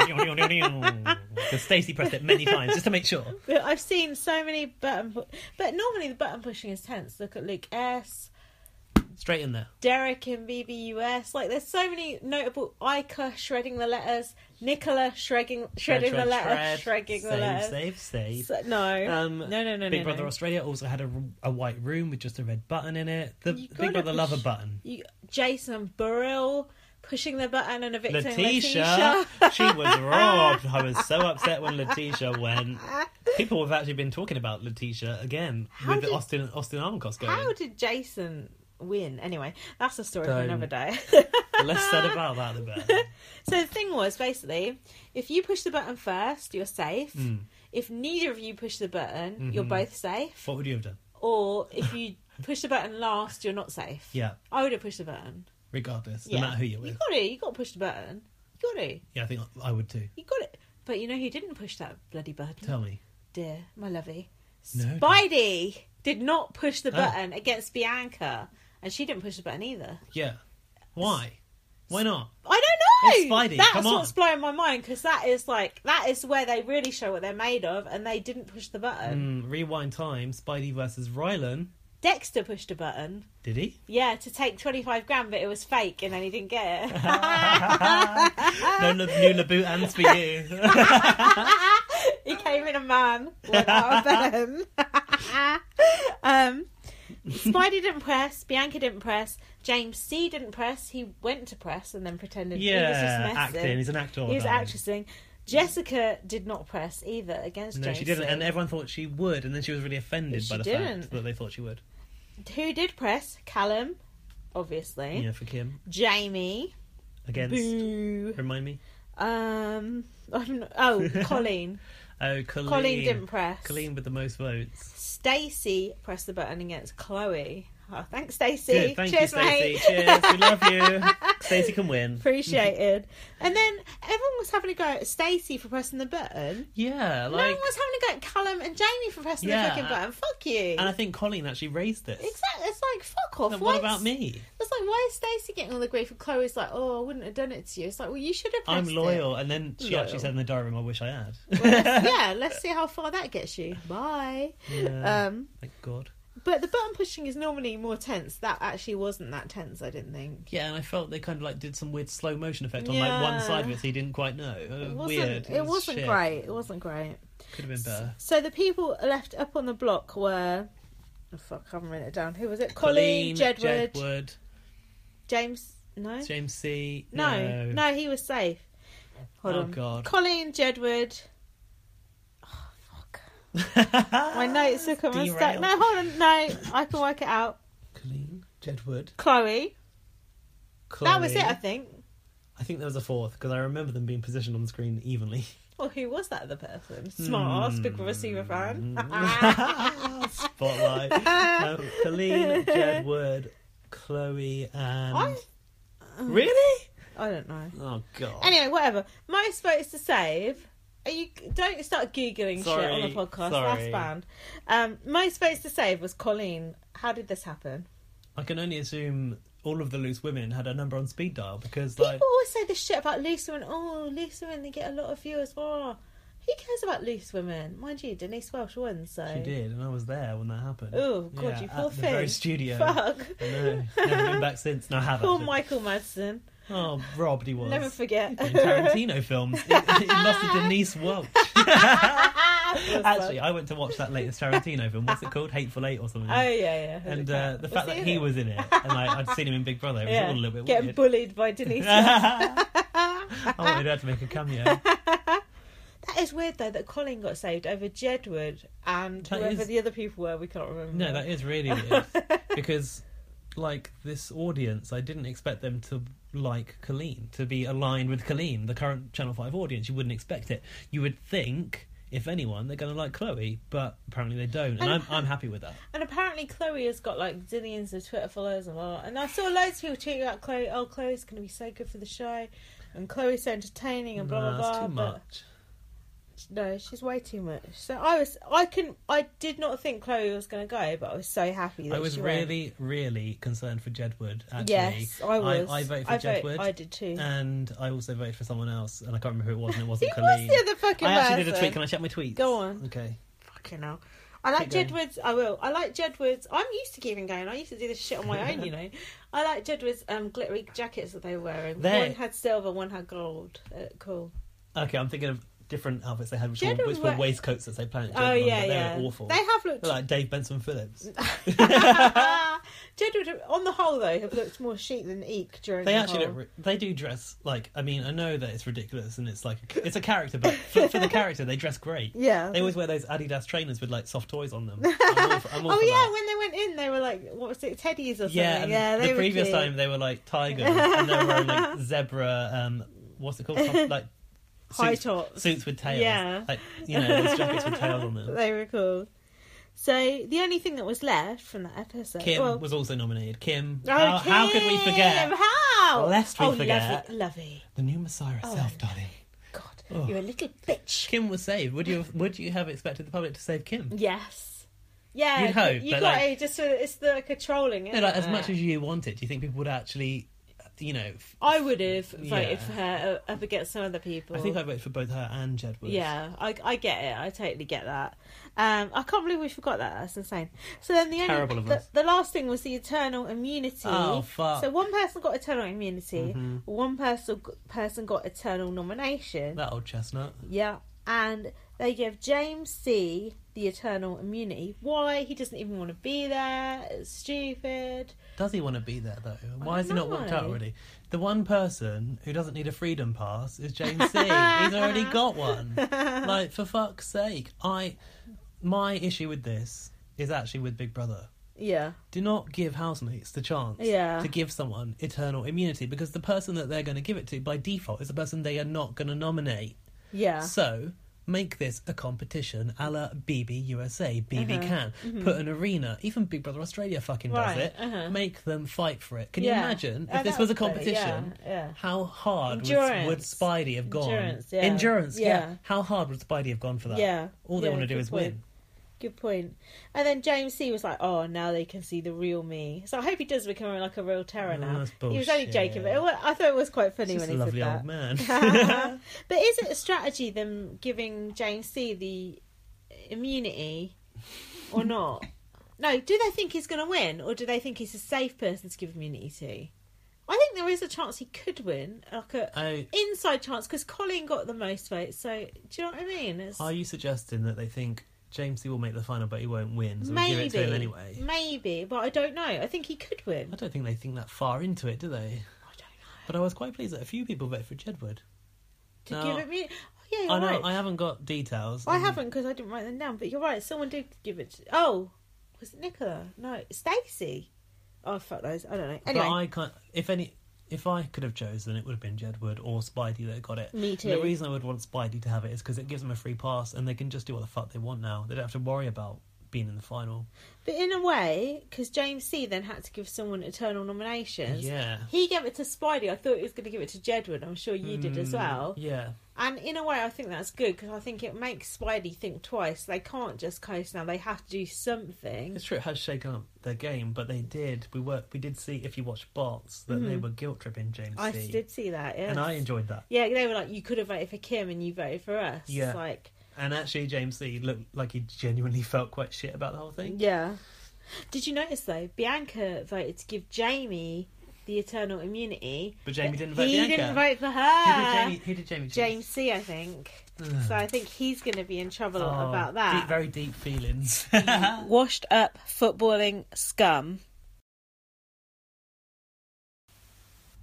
Speaker 2: that. Because Stacey pressed it many times just to make sure.
Speaker 1: But I've seen so many button, pu- but normally the button pushing is tense. Look at Luke S.
Speaker 2: Straight in there.
Speaker 1: Derek in BBUS. Like, there's so many notable. Ica shredding the letters. Nicola shredding
Speaker 2: Shred,
Speaker 1: shredding
Speaker 2: shred,
Speaker 1: the letters.
Speaker 2: shred.
Speaker 1: Shredding the
Speaker 2: Save,
Speaker 1: letters.
Speaker 2: Save, save.
Speaker 1: So- no.
Speaker 2: Um,
Speaker 1: no, no, no,
Speaker 2: Big
Speaker 1: no,
Speaker 2: Brother
Speaker 1: no.
Speaker 2: Australia also had a, r- a white room with just a red button in it. The
Speaker 1: You
Speaker 2: Big
Speaker 1: gotta
Speaker 2: Brother
Speaker 1: push-
Speaker 2: lover button.
Speaker 1: You, Jason Burrell pushing the button and evicting
Speaker 2: Letitia,
Speaker 1: Letitia.
Speaker 2: she was robbed. I was so upset when Letitia went. People have actually been talking about Letitia again
Speaker 1: How
Speaker 2: with
Speaker 1: did-
Speaker 2: the Austin Austin Armcost going.
Speaker 1: How did Jason win? Anyway, that's a story for
Speaker 2: Don't.
Speaker 1: another day.
Speaker 2: The Less said about that, the better.
Speaker 1: So the thing was basically, if you push the button first, you're safe.
Speaker 2: Hmm. Mm.
Speaker 1: If neither of you push the button, you're
Speaker 2: Mm-hmm.
Speaker 1: both safe.
Speaker 2: What would you have done?
Speaker 1: Or if you push the button last, you're not safe.
Speaker 2: Yeah,
Speaker 1: I would have pushed the button.
Speaker 2: regardless,
Speaker 1: Yeah.
Speaker 2: no matter who you're
Speaker 1: You
Speaker 2: with.
Speaker 1: got to, you got to push the button. You got to,
Speaker 2: Yeah, I think I would too.
Speaker 1: you got it. But you know who didn't push that bloody button?
Speaker 2: Tell me.
Speaker 1: Dear, my lovey,
Speaker 2: No.
Speaker 1: Spidey did not push the
Speaker 2: Oh.
Speaker 1: button against Bianca, and she didn't push the button either.
Speaker 2: Yeah. Why? Why not?
Speaker 1: I don't
Speaker 2: It's
Speaker 1: know.
Speaker 2: Spidey,
Speaker 1: That's
Speaker 2: come on.
Speaker 1: what's blowing my mind because that is like that is where they really show what they're made of, and they didn't push the button.
Speaker 2: Mm, rewind time. Spidey versus Rylan.
Speaker 1: Dexter pushed a button,
Speaker 2: Did he?
Speaker 1: yeah, to take twenty five grand, but it was fake, and then he didn't get it.
Speaker 2: no no new Laboot hands for you.
Speaker 1: he came in a man without a button. um, Spidey didn't press, Bianca didn't press, James C didn't press. He went to press and then pretended he was
Speaker 2: yeah,
Speaker 1: just messing.
Speaker 2: acting. He's an actor.
Speaker 1: He was
Speaker 2: darling.
Speaker 1: actressing. Jessica did not press either against
Speaker 2: No,
Speaker 1: James.
Speaker 2: she didn't,
Speaker 1: C.
Speaker 2: and everyone thought she would, and then she was really offended
Speaker 1: She
Speaker 2: by the
Speaker 1: didn't.
Speaker 2: fact that they thought she would.
Speaker 1: Who did press? Callum, obviously.
Speaker 2: Yeah, for Kim
Speaker 1: Jamie. Eh?
Speaker 2: against.
Speaker 1: Boo.
Speaker 2: Remind me.
Speaker 1: Um. I'm not- oh, Colleen.
Speaker 2: Oh, Colleen.
Speaker 1: Colleen didn't press.
Speaker 2: Colleen with the most votes.
Speaker 1: Stacy pressed the button against Chloe. Oh, thanks, Stacy.
Speaker 2: Good. Thank
Speaker 1: Cheers,
Speaker 2: you, Stacey.
Speaker 1: mate.
Speaker 2: Cheers. We love you. Stacey can win.
Speaker 1: Appreciated. and then everyone was having a go at Stacy for pressing the button.
Speaker 2: Yeah,
Speaker 1: no one
Speaker 2: like,
Speaker 1: was having a go at Callum and Jamie for pressing
Speaker 2: Yeah,
Speaker 1: the fucking
Speaker 2: I-
Speaker 1: button. Fuck you.
Speaker 2: and I think Colleen actually raised this.
Speaker 1: Exactly. It's like fuck off.
Speaker 2: Then
Speaker 1: Why
Speaker 2: What
Speaker 1: is-
Speaker 2: about me?
Speaker 1: It's like why is Stacey getting all the grief? And Chloe's like, oh, I wouldn't have done it to you. It's like, well, you should have.
Speaker 2: I'm
Speaker 1: pressed it.
Speaker 2: loyal, and then she
Speaker 1: Loyal.
Speaker 2: actually said in the diary room, "I wish I had."
Speaker 1: Well, let's- yeah, let's see how far that gets you. Bye.
Speaker 2: Yeah.
Speaker 1: Um,
Speaker 2: Thank God.
Speaker 1: but the button pushing is normally more tense. That actually wasn't that tense. I didn't think.
Speaker 2: Yeah, and I felt they kind of like did some weird slow motion effect on like
Speaker 1: Yeah.
Speaker 2: one side of it, so you didn't quite know. Uh,
Speaker 1: It wasn't.
Speaker 2: weird.
Speaker 1: It, was not
Speaker 2: shit.
Speaker 1: great. It wasn't great.
Speaker 2: Could have been better.
Speaker 1: So the people left up on the block were. Oh, fuck, I haven't written it down. Who was it?
Speaker 2: Colleen,
Speaker 1: Colleen, Jedward,
Speaker 2: Jedward,
Speaker 1: James. No?
Speaker 2: James C.
Speaker 1: no, no, he was safe. Hold
Speaker 2: Oh,
Speaker 1: on.
Speaker 2: God.
Speaker 1: Colleen, Jedward. Oh, fuck. My notes are coming stuck.
Speaker 2: Derailed.
Speaker 1: No, hold on. No, I can work it out.
Speaker 2: Colleen, Jedward,
Speaker 1: Chloe. That was it, I
Speaker 2: Chloe.
Speaker 1: think.
Speaker 2: I think there was a fourth because I remember them being positioned on the screen evenly.
Speaker 1: Well, who was that other person? Smart ass,
Speaker 2: Hmm.
Speaker 1: big receiver fan.
Speaker 2: Mm. Spotlight. Um, Colleen, Jedward, Chloe, and
Speaker 1: I,
Speaker 2: really?
Speaker 1: I don't know.
Speaker 2: Oh god.
Speaker 1: Anyway, whatever. Most votes to save. Are you don't start googling shit on
Speaker 2: Sorry,
Speaker 1: the podcast. That's
Speaker 2: sorry.
Speaker 1: banned. Um, most votes to save was Colleen. How did this happen?
Speaker 2: I can only assume all of the loose women had a number on speed dial because like
Speaker 1: People always say this shit about loose women. Oh, loose women, they get a lot of viewers. Oh, who cares about loose women? Mind you, Denise Welsh won, so.
Speaker 2: she did, and I was there when that happened.
Speaker 1: Oh, God, you poor
Speaker 2: at the very
Speaker 1: thing.
Speaker 2: studio.
Speaker 1: Fuck.
Speaker 2: I know. Never been back since. No, I haven't.
Speaker 1: Poor Michael Madsen.
Speaker 2: Oh, robbed he was.
Speaker 1: Never forget.
Speaker 2: In Tarantino films, he he lost to Denise Welch. Actually, I went to watch that latest Tarantino film. What's it called? Hateful Eight or something.
Speaker 1: Oh yeah, yeah. Holy
Speaker 2: and
Speaker 1: crap.
Speaker 2: uh, the fact
Speaker 1: Was
Speaker 2: that
Speaker 1: in
Speaker 2: he
Speaker 1: it?
Speaker 2: was in it, and like, I'd seen him in Big Brother, it was all a little bit
Speaker 1: getting
Speaker 2: weird.
Speaker 1: bullied by Denise. Oh,
Speaker 2: I wanted her to make a cameo.
Speaker 1: That is weird though that Colin got saved over Jedward and
Speaker 2: That
Speaker 1: whoever
Speaker 2: is-
Speaker 1: the other people were. We can't remember.
Speaker 2: No, that is really weird because, like, this audience, I didn't expect them to like Colleen, to be aligned with Colleen, the current Channel Five audience. You wouldn't expect it. You would think. If anyone, they're going to like Chloe, but apparently they don't, and I'm, I'm happy with that.
Speaker 1: And apparently Chloe has got like zillions of Twitter followers and all. And I saw loads of people tweeting about Chloe. Oh, Chloe's going to be so good for the show, and Chloe's so entertaining and blah blah
Speaker 2: Nah, it's
Speaker 1: blah.
Speaker 2: too
Speaker 1: but-
Speaker 2: much.
Speaker 1: No, she's way too much. So I was, I can, I did not think Chloe was going to go, but I was so happy that
Speaker 2: I was
Speaker 1: she went.
Speaker 2: really, really concerned for Jedward. Actually,
Speaker 1: Yes, I was.
Speaker 2: I, voted for
Speaker 1: vote-
Speaker 2: Jedward.
Speaker 1: I did too.
Speaker 2: and I also voted for someone else, and I can't remember who it was, and it
Speaker 1: Who
Speaker 2: wasn't
Speaker 1: was
Speaker 2: Colleen.
Speaker 1: the other fucking
Speaker 2: I actually did a
Speaker 1: person?
Speaker 2: tweet. Can I check my tweets?
Speaker 1: Go on.
Speaker 2: Okay.
Speaker 1: Fucking hell. I like
Speaker 2: Keep
Speaker 1: Jedward's. I will. I like Jedward's. I'm used to keeping going. I used to do this shit on my own, you know. I like Jedward's um, glittery jackets that they were wearing.
Speaker 2: They-
Speaker 1: One had silver, one had gold. Uh, cool.
Speaker 2: Okay, I'm thinking of different outfits they had, which, were,
Speaker 1: Jedward
Speaker 2: which were
Speaker 1: wa-
Speaker 2: waistcoats that say Planet
Speaker 1: oh
Speaker 2: Jedward on,
Speaker 1: yeah,
Speaker 2: but they
Speaker 1: yeah.
Speaker 2: were awful.
Speaker 1: They have looked.
Speaker 2: They're like Dave Benson Phillips.
Speaker 1: Jedward, on the whole, though, have looked more chic than Eek during.
Speaker 2: They
Speaker 1: the
Speaker 2: actually
Speaker 1: whole.
Speaker 2: look. Re- they do dress like. I mean, I know that it's ridiculous and it's like it's a character, but for, for the character, they dress great.
Speaker 1: Yeah.
Speaker 2: They always wear those Adidas trainers with like soft toys on them. I'm all for, I'm all
Speaker 1: oh
Speaker 2: for
Speaker 1: yeah,
Speaker 2: that.
Speaker 1: when they went in, they were like, what was it, teddies or something?
Speaker 2: Yeah,
Speaker 1: Yeah,
Speaker 2: and
Speaker 1: they
Speaker 2: the
Speaker 1: were
Speaker 2: previous
Speaker 1: cute.
Speaker 2: time they were like tigers and they were wearing like zebra. Um, what's it called? Top- Like
Speaker 1: High
Speaker 2: suits,
Speaker 1: tops.
Speaker 2: suits with tails.
Speaker 1: Yeah.
Speaker 2: like you know, those jackets with tails on them.
Speaker 1: They were cool. So the only thing that was left from that episode,
Speaker 2: Kim
Speaker 1: well,
Speaker 2: was also nominated. Kim,
Speaker 1: oh,
Speaker 2: how, how could we
Speaker 1: Kim,
Speaker 2: forget
Speaker 1: How?
Speaker 2: Lest we
Speaker 1: oh,
Speaker 2: forget.
Speaker 1: Lovey, lovey.
Speaker 2: the new Messiah
Speaker 1: Oh.
Speaker 2: herself, darling?
Speaker 1: God,
Speaker 2: Oh.
Speaker 1: you're a little bitch.
Speaker 2: Kim was saved. Would you would you have expected the public to save Kim?
Speaker 1: Yes. Yeah.
Speaker 2: You'd hope,
Speaker 1: you
Speaker 2: but,
Speaker 1: got
Speaker 2: like-
Speaker 1: it. Just so it's the like, a trolling.
Speaker 2: No,
Speaker 1: Isn't
Speaker 2: like as
Speaker 1: it?
Speaker 2: much as you wanted, do you think people would actually, you know? f-
Speaker 1: I would have voted
Speaker 2: Yeah.
Speaker 1: for her uh, up against some other people.
Speaker 2: I think I voted for both her and Jedward.
Speaker 1: Yeah, I, I get it. I totally get that. Um, I can't believe we forgot that. That's insane. So then the
Speaker 2: Terrible
Speaker 1: only
Speaker 2: of
Speaker 1: the,
Speaker 2: us.
Speaker 1: the last thing was the eternal immunity.
Speaker 2: Oh, fuck. Mm-hmm.
Speaker 1: So one person got eternal immunity. One person person got eternal nomination.
Speaker 2: that old chestnut.
Speaker 1: yeah, and They give James C the eternal immunity. Why? He doesn't even want to be there. It's stupid.
Speaker 2: Does he want to be there though? Why has he not walked out
Speaker 1: know.
Speaker 2: already? The one person who doesn't need a freedom pass is James C. He's already got one. Like for fuck's sake, I my issue with this is actually with Big Brother.
Speaker 1: Yeah.
Speaker 2: Do not give housemates the chance
Speaker 1: Yeah.
Speaker 2: to give someone eternal immunity because the person that they're going to give it to by default is the person they are not going to nominate.
Speaker 1: Yeah.
Speaker 2: So make this a competition a la BB USA, BB
Speaker 1: Uh-huh.
Speaker 2: Can. Put an arena, even Big Brother Australia fucking does
Speaker 1: Right,
Speaker 2: it.
Speaker 1: uh-huh.
Speaker 2: Make them fight for it. Can you
Speaker 1: Yeah.
Speaker 2: imagine if
Speaker 1: Oh,
Speaker 2: this
Speaker 1: that would
Speaker 2: was a
Speaker 1: be-
Speaker 2: competition?
Speaker 1: yeah, yeah.
Speaker 2: How hard would, would
Speaker 1: Endurance.
Speaker 2: Spidey have gone?
Speaker 1: Endurance, yeah.
Speaker 2: Endurance, yeah.
Speaker 1: Yeah.
Speaker 2: How hard would Spidey have gone for that?
Speaker 1: Yeah.
Speaker 2: All they
Speaker 1: Yeah,
Speaker 2: want to do
Speaker 1: good
Speaker 2: is
Speaker 1: point.
Speaker 2: win.
Speaker 1: Good point. And then James C was like, "Oh, now they can see the real me." So I hope he does become like a real terror
Speaker 2: Oh,
Speaker 1: now.
Speaker 2: that's
Speaker 1: He was only
Speaker 2: bullshit.
Speaker 1: joking, but it wa- I thought it was quite funny
Speaker 2: He's
Speaker 1: when
Speaker 2: just a
Speaker 1: he
Speaker 2: lovely
Speaker 1: said
Speaker 2: old
Speaker 1: that. Uh-huh.
Speaker 2: man.
Speaker 1: but is it a strategy them giving James C the immunity or not? no, do they think he's going to win, or do they think he's a safe person to give immunity to? I think there is a chance he could win, like a
Speaker 2: I,
Speaker 1: inside chance, because Colin got the most votes. So do you know what I mean? It's,
Speaker 2: are you suggesting that they think James C will make the final but he won't win, so we give it to him anyway?
Speaker 1: maybe, but I don't know. I think he could win.
Speaker 2: I
Speaker 1: I
Speaker 2: don't think they think that far into it, do they? But I was quite pleased that a few people voted for Jedward.
Speaker 1: don't know. To
Speaker 2: No.
Speaker 1: give it me, oh, yeah, you're
Speaker 2: I know
Speaker 1: right.
Speaker 2: I haven't got details.
Speaker 1: I
Speaker 2: Um,
Speaker 1: haven't because I didn't write them down. But you're right. Someone did give it. To, oh, was it Nicola? No, Stacy. Oh fuck those. I don't know.
Speaker 2: but
Speaker 1: Anyway,
Speaker 2: I can't, if any, if I could have chosen, it would have been Jedward or Spidey that got it.
Speaker 1: Me
Speaker 2: The
Speaker 1: too.
Speaker 2: reason I would want Spidey to have it is because it gives them a free pass, and they can just do what the fuck they want now. They don't have to worry about being in the final.
Speaker 1: but in a way, because James C then had to give someone eternal nominations.
Speaker 2: Yeah.
Speaker 1: He gave it to Spidey. I thought he was going to give it to Jedward. I'm sure you did as
Speaker 2: Mm,
Speaker 1: well.
Speaker 2: Yeah.
Speaker 1: And in a way, I think that's good because I think it makes Spidey think twice. They can't just coast now. They have to do something.
Speaker 2: It's true. It has shaken up their game, but they did. We were we did see if you watched Bots that they were guilt tripping James
Speaker 1: Mm-hmm. I
Speaker 2: C.
Speaker 1: did see that. Yeah.
Speaker 2: and I enjoyed that.
Speaker 1: Yeah, they were like, you could have voted for Kim and you voted for us.
Speaker 2: Yeah.
Speaker 1: Like,
Speaker 2: And actually, James C. looked like he genuinely felt quite shit about the whole thing.
Speaker 1: Yeah. Did you notice though? Bianca voted to give Jamie the eternal immunity.
Speaker 2: But Jamie didn't
Speaker 1: he
Speaker 2: vote Bianca.
Speaker 1: didn't vote for
Speaker 2: Who did
Speaker 1: her.
Speaker 2: Jamie? Who did Jamie? choose?
Speaker 1: James C, I think.
Speaker 2: Ugh.
Speaker 1: So I think he's going to be in trouble
Speaker 2: Oh,
Speaker 1: about
Speaker 2: Deep,
Speaker 1: that.
Speaker 2: very deep feelings.
Speaker 1: Washed up footballing scum.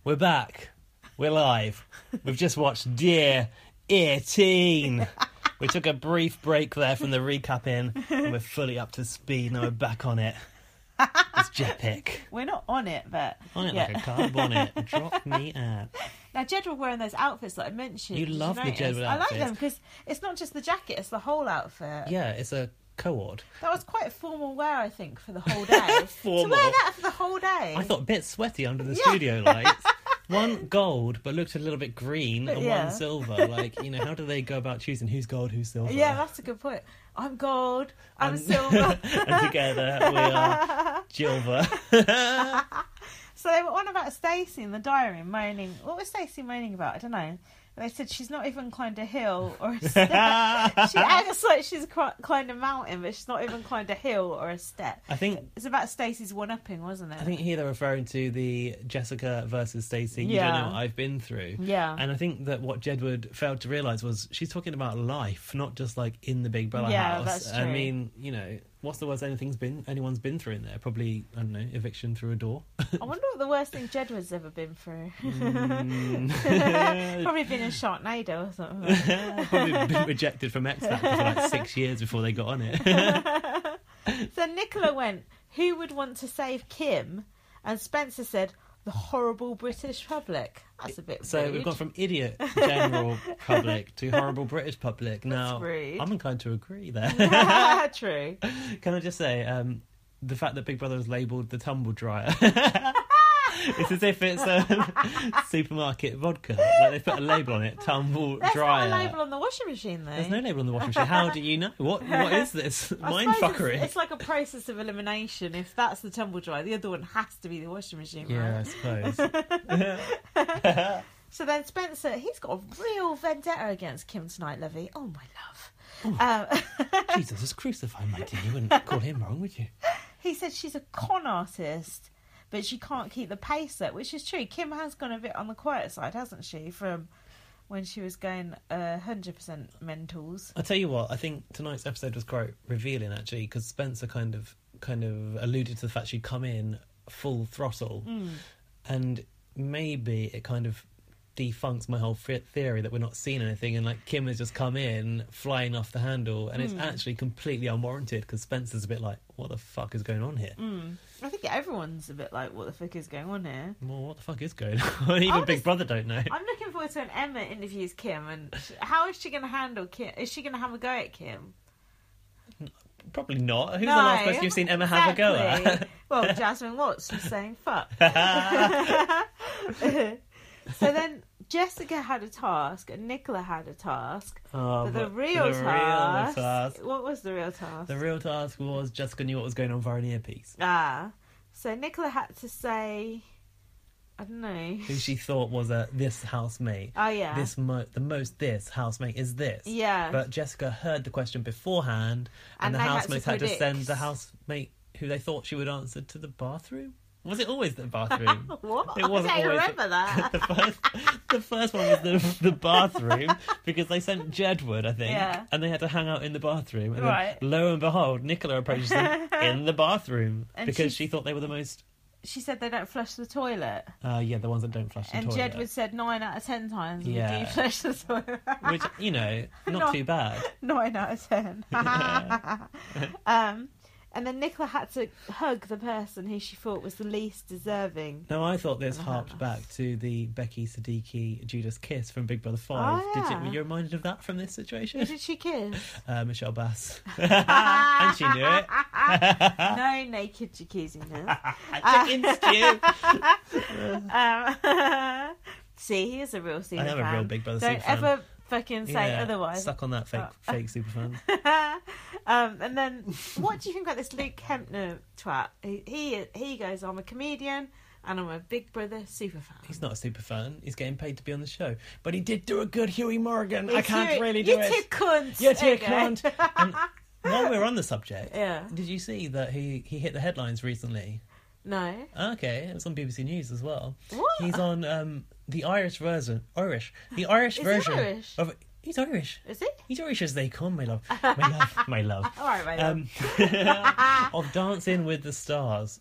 Speaker 2: We're back. We're live. We've just watched Dear 18. We took a brief break there from the recapping, and we're fully up to speed. Now we're back on it. It's Jetpick.
Speaker 1: We're not on it, but
Speaker 2: I ain't like a car bonnet. Drop me out.
Speaker 1: Now Jed were wearing those outfits that I mentioned.
Speaker 2: You
Speaker 1: Did
Speaker 2: love the
Speaker 1: notice?
Speaker 2: Jedward
Speaker 1: I like
Speaker 2: outfits.
Speaker 1: them because it's not just the jacket; it's the whole outfit.
Speaker 2: Yeah, it's a co-ord.
Speaker 1: That was quite formal wear, I think, for the whole day. To
Speaker 2: Formal.
Speaker 1: wear that for the whole day.
Speaker 2: I thought a bit sweaty under the studio lights. One gold, but looked a little bit green,
Speaker 1: But
Speaker 2: and
Speaker 1: yeah.
Speaker 2: one silver. Like, you know, how do they go about choosing who's gold, who's silver?
Speaker 1: Yeah, that's a good point. I'm gold. I'm
Speaker 2: And-
Speaker 1: silver.
Speaker 2: and together we are Jilver.
Speaker 1: so they were on about Stacey in the diary, moaning. What was Stacey moaning about? I don't know. They said she's not even climbed a hill or a step. she acts like she's cr- climbed a mountain, but she's not even climbed a hill or a step.
Speaker 2: I think
Speaker 1: It's about Stacey's one-upping, wasn't it?
Speaker 2: I think here they're referring to the Jessica versus Stacey. You
Speaker 1: Yeah.
Speaker 2: don't know what I've been through.
Speaker 1: Yeah.
Speaker 2: And I think that what Jedward failed to realise was she's talking about life, not just like in the Big Brother
Speaker 1: Yeah,
Speaker 2: house.
Speaker 1: that's
Speaker 2: I
Speaker 1: true.
Speaker 2: mean, you know, what's the worst anything's been anyone's been through in there? Probably I don't know, eviction through a door.
Speaker 1: I wonder what the worst thing Jedward's ever been through.
Speaker 2: Mm.
Speaker 1: Probably been in Sharknado or something.
Speaker 2: Probably been rejected from X Factor for like six years before they got on it.
Speaker 1: So Nicola went, Who would want to save Kim? And Spencer said, The horrible British public. That's a bit
Speaker 2: so
Speaker 1: rude.
Speaker 2: we've gone from idiot general public to horrible British public. now
Speaker 1: rude.
Speaker 2: I'm inclined to agree there.
Speaker 1: True.
Speaker 2: Can I just say, um, the fact that Big Brother has labelled the tumble dryer. It's as if it's um, supermarket vodka. Like they put a label on it, tumble
Speaker 1: That's
Speaker 2: dryer.
Speaker 1: not a label on the washing machine, though.
Speaker 2: There's no label on the washing machine. How do you know? What what is this?
Speaker 1: I
Speaker 2: Mind
Speaker 1: suppose it's-
Speaker 2: fuckery.
Speaker 1: It's, like a process of elimination. If that's the tumble dryer, the other one has to be the washing machine,
Speaker 2: Yeah, I
Speaker 1: right?
Speaker 2: suppose.
Speaker 1: So then Spencer, he's got a real vendetta against Kim tonight, Levy. Oh, my love. Um,
Speaker 2: Jesus is crucified, my dear. You wouldn't call him wrong, would you?
Speaker 1: He said she's a con artist, but she can't keep the pace up, which is true. Kim has gone a bit on the quiet side, hasn't she? From when she was going hundred percent mentals.
Speaker 2: I tell you what, I think tonight's episode was quite revealing actually because Spencer kind of kind of alluded to the fact she'd come in full throttle,
Speaker 1: Hmm.
Speaker 2: and maybe it kind of defunks my whole fe- theory that we're not seeing anything and like Kim has just come in flying off the handle and it's
Speaker 1: Hmm.
Speaker 2: actually completely unwarranted because Spencer's a bit like, what the fuck is going on here?
Speaker 1: Hmm. I think everyone's a bit like, what the fuck is going on here?
Speaker 2: Well, what the fuck is going on? Even
Speaker 1: Honest-
Speaker 2: Big Brother don't know.
Speaker 1: I'm looking forward to when Emma interviews Kim, and sh- how is she going to handle Kim? Is she going to have a go at Kim?
Speaker 2: Probably not. Who's the last person you've seen Emma have a go at?
Speaker 1: Exactly. well, Jasmine Watts was saying fuck. so then Jessica had a task, and Nicola had a task.
Speaker 2: Oh,
Speaker 1: but the
Speaker 2: but
Speaker 1: real
Speaker 2: the real
Speaker 1: task,
Speaker 2: task.
Speaker 1: What was the real task?
Speaker 2: The real task was Jessica knew what was going on for an earpiece,
Speaker 1: ah, so Nicola had to say, I don't know.
Speaker 2: who she thought was a this housemate.
Speaker 1: Oh yeah.
Speaker 2: This mo- the most this housemate is this.
Speaker 1: Yeah.
Speaker 2: But Jessica heard the question beforehand,
Speaker 1: And
Speaker 2: and, the
Speaker 1: they had to
Speaker 2: housemates had to,
Speaker 1: predict.
Speaker 2: send the housemate who they thought she would answer to the bathroom. Was it always the bathroom?
Speaker 1: What?
Speaker 2: It wasn't
Speaker 1: I don't
Speaker 2: always
Speaker 1: remember that.
Speaker 2: the first, the first one was the, the bathroom because they sent Jedward, I think,
Speaker 1: Yeah.
Speaker 2: and they had to hang out in the bathroom. And
Speaker 1: Right.
Speaker 2: then, lo and behold, Nicola approaches them in the bathroom
Speaker 1: And
Speaker 2: because
Speaker 1: she-
Speaker 2: she thought they were the most.
Speaker 1: she said they don't flush the toilet.
Speaker 2: Uh, yeah, the ones that don't flush the
Speaker 1: and
Speaker 2: toilet.
Speaker 1: Jedward said nine out of ten times we
Speaker 2: Yeah.
Speaker 1: do flush the toilet.
Speaker 2: Which you know, not
Speaker 1: No.
Speaker 2: too bad.
Speaker 1: nine out of ten. um, and then Nicola had to hug the person who she thought was the least deserving.
Speaker 2: Now I thought this
Speaker 1: Uh-huh.
Speaker 2: harped back to the Becky Siddiqui Judas kiss from Big Brother Five.
Speaker 1: Oh,
Speaker 2: Did you,
Speaker 1: yeah.
Speaker 2: were you reminded of that from this
Speaker 1: Who
Speaker 2: situation?
Speaker 1: did she kiss?
Speaker 2: Uh, Michelle Bass, Ah, and she knew it.
Speaker 1: no naked jacuzzi now.
Speaker 2: Chicken stew.
Speaker 1: Um, see, he is a real super
Speaker 2: I am a real
Speaker 1: fan.
Speaker 2: Big Brother
Speaker 1: Don't
Speaker 2: super fan.
Speaker 1: ever fucking say
Speaker 2: Yeah,
Speaker 1: otherwise.
Speaker 2: Suck on that fake
Speaker 1: Oh.
Speaker 2: fake super fan.
Speaker 1: um, and then, what do you think about this Luke Kempner twat? He, he he goes, I'm a comedian and I'm a Big Brother super fan.
Speaker 2: He's not a super fan. He's getting paid to be on the show, but he did do a good Huey Morgan. I
Speaker 1: It's
Speaker 2: can't
Speaker 1: you-
Speaker 2: really do
Speaker 1: you
Speaker 2: it.
Speaker 1: two cunts.
Speaker 2: You're too
Speaker 1: Okay.
Speaker 2: cunt. And while we're on the subject,
Speaker 1: Yeah.
Speaker 2: did you see that he he hit the headlines recently?
Speaker 1: No.
Speaker 2: Okay, it was on BBC News as well.
Speaker 1: What?
Speaker 2: He's on um, the Irish version. Irish. The
Speaker 1: Is
Speaker 2: Irish
Speaker 1: he
Speaker 2: version.
Speaker 1: Irish?
Speaker 2: Of, he's Irish.
Speaker 1: Is it?
Speaker 2: He's Irish as they come, my love. My love. My love.
Speaker 1: All right, my love.
Speaker 2: Um, of Dancing with the Stars.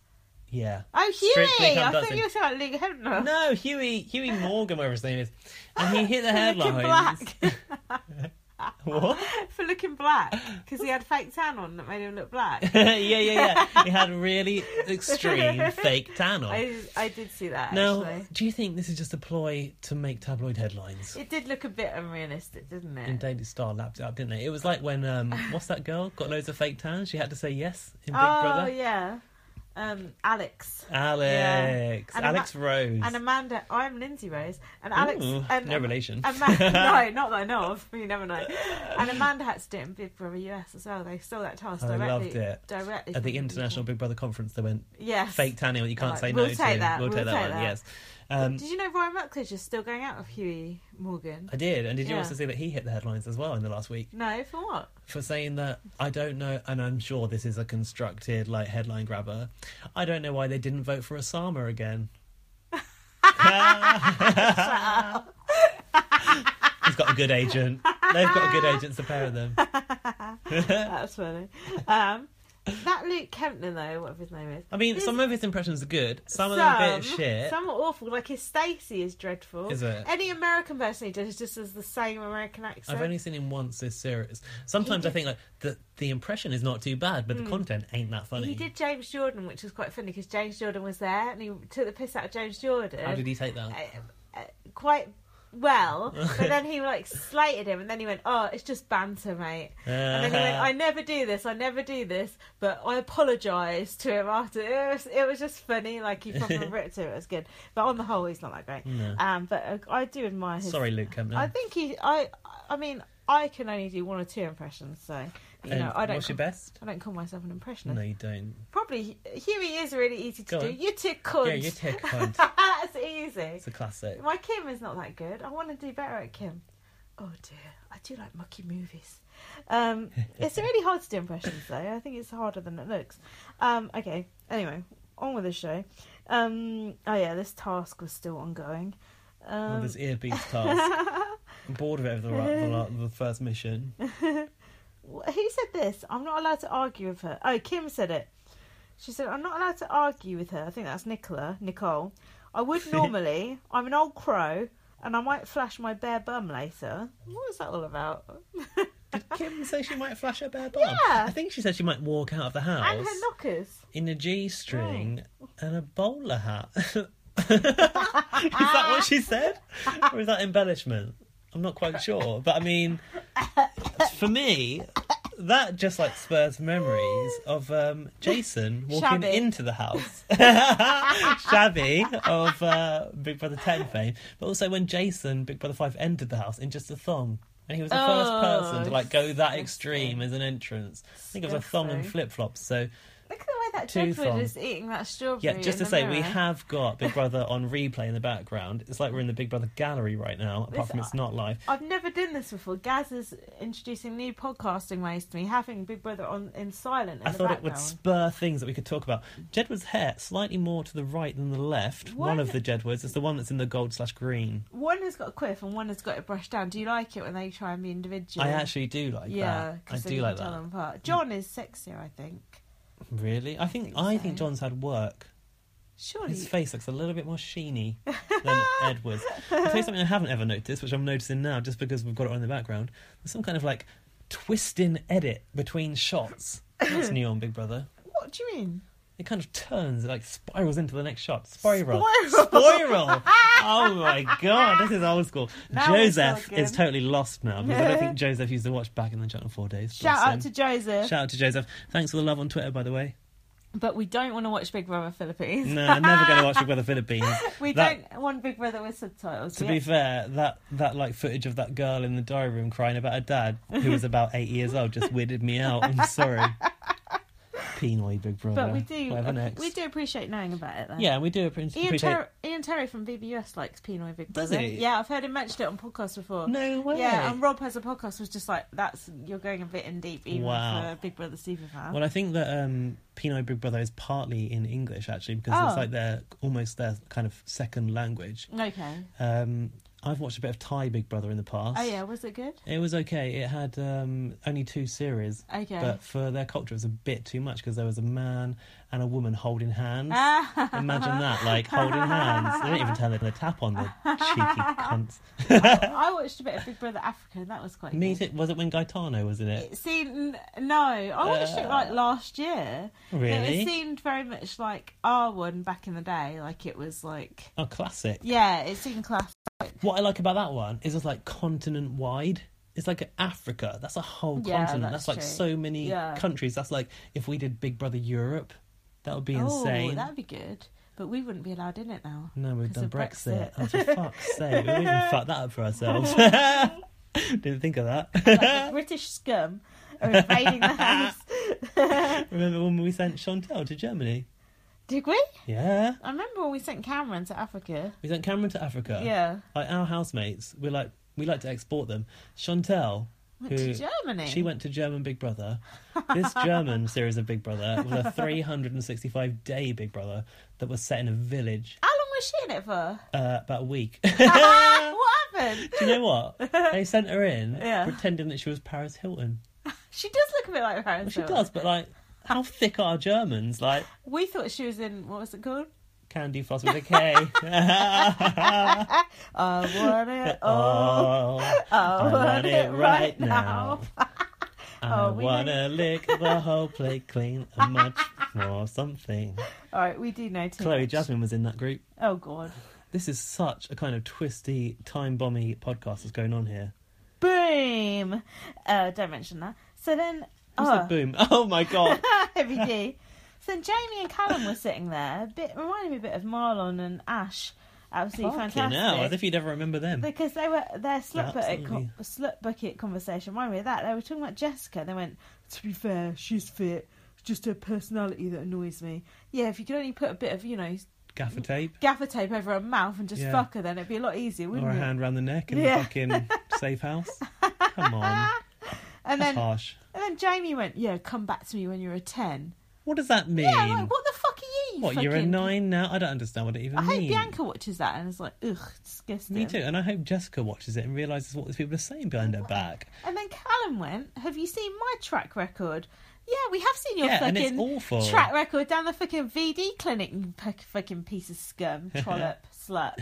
Speaker 2: Yeah.
Speaker 1: Oh,
Speaker 2: Strictly
Speaker 1: Huey! I
Speaker 2: Come
Speaker 1: thought
Speaker 2: Dancing.
Speaker 1: you were talking about Luke Hebner.
Speaker 2: No, Huey Huey Morgan, whatever his name is. And he hit the
Speaker 1: For looking
Speaker 2: headlines.
Speaker 1: black.
Speaker 2: what?
Speaker 1: For looking black. Because he had fake tan on that made him look black.
Speaker 2: yeah, yeah, yeah. He had really extreme fake tan on.
Speaker 1: I, I did see that,
Speaker 2: now,
Speaker 1: actually.
Speaker 2: do you think this is just a ploy to make tabloid headlines?
Speaker 1: It did look a bit unrealistic, didn't it?
Speaker 2: And Daily Star lapped it up, didn't they? It was like when um, what's that girl got loads of fake tans? She had to say yes in Big
Speaker 1: oh,
Speaker 2: Brother.
Speaker 1: yeah. Um, Alex.
Speaker 2: Alex,
Speaker 1: Yeah. And
Speaker 2: Alex Rose.
Speaker 1: And Amanda, I'm Lindsay Rose, and Alex.
Speaker 2: Ooh,
Speaker 1: and,
Speaker 2: no relation.
Speaker 1: Ama- no, not that I know of. You never know. And Amanda had to do it in Big Brother US as well. They stole that task
Speaker 2: I
Speaker 1: directly.
Speaker 2: loved it.
Speaker 1: Directly
Speaker 2: At
Speaker 1: from
Speaker 2: the International Big Brother conference, they went
Speaker 1: Yes.
Speaker 2: fake tanning. What you can't
Speaker 1: Right,
Speaker 2: say
Speaker 1: we'll
Speaker 2: no
Speaker 1: take
Speaker 2: to.
Speaker 1: that,
Speaker 2: We'll,
Speaker 1: we'll
Speaker 2: take that
Speaker 1: take
Speaker 2: one.
Speaker 1: that.
Speaker 2: Yes. Um,
Speaker 1: Did you know Ryan Rutledge is still going out with Huey Morgan?
Speaker 2: I did, and did you
Speaker 1: Yeah.
Speaker 2: also see that he hit the headlines as well in the last week
Speaker 1: No, for what?
Speaker 2: for saying that I don't know, and I'm sure this is a constructed like headline grabber. I don't know why they didn't vote for Osama again. He's got a good agent. They've got good agents, the pair of them.
Speaker 1: That's funny. Um, that Luke Kempner though, whatever his name is.
Speaker 2: I mean,
Speaker 1: He's-
Speaker 2: some of his impressions are good. Some, of them are a bit
Speaker 1: some-
Speaker 2: shit.
Speaker 1: Some are awful. Like his Stacy is dreadful.
Speaker 2: Is it?
Speaker 1: Any American person he does just has the same American accent.
Speaker 2: I've only seen him once this series. Sometimes I
Speaker 1: did- Hmm.
Speaker 2: think like the the impression is not too bad, but the content ain't that funny.
Speaker 1: He did James Jordan, which was quite funny because James Jordan was there and he took the piss out of James Jordan.
Speaker 2: How did he take that?
Speaker 1: uh, uh, quite well, but then he like slated him, and then he went, "Oh, it's just banter, mate." And then he
Speaker 2: Uh-huh.
Speaker 1: went, "I never do this, I never do this," but I apologise to him after. It was, it was just funny, like he proper ripped it. It was good, but on the whole, he's not that great.
Speaker 2: No.
Speaker 1: Um, but uh, I do admire his.
Speaker 2: Sorry, Luke Kempner.
Speaker 1: I think he. I. I mean, I can only do one or two impressions, so you
Speaker 2: And
Speaker 1: know, I don't.
Speaker 2: Um, What's your
Speaker 1: ca-
Speaker 2: best?
Speaker 1: I don't call myself an impressionist.
Speaker 2: No, you don't.
Speaker 1: Probably Huey is really easy to
Speaker 2: Go
Speaker 1: do.
Speaker 2: on.
Speaker 1: You tick cunt.
Speaker 2: Yeah, you tick cunt.
Speaker 1: That's easy.
Speaker 2: It's a classic.
Speaker 1: My Kim is not that good. I want to do better at Kim. Oh dear, I do like mucky movies. Um, it's really hard to do impressions though. I think it's harder than it looks. Um, okay, anyway, on with the show. Um, oh yeah, this task was still ongoing.
Speaker 2: Oh,
Speaker 1: Um,
Speaker 2: this earpiece task. I'm bored of it over the, la- the, la- the first mission.
Speaker 1: Wh- Who said this? I'm not allowed to argue with her. Oh, Kim said it. She said, I'm not allowed to argue with her. I think that's Nicola, Nicole. I would normally. I'm an old crow and I might flash my bare bum later. What was that all about?
Speaker 2: Did Kim say she might flash her bare bum?
Speaker 1: Yeah.
Speaker 2: I think she said she might walk out of the house
Speaker 1: and her knockers.
Speaker 2: in a G string
Speaker 1: Oh.
Speaker 2: and a bowler hat. is that what she said? Or is that embellishment? I'm not quite sure. But I mean, for me, that just like spurs memories of um, Jason walking
Speaker 1: Shabby.
Speaker 2: into the house. Shabby of uh, Big Brother 10 fame. But also when Jason, Big Brother 5, entered the house in just a thong. And he was the first
Speaker 1: Oh,
Speaker 2: person to like go that
Speaker 1: disgusting.
Speaker 2: extreme as an entrance. I think it was a thong and
Speaker 1: Disgusting.
Speaker 2: flip flops. So
Speaker 1: Look at the way that
Speaker 2: Two
Speaker 1: Jedward is
Speaker 2: thumbs.
Speaker 1: eating that strawberry.
Speaker 2: yeah, just
Speaker 1: in the
Speaker 2: to say, we
Speaker 1: mirror.
Speaker 2: have got Big Brother on replay in the background. It's like we're in the Big Brother gallery right now, apart
Speaker 1: This-
Speaker 2: from it's not live.
Speaker 1: I've never done this before. Gaz is introducing new podcasting ways to me, having Big Brother on in silent. In
Speaker 2: I
Speaker 1: the
Speaker 2: thought
Speaker 1: background.
Speaker 2: it would spur things that we could talk about. Jedward's hair slightly more to the right than the left. One
Speaker 1: One-
Speaker 2: of the Jedwards is the one that's in the gold slash green.
Speaker 1: One has got a quiff and one has got it brushed down. Do you like it when they try and be individual?
Speaker 2: I actually do like
Speaker 1: yeah,
Speaker 2: that. I
Speaker 1: 'cause then
Speaker 2: do
Speaker 1: you
Speaker 2: like
Speaker 1: can tell
Speaker 2: that. Mm.
Speaker 1: them apart. John is sexier, I think.
Speaker 2: Really, I think
Speaker 1: think
Speaker 2: I
Speaker 1: so.
Speaker 2: think John's had work.
Speaker 1: Surely,
Speaker 2: His face looks a little bit more sheeny than Edward's. I'll tell you something I haven't ever noticed, which I'm noticing now just because we've got it on in the background. There's some kind of like twisting edit between shots. That's new on Big Brother.
Speaker 1: what do you mean?
Speaker 2: It kind of turns, it like spirals into the next shot. Spiral.
Speaker 1: Spiral.
Speaker 2: Spiral. oh my god, this is old school.
Speaker 1: Now we're
Speaker 2: Joseph
Speaker 1: talking.
Speaker 2: is totally lost now because I don't think Joseph used to watch back in the Channel 4 days.
Speaker 1: Shout
Speaker 2: Bless
Speaker 1: out
Speaker 2: him.
Speaker 1: to Joseph,
Speaker 2: Shout out to Joseph. Thanks for the love on Twitter, by the way.
Speaker 1: but we don't want to watch Big Brother Philippines.
Speaker 2: No, I'm never going to watch Big Brother Philippines.
Speaker 1: we
Speaker 2: That-
Speaker 1: don't want Big Brother with subtitles.
Speaker 2: To
Speaker 1: We-
Speaker 2: be fair, that, that like footage of that girl in the diary room crying about her dad, who was about eight years old, just weirded me out. I'm sorry. Pinoy Big Brother.
Speaker 1: but we do, uh,
Speaker 2: Whatever next.
Speaker 1: we do appreciate knowing about it. Though.
Speaker 2: Yeah, we do appre- appreciate.
Speaker 1: Ian, Ter- Ian Terry from BBUS likes Pinoy Big
Speaker 2: Does
Speaker 1: Brother.
Speaker 2: he?
Speaker 1: Yeah, I've heard him mention it on podcasts before.
Speaker 2: no way.
Speaker 1: Yeah, and Rob has a podcast was just like that's you're going a bit in deep even
Speaker 2: Wow.
Speaker 1: for a Big Brother superfan.
Speaker 2: Well, I think that um, Pinoy Big Brother is partly in English actually because it's
Speaker 1: Oh.
Speaker 2: like their almost their kind of second language.
Speaker 1: okay.
Speaker 2: Um, I've watched a bit of Thai Big Brother in the past.
Speaker 1: Oh yeah, was it good?
Speaker 2: it was okay. It had um, only two series,
Speaker 1: Okay.
Speaker 2: but for their culture, it was a bit too much because there was a man and a woman holding hands. Imagine that, like holding hands. They didn't even tell them to tap on the cheeky cunts.
Speaker 1: I watched a bit of Big Brother Africa and that was quite
Speaker 2: Me
Speaker 1: good.
Speaker 2: too. Was it when Gaetano was in it?
Speaker 1: See, n- no, I watched it like
Speaker 2: Uh,
Speaker 1: last year. But
Speaker 2: Really?
Speaker 1: It seemed very much like our one back in the day. Like it was like,
Speaker 2: Oh, classic.
Speaker 1: yeah, it seemed class.
Speaker 2: What I like about that one is it's like continent wide. It's like Africa. That's a whole
Speaker 1: Yeah,
Speaker 2: continent. That's,
Speaker 1: that's
Speaker 2: like
Speaker 1: true.
Speaker 2: so many
Speaker 1: Yeah.
Speaker 2: countries. That's like if we did Big Brother Europe, that would be
Speaker 1: Oh,
Speaker 2: insane.
Speaker 1: that'd be good. But we wouldn't be allowed in it now.
Speaker 2: No, we've
Speaker 1: 'Cause
Speaker 2: done
Speaker 1: of Brexit.
Speaker 2: Brexit. Oh, for fuck's sake, we even fucked that up for ourselves. Didn't think of
Speaker 1: Like
Speaker 2: that.
Speaker 1: the British scum are invading the house.
Speaker 2: Remember when we sent Chantel to Germany?
Speaker 1: Did we?
Speaker 2: Yeah.
Speaker 1: I remember when we sent Cameron to Africa.
Speaker 2: We sent Cameron to Africa.
Speaker 1: Yeah.
Speaker 2: Like our housemates, we like we like to export them. Chantel,
Speaker 1: Went to
Speaker 2: who
Speaker 1: Germany.
Speaker 2: She went to German Big Brother. This German series of Big Brother was a 365 day Big Brother that was set in a village
Speaker 1: How long was she in it for?
Speaker 2: uh, about a week.
Speaker 1: what happened?
Speaker 2: Do you know what? They sent her in
Speaker 1: Yeah.
Speaker 2: pretending that she was Paris Hilton.
Speaker 1: She does look a bit like her.
Speaker 2: Well, she does, but like, how thick are Germans? Like,
Speaker 1: We thought she was in what was it called?
Speaker 2: candy floss with a K.
Speaker 1: I want it all.
Speaker 2: oh,
Speaker 1: I
Speaker 2: Uh, I want it right now. I
Speaker 1: Oh, we
Speaker 2: wanna lick the whole plate clean and much more something.
Speaker 1: All right, we do know too.
Speaker 2: Chloe
Speaker 1: much.
Speaker 2: Jasmine was in that group.
Speaker 1: Oh god.
Speaker 2: This is such a kind of twisty, time bomby podcast that's going on here.
Speaker 1: Boom. Uh, don't mention that. So then,
Speaker 2: Who's
Speaker 1: oh,
Speaker 2: the boom? Oh my god!
Speaker 1: every day. So then Jamie and Callum were sitting there. A bit reminded me a bit of Marlon and Ash. Absolutely
Speaker 2: Fucking
Speaker 1: fantastic.
Speaker 2: hell! As if you'd ever remember them.
Speaker 1: Because they were their slut bucket,
Speaker 2: Absolutely.
Speaker 1: con- slut bucket conversation reminded me of that. They were talking about Jessica. and They went, to be fair, she's fit. It's just her personality that annoys me. Yeah, if you could only put a bit of you know
Speaker 2: Gaffer tape
Speaker 1: gaffer tape over her mouth and just
Speaker 2: Yeah.
Speaker 1: fuck her, then it'd be a lot easier,
Speaker 2: or
Speaker 1: wouldn't
Speaker 2: a
Speaker 1: it?
Speaker 2: hand round the neck in
Speaker 1: Yeah.
Speaker 2: the fucking safe house. Come on,
Speaker 1: and
Speaker 2: that's
Speaker 1: then
Speaker 2: harsh.
Speaker 1: and then Jamie went, yeah, come back to me when you're a ten.
Speaker 2: What does that mean?
Speaker 1: Yeah, like, what the fuck are you, you
Speaker 2: What, you're a
Speaker 1: fucking-
Speaker 2: nine now? I don't understand what it even
Speaker 1: I hope
Speaker 2: means.
Speaker 1: Bianca watches that and is like, ugh, disgusting.
Speaker 2: Me too. And I hope Jessica watches it and realizes what these people are saying behind her back.
Speaker 1: And then Callum went, Have you seen my track record? Yeah, we have seen your
Speaker 2: Yeah, and it's
Speaker 1: fucking
Speaker 2: awful.
Speaker 1: track record down the fucking VD clinic, you pu- fucking piece of scum, trollop, slut,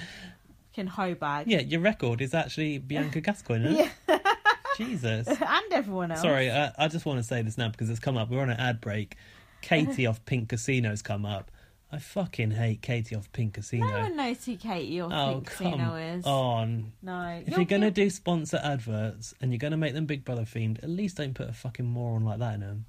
Speaker 1: fucking hoe bag.
Speaker 2: Yeah, your record is actually Bianca Gascoigne. isn't it? Jesus.
Speaker 1: and everyone else.
Speaker 2: Sorry, uh, I just want to say this now because it's come up. We're on an ad break. Katie off Pink Casino's come up. I fucking hate Katie off Pink Casino.
Speaker 1: No one knows who Katie or
Speaker 2: oh,
Speaker 1: Pink
Speaker 2: come
Speaker 1: Casino is.
Speaker 2: on. Oh.
Speaker 1: No.
Speaker 2: If you're going to do sponsor adverts and you're going to make them Big Brother themed, at least don't put a fucking moron like that in them.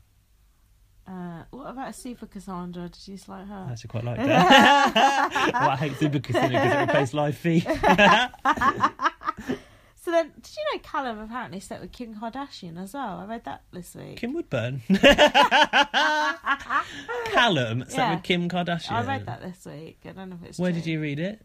Speaker 1: Uh, what about Super Cassandra? Did you like
Speaker 2: I
Speaker 1: her?
Speaker 2: actually quite like that. well, I hate Super Casino because it replaced live feed.
Speaker 1: So then, did you know Callum apparently slept with Kim Kardashian as well? I read that this week.
Speaker 2: Kim Woodburn. Callum, set
Speaker 1: Yeah.
Speaker 2: with Kim Kardashian.
Speaker 1: I read that this week. I don't know if it's
Speaker 2: Where
Speaker 1: true.
Speaker 2: did you read it?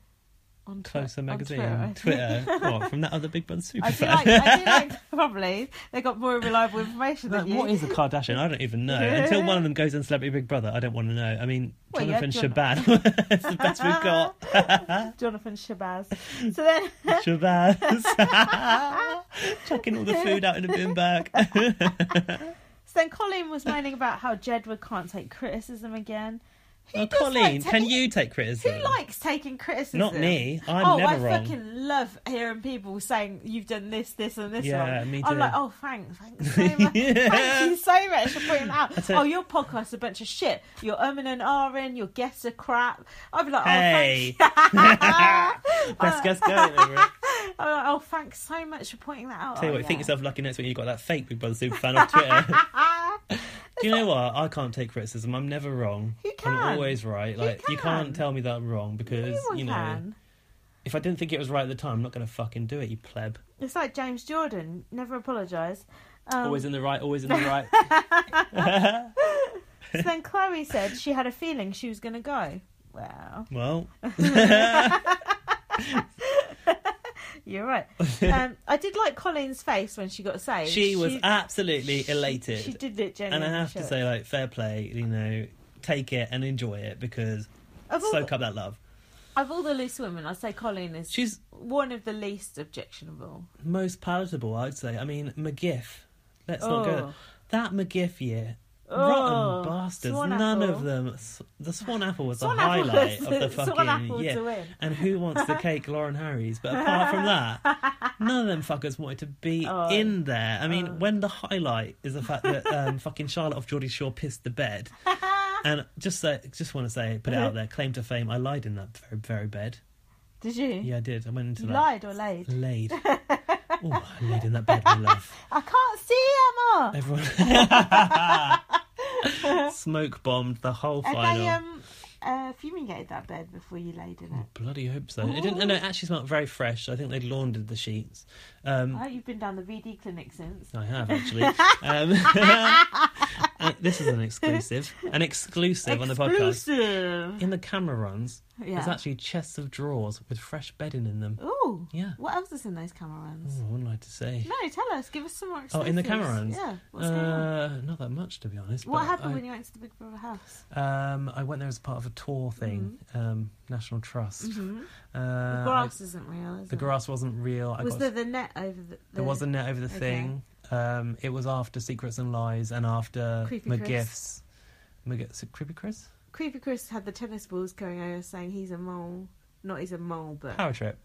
Speaker 1: on Twi-
Speaker 2: Closer
Speaker 1: on
Speaker 2: magazine,
Speaker 1: Twitter, I think.
Speaker 2: Twitter. what from that other Big Brother
Speaker 1: I feel
Speaker 2: superfan?
Speaker 1: like, I feel like probably they got more reliable information than
Speaker 2: Like,
Speaker 1: you.
Speaker 2: what is a Kardashian? I don't even know. Until one of them goes on Celebrity Big Brother, I don't want to know. I mean,
Speaker 1: Well, yeah,
Speaker 2: Jonathan
Speaker 1: Jonathan.
Speaker 2: Shabazz. it's the best we've got.
Speaker 1: Jonathan Shabazz. So then,
Speaker 2: Shabazz. Chucking all the food out in a bin bag.
Speaker 1: so then Colleen was moaning about how Jedward can't take criticism again. Who
Speaker 2: Oh,
Speaker 1: does
Speaker 2: Colleen,
Speaker 1: like ta-
Speaker 2: can you take
Speaker 1: Who
Speaker 2: criticism?
Speaker 1: likes taking criticism?
Speaker 2: Not me. I'm
Speaker 1: oh, I
Speaker 2: never wrong.
Speaker 1: fucking love hearing people saying you've done this, this, and this.
Speaker 2: Yeah,
Speaker 1: wrong.
Speaker 2: me
Speaker 1: I'm
Speaker 2: too.
Speaker 1: like, oh, thanks, thanks so much. Thank you so much for pointing that out.
Speaker 2: tell-
Speaker 1: oh, your podcast's a bunch of shit. Your umming and ahhing, your guests are crap. I'd be like,
Speaker 2: Hey.
Speaker 1: oh, thanks. uh,
Speaker 2: Let's just go. Everett.
Speaker 1: I'm like, oh, thanks so much for pointing that out.
Speaker 2: Tell you
Speaker 1: Oh,
Speaker 2: what, think
Speaker 1: yeah.
Speaker 2: yourself lucky next week you got that fake Big Brother superfan off Twitter. Do you know what? I can't take criticism. I'm never wrong.
Speaker 1: You
Speaker 2: I'm
Speaker 1: can.
Speaker 2: always right. Like you
Speaker 1: can.
Speaker 2: can't tell me that I'm wrong because
Speaker 1: Anyone
Speaker 2: you know
Speaker 1: can.
Speaker 2: if I didn't think it was right at the time, I'm not going to fucking do it. You pleb.
Speaker 1: It's like James Jordan. Never apologise. Um,
Speaker 2: always in the right. Always in the right.
Speaker 1: so then Chloe said she had a feeling she was going to go. Wow,
Speaker 2: well,
Speaker 1: you're right. Um, I did like Colleen's face when she got saved.
Speaker 2: she was absolutely elated,
Speaker 1: She did it
Speaker 2: and
Speaker 1: genuinely.
Speaker 2: I have to
Speaker 1: show.
Speaker 2: say, like, fair play. You know, take it and enjoy it because
Speaker 1: of all,
Speaker 2: soak up that love.
Speaker 1: of all the loose women, I'd say Colleen is
Speaker 2: She's
Speaker 1: one of the least objectionable.
Speaker 2: most palatable, I'd say. I mean, McGiff. Let's not go.
Speaker 1: Oh.
Speaker 2: That McGiff year.
Speaker 1: Oh,
Speaker 2: rotten bastards.
Speaker 1: Swan
Speaker 2: None
Speaker 1: apple.
Speaker 2: of them. S- The Swan Apple was
Speaker 1: Swan
Speaker 2: the
Speaker 1: apple
Speaker 2: highlight
Speaker 1: was
Speaker 2: of the
Speaker 1: the- Swan
Speaker 2: fucking
Speaker 1: apple
Speaker 2: year.
Speaker 1: to win.
Speaker 2: And who wants the cake? Lauren Harry's. But apart from that, none of them fuckers wanted to be
Speaker 1: Oh.
Speaker 2: in there. I mean,
Speaker 1: Oh.
Speaker 2: when the highlight is the fact that um, fucking Charlotte off Geordie Shore pissed the bed. And just say, just want to say, put it out there, claim to fame. I lied in that very, very bed.
Speaker 1: Did you?
Speaker 2: Yeah, I did. I went into
Speaker 1: You
Speaker 2: that
Speaker 1: lied or laid?
Speaker 2: laid. oh, I laid in that bed, my love.
Speaker 1: I can't see Emma.
Speaker 2: Everyone smoke bombed the whole
Speaker 1: Had
Speaker 2: final. Oh,
Speaker 1: they um, uh, fumigated that bed before you laid in it?
Speaker 2: Bloody hope so. It didn't. No, no, it actually smelled very fresh. I think they'd laundered the sheets. Um,
Speaker 1: I hope you've been down the VD clinic since.
Speaker 2: I have actually. Um, uh, this is an exclusive, an exclusive, on the podcast.
Speaker 1: Exclusive.
Speaker 2: In the camera runs, there's
Speaker 1: Yeah.
Speaker 2: actually chests of drawers with fresh bedding in them.
Speaker 1: Ooh.
Speaker 2: Yeah.
Speaker 1: What else is in those camera runs?
Speaker 2: Ooh, I wouldn't like to say.
Speaker 1: No, tell us. Give us some more.
Speaker 2: Hmm. Oh, in the camera
Speaker 1: exclusives.
Speaker 2: runs.
Speaker 1: Yeah. What's going on?
Speaker 2: uh, not that much, to be honest.
Speaker 1: What
Speaker 2: but
Speaker 1: happened
Speaker 2: I-
Speaker 1: when you went to the Big Brother house?
Speaker 2: Um, I went there as part of a tour thing,
Speaker 1: Mm-hmm.
Speaker 2: um, National Trust. Uh,
Speaker 1: The
Speaker 2: I-
Speaker 1: grass isn't real. Is
Speaker 2: the
Speaker 1: it?
Speaker 2: grass wasn't real. I
Speaker 1: Was
Speaker 2: got,
Speaker 1: there the net over the?
Speaker 2: there was a net over the
Speaker 1: okay.
Speaker 2: thing. Um, it was after Secrets and Lies and after
Speaker 1: Creepy
Speaker 2: McGiff's. McGiff's Creepy Chris?
Speaker 1: Creepy Chris had the tennis balls going over, saying he's a mole. Not he's a mole, but
Speaker 2: Power Trip.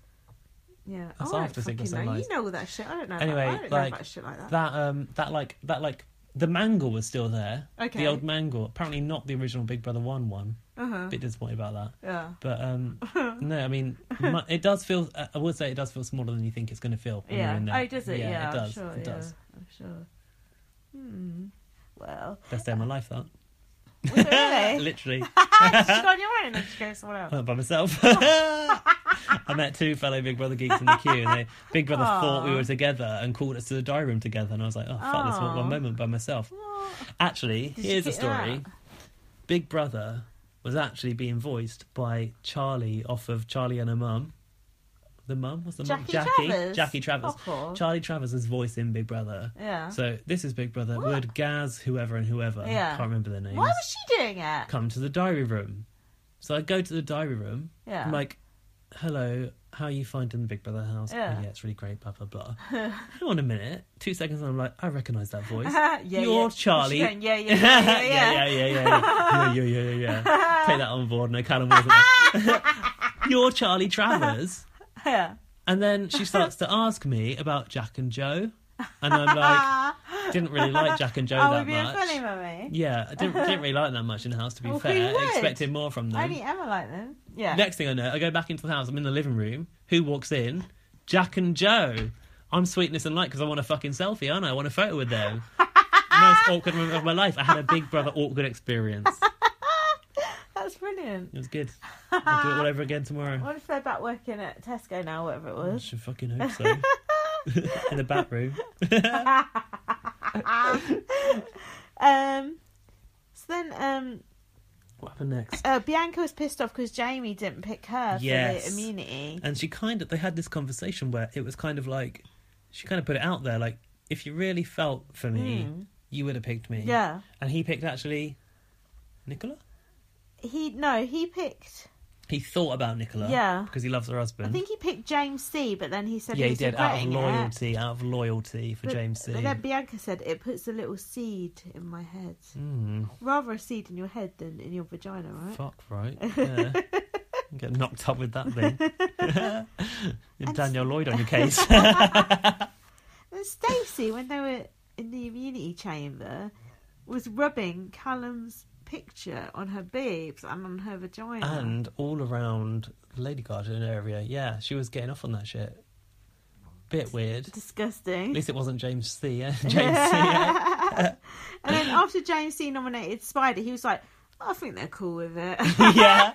Speaker 1: yeah. Oh,
Speaker 2: That's
Speaker 1: I don't
Speaker 2: after
Speaker 1: fucking
Speaker 2: Secret
Speaker 1: know.
Speaker 2: Sunrise.
Speaker 1: You know all that shit. I don't know.
Speaker 2: Anyway,
Speaker 1: about, I don't
Speaker 2: like,
Speaker 1: know about shit like that.
Speaker 2: That um that like that like the mangle was still there.
Speaker 1: Okay.
Speaker 2: The old mangle. Apparently not the original Big Brother One one.
Speaker 1: Uh huh.
Speaker 2: Bit disappointed about that.
Speaker 1: Yeah.
Speaker 2: But um no, I mean mu it does feel. uh, I would say it does feel smaller than you think it's going to feel. When you're
Speaker 1: Yeah.
Speaker 2: in there.
Speaker 1: Oh, does it? Yeah,
Speaker 2: it does.
Speaker 1: I'm sure.
Speaker 2: it does.
Speaker 1: Yeah, I'm sure. Hmm. Well,
Speaker 2: Best day of my life, that.
Speaker 1: was it really?
Speaker 2: Literally.
Speaker 1: Did you go on your own or did you go somewhere else?
Speaker 2: I went by myself. I met two fellow Big Brother geeks in the queue, and they, Big Brother
Speaker 1: Aw.
Speaker 2: thought we were together and called us to the diary room together. And I was like, oh, fuck this one,
Speaker 1: Aw.
Speaker 2: one moment by myself. Actually,
Speaker 1: Did you
Speaker 2: here's a
Speaker 1: get that?
Speaker 2: story Big Brother was actually being voiced by Charlie off of Charlie and her mum. The mum? What's the mum?
Speaker 1: Jackie Travers?
Speaker 2: Jackie Travers.
Speaker 1: Oh, cool.
Speaker 2: Charlie Travers is voicing Big Brother.
Speaker 1: Yeah.
Speaker 2: So this is Big Brother.
Speaker 1: What?
Speaker 2: Would Gaz, whoever and whoever,
Speaker 1: Yeah.
Speaker 2: can't remember their names,
Speaker 1: Why was she doing it?
Speaker 2: come to the diary room? So I go to the diary room.
Speaker 1: Yeah.
Speaker 2: I'm like, hello, how are you finding the Big Brother house?
Speaker 1: Yeah.
Speaker 2: Oh, yeah, it's really great, blah, blah, blah. Hang on a minute. Two seconds, and I'm like, I recognize that voice.
Speaker 1: yeah,
Speaker 2: You're
Speaker 1: yeah.
Speaker 2: Charlie.
Speaker 1: She's going, yeah, yeah, yeah, yeah,
Speaker 2: yeah, yeah, yeah, yeah, yeah, yeah, yeah, yeah, yeah. Take that on board. No, Callum wasn't. there. You're Charlie Travers.
Speaker 1: yeah.
Speaker 2: And then she starts to ask me about Jack and Joe, and I'm like, didn't really like Jack and Joe
Speaker 1: Are
Speaker 2: that
Speaker 1: we Ah, oh, being
Speaker 2: much.
Speaker 1: funny, mummy?
Speaker 2: Yeah, I didn't, didn't really like that much in the house. To be
Speaker 1: Well, who
Speaker 2: fair, I
Speaker 1: would?
Speaker 2: expected more from them.
Speaker 1: Only Emma like them. Yeah.
Speaker 2: Next thing I know, I go back into the house. I'm in the living room. Who walks in? Jack and Joe. I'm sweetness and light because I want a fucking selfie, aren't I? I want a photo with them. Most awkward moment of my life. I had a Big Brother awkward experience.
Speaker 1: That's brilliant.
Speaker 2: It was good. I'll do it all over again tomorrow.
Speaker 1: What if they're back working at Tesco now, whatever it
Speaker 2: I
Speaker 1: was?
Speaker 2: should fucking hope so. in the back room.
Speaker 1: Ah. Um, so then um,
Speaker 2: What happened next?
Speaker 1: uh, Bianca was pissed off because Jamie didn't pick her
Speaker 2: Yes.
Speaker 1: for the immunity.
Speaker 2: And she kind of, they had this conversation where it was kind of like, she kind of put it out there like, if you really felt for me, you would have picked me.
Speaker 1: Hmm. Yeah.
Speaker 2: And he picked actually Nicola?
Speaker 1: He no, he picked.
Speaker 2: He thought about Nicola.
Speaker 1: Yeah.
Speaker 2: Because he loves her husband.
Speaker 1: I think he picked James C, but then he said
Speaker 2: yeah, he
Speaker 1: he's
Speaker 2: did. Out of
Speaker 1: regretting it.
Speaker 2: loyalty, out of loyalty for
Speaker 1: But-
Speaker 2: James C.
Speaker 1: But then Bianca said it puts a little seed in my head.
Speaker 2: Mm,
Speaker 1: Rather a seed in your head than in your vagina, right?
Speaker 2: fuck, right? Yeah. Get knocked up with that thing. You're
Speaker 1: And-
Speaker 2: Daniel Lloyd on your case.
Speaker 1: And Stacey, when they were in the immunity chamber, was rubbing Callum's picture on her boobs and on her vagina.
Speaker 2: and all around the Lady Garden area. Yeah, she was getting off on that shit. Bit weird.
Speaker 1: Disgusting.
Speaker 2: At least it wasn't James C. Yeah? James C. eh? Yeah?
Speaker 1: and then after James C nominated Spider, he was like, I think they're cool with it.
Speaker 2: Yeah,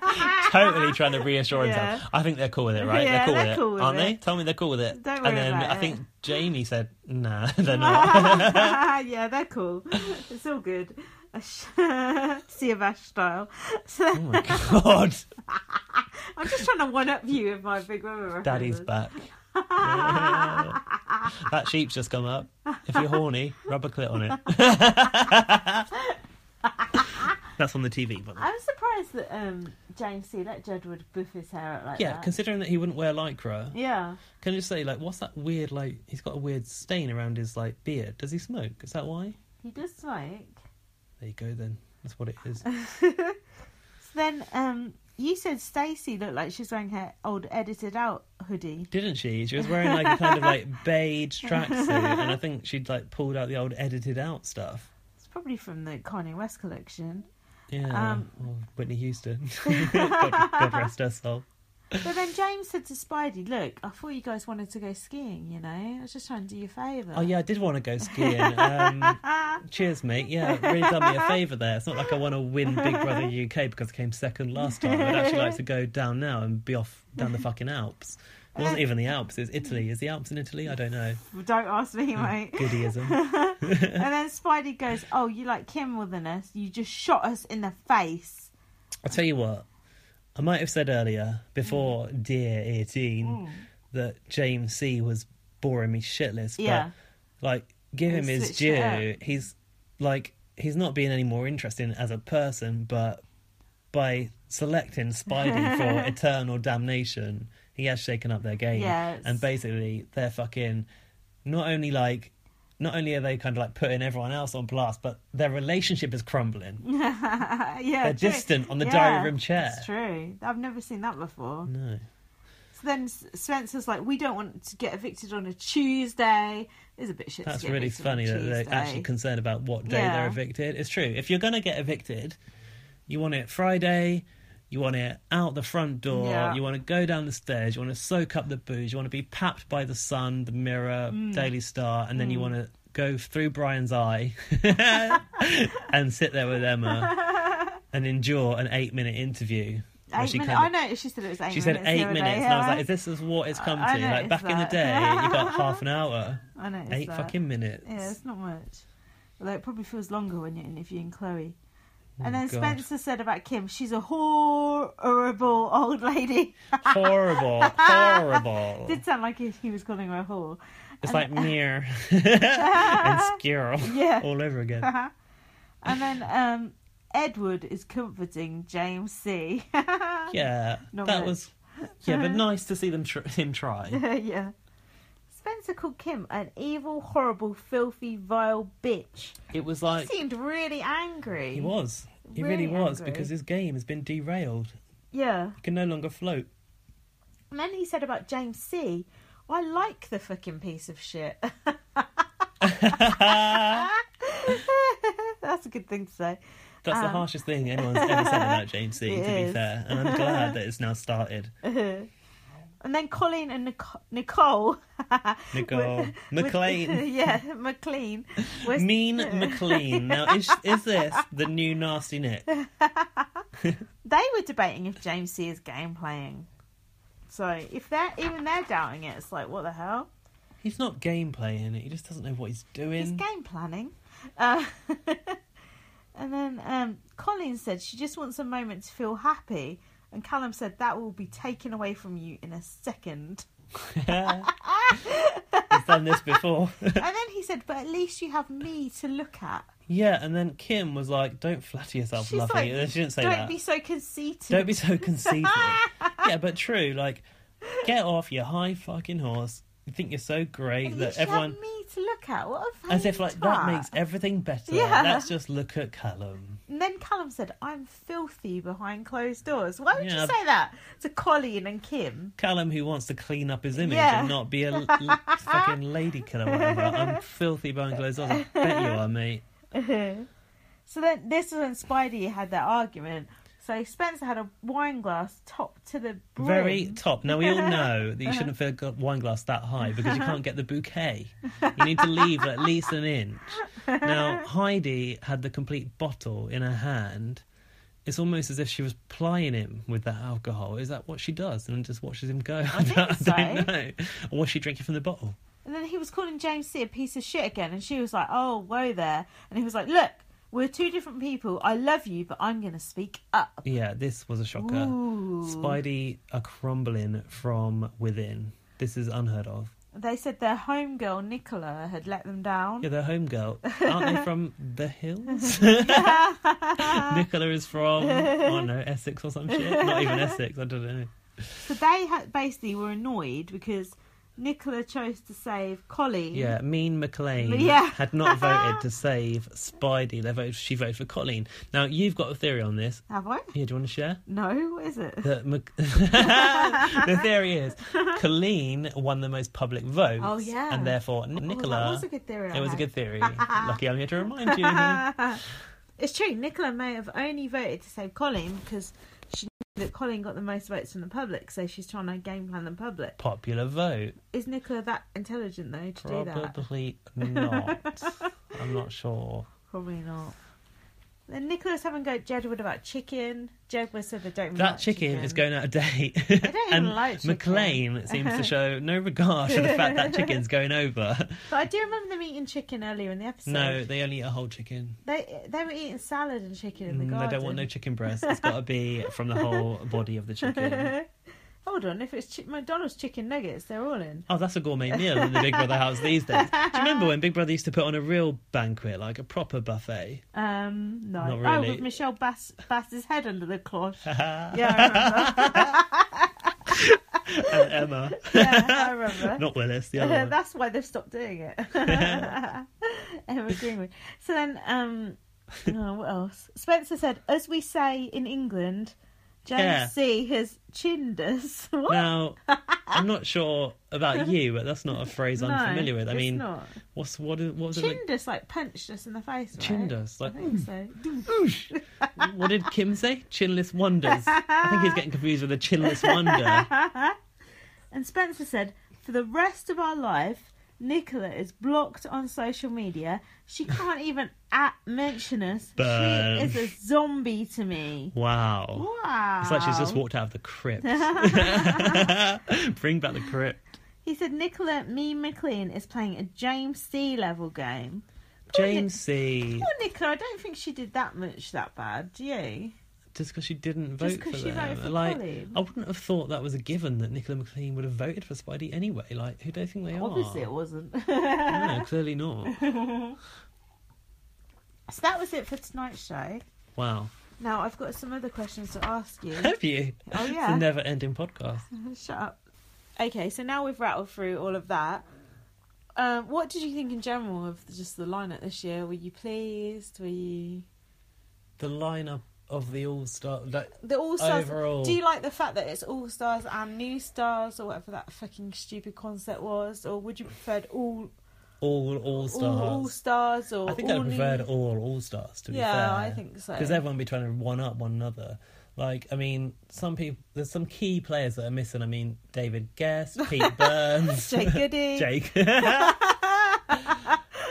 Speaker 2: totally trying to reassure
Speaker 1: Yeah.
Speaker 2: himself. I think they're cool with it, right?
Speaker 1: Yeah,
Speaker 2: they're cool
Speaker 1: they're
Speaker 2: with
Speaker 1: cool with
Speaker 2: it, aren't
Speaker 1: it.
Speaker 2: they? Tell me they're cool with it.
Speaker 1: Don't worry
Speaker 2: and then
Speaker 1: about
Speaker 2: I
Speaker 1: it.
Speaker 2: think Jamie said, "Nah, they're not."
Speaker 1: yeah, they're cool. It's all good. Sea of Ash style. So
Speaker 2: oh my god,
Speaker 1: I'm just trying to one up you with my big brother.
Speaker 2: Daddy's
Speaker 1: references.
Speaker 2: back. that sheep's just come up. If you're horny, rub a clit on it. That's on the TV, by the way.
Speaker 1: I was surprised that um, James C let Jedward buff his hair out like
Speaker 2: Yeah,
Speaker 1: that.
Speaker 2: considering that he wouldn't wear lycra,
Speaker 1: yeah.
Speaker 2: can I just say, like, what's that weird, like, he's got a weird stain around his, like, beard. Does he smoke? Is that why?
Speaker 1: He does smoke.
Speaker 2: There you go, then. That's what it is.
Speaker 1: So then um, you said Stacey looked like she's wearing her old edited out hoodie.
Speaker 2: Didn't she? She was wearing, like, a kind of, like, beige tracksuit, and I think she'd, like, pulled out the old edited out stuff.
Speaker 1: It's probably from the Kanye West collection.
Speaker 2: Yeah.
Speaker 1: Um.
Speaker 2: Or Whitney Houston. God, God rest her soul.
Speaker 1: But then James said to Spidey, "Look, I thought you guys wanted to go skiing. You know, I was just trying to do you a favour."
Speaker 2: Oh yeah, I did want to go skiing. Um,
Speaker 1: Ah,
Speaker 2: cheers, mate. Yeah, really done me a favour there. It's not like I want to win Big Brother UK because I came second last time. I'd actually like to go down now and be off down the fucking Alps. It wasn't even the Alps. It's Italy. Is the Alps in Italy? I don't know.
Speaker 1: Well, Don't ask me,
Speaker 2: Oh,
Speaker 1: mate.
Speaker 2: Goodieism.
Speaker 1: and then Spidey goes, "Oh, you like Kim more than us? You just shot us in the face."
Speaker 2: I'll tell you what. I might have said earlier before Dear 18
Speaker 1: Mm.
Speaker 2: that James C was boring me shitless.
Speaker 1: Yeah.
Speaker 2: But, like, give him
Speaker 1: He
Speaker 2: his
Speaker 1: switched it
Speaker 2: due. He's, like, he's not being any more interesting as a person, but by selecting Spidey for eternal damnation, he has shaken up their game.
Speaker 1: Yes.
Speaker 2: And basically, they're fucking not only like. Not only are they kind of like putting everyone else on blast, but their relationship is
Speaker 1: Mm.
Speaker 2: crumbling.
Speaker 1: yeah,
Speaker 2: They're
Speaker 1: true.
Speaker 2: distant on the
Speaker 1: Yeah,
Speaker 2: diary room chair. Mm.
Speaker 1: That's true. I've never seen that before.
Speaker 2: No.
Speaker 1: So then S- Spencer's like, "We don't want to get evicted on a Tuesday." It's a bit shit. to
Speaker 2: That's
Speaker 1: get
Speaker 2: really
Speaker 1: evicted on
Speaker 2: funny that they're
Speaker 1: Tuesday.
Speaker 2: actually concerned about what day
Speaker 1: Yeah.
Speaker 2: they're evicted. It's true. If you're going to get evicted, you want it Friday, you want it out the front door,
Speaker 1: Yeah.
Speaker 2: you want to go down the stairs, you want to soak up the booze, you want to be papped by the sun, the mirror,
Speaker 1: Mm.
Speaker 2: Daily Star, and then you want to go through Brian's eye and sit there with Emma and endure an eight minute interview. where
Speaker 1: Eight
Speaker 2: she
Speaker 1: minutes.
Speaker 2: kind of-
Speaker 1: I know. She said it was eight.
Speaker 2: she said
Speaker 1: minutes the
Speaker 2: eight
Speaker 1: other
Speaker 2: minutes,
Speaker 1: day,
Speaker 2: and I was
Speaker 1: yeah.
Speaker 2: like, "Is this is what it's come
Speaker 1: I
Speaker 2: to? Like
Speaker 1: noticed
Speaker 2: back in the
Speaker 1: that.
Speaker 2: day, you got half an hour,
Speaker 1: I know.
Speaker 2: eight fucking minutes."
Speaker 1: Yeah, it's not much. Although it probably feels longer when you're interviewing Chloe. And then
Speaker 2: God.
Speaker 1: Spencer said about Kim, she's a horrible old lady.
Speaker 2: horrible, horrible.
Speaker 1: Did sound like he, he was calling her a whore.
Speaker 2: it's like mirror and squirrel
Speaker 1: Yeah.
Speaker 2: Oh. all over again.
Speaker 1: and then um, Edward is comforting James C.
Speaker 2: Yeah,
Speaker 1: Not Uh-huh.
Speaker 2: that
Speaker 1: much.
Speaker 2: was. Yeah, but nice to see them tr- him try.
Speaker 1: yeah. Spencer called Kim an evil, horrible, filthy, vile bitch.
Speaker 2: It was like
Speaker 1: he seemed really angry.
Speaker 2: he was. He
Speaker 1: really
Speaker 2: really, was
Speaker 1: angry.
Speaker 2: because his game has been derailed.
Speaker 1: Yeah.
Speaker 2: He can no longer float.
Speaker 1: And then he said about James C. "Oh, I like the fucking piece of shit.
Speaker 2: That's
Speaker 1: That's a good thing to say.
Speaker 2: the
Speaker 1: Um.
Speaker 2: harshest thing anyone's ever said about James C.
Speaker 1: It
Speaker 2: To be
Speaker 1: is.
Speaker 2: fair, and I'm glad that it's now started.
Speaker 1: and then Colin and Nico- Nicole.
Speaker 2: Nicole
Speaker 1: were-
Speaker 2: McLean.
Speaker 1: yeah, McLean. were-
Speaker 2: Mean McLean. Now, is, is this the new nasty Nick?
Speaker 1: they were debating if James C is game playing. So if they're even they're doubting it, it's like what the hell?
Speaker 2: He's not game playing it. He just doesn't know what he's doing.
Speaker 1: He's game planning. Uh, and then um, Colin said she just wants a moment to feel happy, and Callum said that will be taken away from you in a second.
Speaker 2: He's done this before.
Speaker 1: and then he said, but at least you have me to look at.
Speaker 2: yeah, and then Kim was like, "Don't flatter yourself,
Speaker 1: She's
Speaker 2: lovey."
Speaker 1: like,
Speaker 2: she didn't say
Speaker 1: Don't
Speaker 2: that.
Speaker 1: be so conceited.
Speaker 2: Don't be so conceited. yeah, but true. Like, get off your high fucking horse. You think you're so great
Speaker 1: At
Speaker 2: that
Speaker 1: least
Speaker 2: everyone,
Speaker 1: you have me to look at. What a
Speaker 2: as if like that
Speaker 1: twat.
Speaker 2: makes everything better.
Speaker 1: Yeah.
Speaker 2: Let's just look at Callum.
Speaker 1: And then Callum said, "I'm filthy behind closed doors." Why would you
Speaker 2: Yeah.
Speaker 1: say that to Colleen and Kim?
Speaker 2: Callum, who wants to clean up his image
Speaker 1: Yeah.
Speaker 2: and not be a l- l- fucking lady killer, or whatever. I'm filthy behind closed doors. I bet you are, mate.
Speaker 1: so then this is when Spidey had their argument. So Spencer had a wine glass top to the brim.
Speaker 2: Very top. Now we all know that you shouldn't fill a gl- wine glass that high because you can't get the bouquet. You need to leave at least an inch. Now Heidi had the complete bottle in her hand. It's almost as if she was plying him with that alcohol. Is that what she does? And just watches him go. I,
Speaker 1: think
Speaker 2: don't know. Or was she drinking from the bottle?
Speaker 1: And then he was calling James C a piece of shit again, and she was like, "Oh, whoa there." And he was like, "Look, we're two different people. I love you, but I'm gonna speak up."
Speaker 2: Yeah, this was a shocker.
Speaker 1: Ooh.
Speaker 2: Spidey are crumbling from within. This is unheard of.
Speaker 1: They said their homegirl Nicola had let them down.
Speaker 2: Yeah, they're homegirl. Aren't they from the hills? Nicola is from, I don't know, Essex or some shit. Not even Essex, I don't know.
Speaker 1: So they had basically were annoyed because Nicola chose to save Colleen.
Speaker 2: Yeah, Mean McLean
Speaker 1: Yeah.
Speaker 2: had not voted to save Spidey. They voted, she voted for Colleen. Now, you've got a theory on this.
Speaker 1: Have I?
Speaker 2: Yeah, do you want to share?
Speaker 1: No, what is it?
Speaker 2: That Mc- the theory is Colleen won the most public votes.
Speaker 1: Oh, yeah.
Speaker 2: And therefore, N-
Speaker 1: Oh,
Speaker 2: Nicola.
Speaker 1: that was a good theory. I
Speaker 2: it was a
Speaker 1: had.
Speaker 2: good theory. Lucky I'm here to remind you.
Speaker 1: it's true. Nicola may have only voted to save Colin because she knew that Colin got the most votes from the public, so she's trying to game plan the public.
Speaker 2: Popular vote.
Speaker 1: Is Nicola that intelligent though to do that?
Speaker 2: Probably not. I'm not sure.
Speaker 1: Probably not. Then Nicola's having a go at Jedward about chicken. Jedward said they don't.
Speaker 2: That
Speaker 1: like
Speaker 2: chicken, is going out of date.
Speaker 1: don't even
Speaker 2: and
Speaker 1: like chicken.
Speaker 2: McLean seems to show no regard for the fact that chicken's going over.
Speaker 1: But I do remember them eating chicken earlier in the episode.
Speaker 2: No, they only eat a whole chicken.
Speaker 1: they they were eating salad and chicken in the
Speaker 2: Mm,
Speaker 1: garden.
Speaker 2: They don't want no chicken breast. It's got to be from the whole body of the chicken.
Speaker 1: Hold on, if it's chi- McDonald's chicken nuggets, they're all in.
Speaker 2: Oh, that's a gourmet meal in the Big Brother house these days. Do you remember when Big Brother used to put on a real banquet, like a proper buffet?
Speaker 1: Um, no.
Speaker 2: Not
Speaker 1: Oh,
Speaker 2: really.
Speaker 1: with Michelle Bass Bass's head under the cloth.
Speaker 2: and
Speaker 1: Yeah, I remember.
Speaker 2: Emma,
Speaker 1: yeah, I remember.
Speaker 2: not Willis, the other one.
Speaker 1: Uh, That's why they've stopped doing it. Emma Greenwood. So then, um, oh, what else? Spencer said, as we say in England, James
Speaker 2: Yeah.
Speaker 1: C has chinned us. What?
Speaker 2: Now, I'm not sure about you, but that's not a phrase I'm
Speaker 1: No,
Speaker 2: familiar with. I
Speaker 1: it's
Speaker 2: mean,
Speaker 1: not.
Speaker 2: what's what? is- What was it like?
Speaker 1: chinned us like punched us in the face. Right?
Speaker 2: Chinned us, like,
Speaker 1: I think so.
Speaker 2: Oosh. what did Kim say? Chinless wonders. I think he's getting confused with a chinless wonder.
Speaker 1: And Spencer said, for the rest of our life, Nicola is blocked on social media. She can't even at mention us.
Speaker 2: Burn.
Speaker 1: She is a zombie to me.
Speaker 2: Wow.
Speaker 1: Wow.
Speaker 2: It's like she's just walked out of the crypt. Bring back the crypt.
Speaker 1: He said Nicola Me McLean is playing a James C level game.
Speaker 2: James C.
Speaker 1: Well, Nicola, I don't think she did that much that bad, do you?
Speaker 2: Just because she didn't vote
Speaker 1: Just 'cause
Speaker 2: for
Speaker 1: she
Speaker 2: them.
Speaker 1: voted for
Speaker 2: like,
Speaker 1: Colin.
Speaker 2: I wouldn't have thought that was a given that Nicola McLean would have voted for Spidey anyway. Like, who do they think they
Speaker 1: Obviously,
Speaker 2: are?
Speaker 1: it wasn't.
Speaker 2: No, clearly not.
Speaker 1: So that was it for tonight's show.
Speaker 2: Wow.
Speaker 1: Now I've got some other questions to ask you.
Speaker 2: Have you?
Speaker 1: Oh,
Speaker 2: It's
Speaker 1: yeah.
Speaker 2: a never ending podcast.
Speaker 1: Shut up. Okay, so now we've rattled through all of that. Um, what did you think in general of just the lineup this year? Were you pleased? Were you
Speaker 2: The lineup of the All Star. Like,
Speaker 1: the all stars?
Speaker 2: Overall.
Speaker 1: Do you like the fact that it's all stars and new stars, or whatever that fucking stupid concept was? Or would you preferred all
Speaker 2: all All Stars.
Speaker 1: all all stars or
Speaker 2: I think
Speaker 1: all
Speaker 2: I'd preferred
Speaker 1: new...
Speaker 2: all All Stars, to be
Speaker 1: yeah,
Speaker 2: fair.
Speaker 1: I think so.
Speaker 2: Because everyone be trying to one up one another. Like, I mean, some people, there's some key players that are missing. I mean, David Guest, Pete Burns,
Speaker 1: Jake Goody.
Speaker 2: Jake.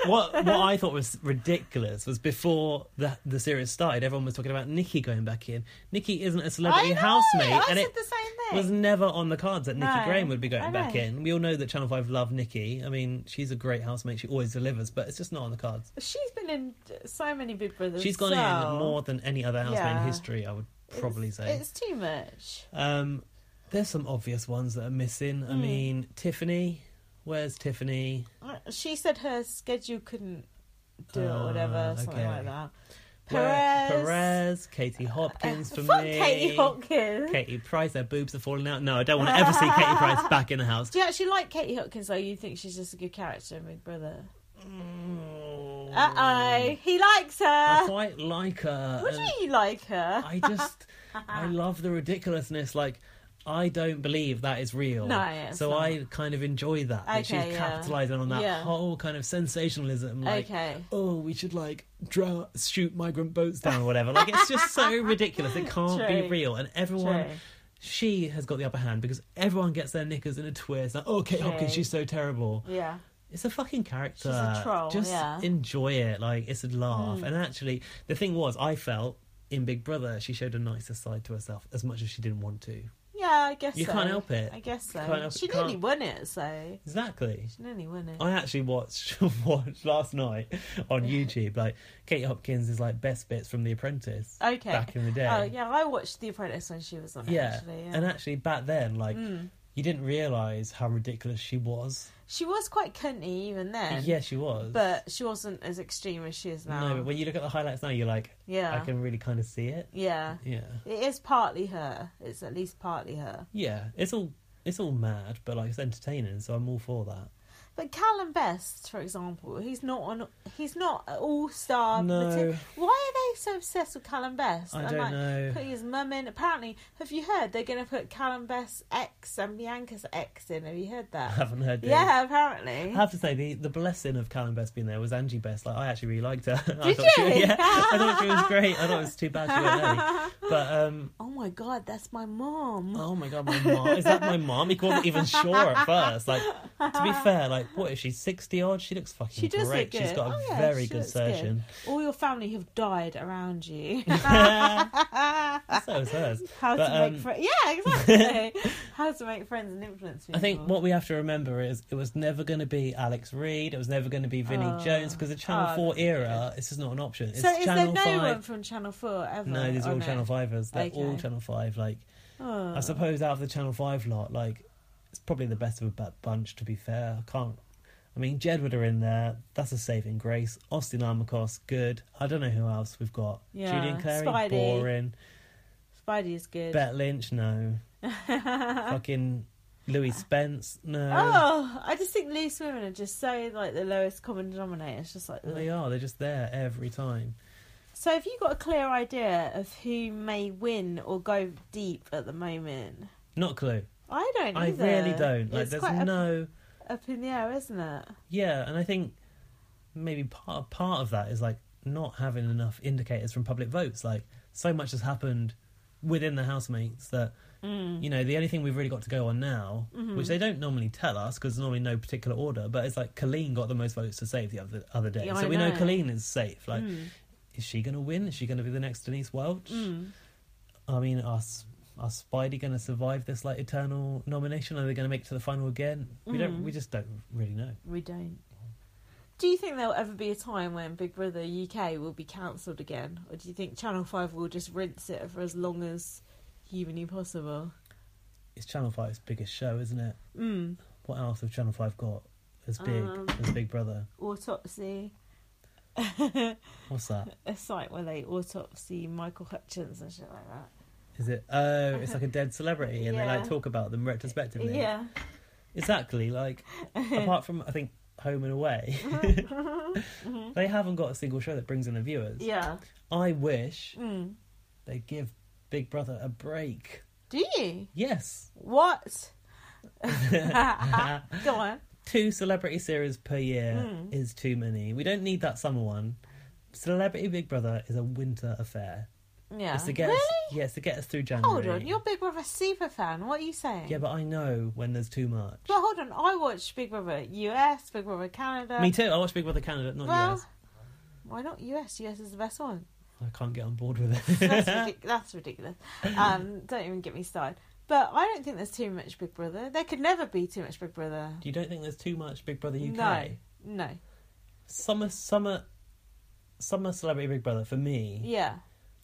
Speaker 2: what what I thought was ridiculous was before the the series started, everyone was talking about Nikki going back in. Nikki isn't a
Speaker 1: I
Speaker 2: celebrity
Speaker 1: know,
Speaker 2: housemate,
Speaker 1: I
Speaker 2: and
Speaker 1: said
Speaker 2: it
Speaker 1: the same thing.
Speaker 2: was never on the cards that Nikki
Speaker 1: No,
Speaker 2: Graham would be
Speaker 1: I
Speaker 2: going back
Speaker 1: know.
Speaker 2: in. We all know that Channel Five love Nikki. I mean, she's a great housemate; she always delivers, but it's just not on the cards.
Speaker 1: She's been in so many Big Brothers.
Speaker 2: She's gone
Speaker 1: so-
Speaker 2: in more than any other housemate
Speaker 1: Yeah.
Speaker 2: in history, I would probably
Speaker 1: it's,
Speaker 2: say.
Speaker 1: it's too much.
Speaker 2: Um, there's some obvious ones that are missing.
Speaker 1: Hmm.
Speaker 2: I mean, Tiffany. Where's Tiffany?
Speaker 1: Uh, She said her schedule couldn't do it, or
Speaker 2: Ah,
Speaker 1: whatever, something
Speaker 2: okay.
Speaker 1: like that.
Speaker 2: Where-
Speaker 1: Perez, Uh,
Speaker 2: Perez, Katie Hopkins for
Speaker 1: fuck
Speaker 2: me.
Speaker 1: Katie Hopkins.
Speaker 2: Katie Price, their boobs are falling out. No, I don't want to ever see Katie Price back in the house.
Speaker 1: Do you actually like Katie Hopkins? Though you think she's just a good character in Big Brother? Uh oh, he likes
Speaker 2: I
Speaker 1: her.
Speaker 2: quite like her. um,
Speaker 1: Would
Speaker 2: and
Speaker 1: you like her?
Speaker 2: I just, I love the ridiculousness. Like, I don't believe that is real.
Speaker 1: No, it's
Speaker 2: so
Speaker 1: not.
Speaker 2: I kind of enjoy that. that
Speaker 1: Okay,
Speaker 2: she's
Speaker 1: yeah.
Speaker 2: capitalizing on that
Speaker 1: Yeah.
Speaker 2: whole kind of sensationalism. Like,
Speaker 1: okay.
Speaker 2: oh, we should like drown, shoot migrant boats down or whatever. Like it's just so ridiculous. It can't be
Speaker 1: True.
Speaker 2: real. And everyone,
Speaker 1: True.
Speaker 2: she has got the upper hand because everyone gets their knickers in a twist. Like, oh, Kate
Speaker 1: True.
Speaker 2: Hopkins, she's so terrible.
Speaker 1: Yeah.
Speaker 2: It's a fucking character.
Speaker 1: She's a troll,
Speaker 2: Just
Speaker 1: yeah. Hmm.
Speaker 2: enjoy it. Like it's a laugh. And actually, the thing was, I felt. In Big Brother, she showed a nicer side to herself as much as she didn't want to.
Speaker 1: Yeah, I guess
Speaker 2: You
Speaker 1: so.
Speaker 2: can't help it.
Speaker 1: I guess so.
Speaker 2: Can't help-
Speaker 1: she
Speaker 2: can't-
Speaker 1: nearly won it, so
Speaker 2: Exactly.
Speaker 1: she nearly won it.
Speaker 2: I actually watched watched last night on YouTube like Kate Hopkins is like best bits from The Apprentice.
Speaker 1: okay.
Speaker 2: Back in the day.
Speaker 1: Oh yeah, I watched The Apprentice when she was on. it,
Speaker 2: yeah.
Speaker 1: actually, yeah. Hmm.
Speaker 2: and actually back then, like you didn't realize how ridiculous she was.
Speaker 1: She was quite cunty even then.
Speaker 2: yeah, she was.
Speaker 1: But she wasn't as extreme as she is now.
Speaker 2: no, but when you look at the highlights now, you're like,
Speaker 1: yeah.
Speaker 2: I can really kind of see it.
Speaker 1: Yeah.
Speaker 2: Yeah,
Speaker 1: It is partly her. It's at least partly her.
Speaker 2: yeah. It's all it's all mad, but like it's entertaining, so I'm all for that.
Speaker 1: But Callum Best, for example, he's not on. He's not all star.
Speaker 2: No.
Speaker 1: Why are they so obsessed with Callum Best?
Speaker 2: I
Speaker 1: And,
Speaker 2: don't
Speaker 1: like,
Speaker 2: know.
Speaker 1: Putting his mum in. Apparently, have you heard they're going to put Callum Best's ex and Bianca's ex in? Have you heard
Speaker 2: I
Speaker 1: that?
Speaker 2: haven't heard. the-
Speaker 1: yeah,
Speaker 2: I
Speaker 1: apparently.
Speaker 2: have to say the, the blessing of Callum Best being there was Angie Best. Like I actually really liked her. I
Speaker 1: Did
Speaker 2: thought She,
Speaker 1: you?
Speaker 2: yeah, I thought she was great. I thought it was too bad she went early. But um,
Speaker 1: oh my god, that's my mom.
Speaker 2: oh my god, my mom is that my mom? He wasn't even sure at first. Like to be fair, like what is she sixty odd? She looks fucking
Speaker 1: She does
Speaker 2: great.
Speaker 1: look good.
Speaker 2: She's got a
Speaker 1: Oh, yeah,
Speaker 2: very
Speaker 1: she
Speaker 2: good
Speaker 1: looks good.
Speaker 2: surgeon.
Speaker 1: All your family have died around you.
Speaker 2: so is hers.
Speaker 1: How
Speaker 2: But,
Speaker 1: to
Speaker 2: um,
Speaker 1: make friends? Yeah, exactly. How to make friends and influence people.
Speaker 2: I think what we have to remember is it was never going to be Alex Reed. It was never going to be Vinnie
Speaker 1: Oh.
Speaker 2: Jones because the Channel
Speaker 1: Oh,
Speaker 2: Four
Speaker 1: that's
Speaker 2: era. This is not an option. It's
Speaker 1: so is there
Speaker 2: Channel
Speaker 1: no one
Speaker 2: Five.
Speaker 1: from Channel Four ever?
Speaker 2: No, these are all
Speaker 1: on it?
Speaker 2: Channel Fivers. They're all
Speaker 1: Okay.
Speaker 2: Channel Five. Like
Speaker 1: Oh.
Speaker 2: I suppose out of the Channel Five lot, like it's probably the best of a bu- bunch. To be fair, I can't. I mean, Jedward are in there. That's a saving grace. Austin Armacost, good. I don't know who else we've got.
Speaker 1: Yeah,
Speaker 2: Julian Clary,
Speaker 1: Spidey.
Speaker 2: boring.
Speaker 1: Spidey is good. Ah.
Speaker 2: Bet Lynch, no. Fucking Louis Spence, no.
Speaker 1: Oh, I just think loose women are just so like the lowest common denominator. It's just like
Speaker 2: They are. They're just there every time.
Speaker 1: so. Have you got a clear idea of who may win or go deep at the moment?
Speaker 2: Not a clue.
Speaker 1: I don't.
Speaker 2: I
Speaker 1: either.
Speaker 2: really don't. Like,
Speaker 1: it's
Speaker 2: there's
Speaker 1: quite up,
Speaker 2: no.
Speaker 1: up in the air, isn't it?
Speaker 2: Yeah, and I think maybe part part of that is like not having enough indicators from public votes. Like so much has happened within the housemates that
Speaker 1: Mm,
Speaker 2: you know the only thing we've really got to go on now,
Speaker 1: Mm-hmm.
Speaker 2: which they don't normally tell us because normally no particular order, but it's like Colleen got the most votes to save the other other day,
Speaker 1: Yeah,
Speaker 2: so
Speaker 1: I
Speaker 2: we know.
Speaker 1: know. Mm.
Speaker 2: Colleen is safe. Like, is she going to win? Is she going to be the next Denise Welch?
Speaker 1: mm.
Speaker 2: I mean, are S- are Spidey going to survive this like eternal nomination? Are they going to make it to the final again? We don't.
Speaker 1: Mm.
Speaker 2: We just don't really know.
Speaker 1: We don't. Do you think there'll ever be a time when Big Brother UK will be cancelled again, or do you think Channel Five will just rinse it for as long as humanly possible?
Speaker 2: It's Channel 5's biggest show, isn't it?
Speaker 1: Mm.
Speaker 2: What else have Channel 5 got as big
Speaker 1: Um,
Speaker 2: as Big Brother?
Speaker 1: Autopsy.
Speaker 2: What's that?
Speaker 1: a site where they autopsy Michael Hutchins and shit like that.
Speaker 2: Is it? Oh, it's like a dead celebrity, and they
Speaker 1: Yeah.
Speaker 2: like talk about them retrospectively.
Speaker 1: Yeah.
Speaker 2: Exactly. Like apart from I think Home and Away, they haven't got a single show that brings in the viewers.
Speaker 1: Mm-hmm. Yeah.
Speaker 2: I wish
Speaker 1: Mm.
Speaker 2: they give Big Brother a break.
Speaker 1: Do you?
Speaker 2: Yes,
Speaker 1: What? Go on.
Speaker 2: two celebrity series per year
Speaker 1: Mm.
Speaker 2: is too many. We don't need that summer one. Celebrity Big Brother is a winter affair.
Speaker 1: Yeah.
Speaker 2: It's to get
Speaker 1: really?
Speaker 2: us, yeah, it's to get us through January.
Speaker 1: Hold on. You're Big Brother super fan. What are you saying?
Speaker 2: Yeah, but I know when there's too much.
Speaker 1: But hold on. I watch Big Brother US, Big Brother Canada.
Speaker 2: Me too. I watch Big Brother Canada, not
Speaker 1: uh, Well,
Speaker 2: US.
Speaker 1: why not US? US is the best one.
Speaker 2: I can't get on board with
Speaker 1: That's,
Speaker 2: it.
Speaker 1: ridic- that's ridiculous. Um, don't even get me started. But I don't think there's too much Big Brother. There could never be too much Big Brother.
Speaker 2: you don't think there's too much Big Brother UK?
Speaker 1: No, no.
Speaker 2: Summer, summer, summer Celebrity Big Brother for me.
Speaker 1: Yeah.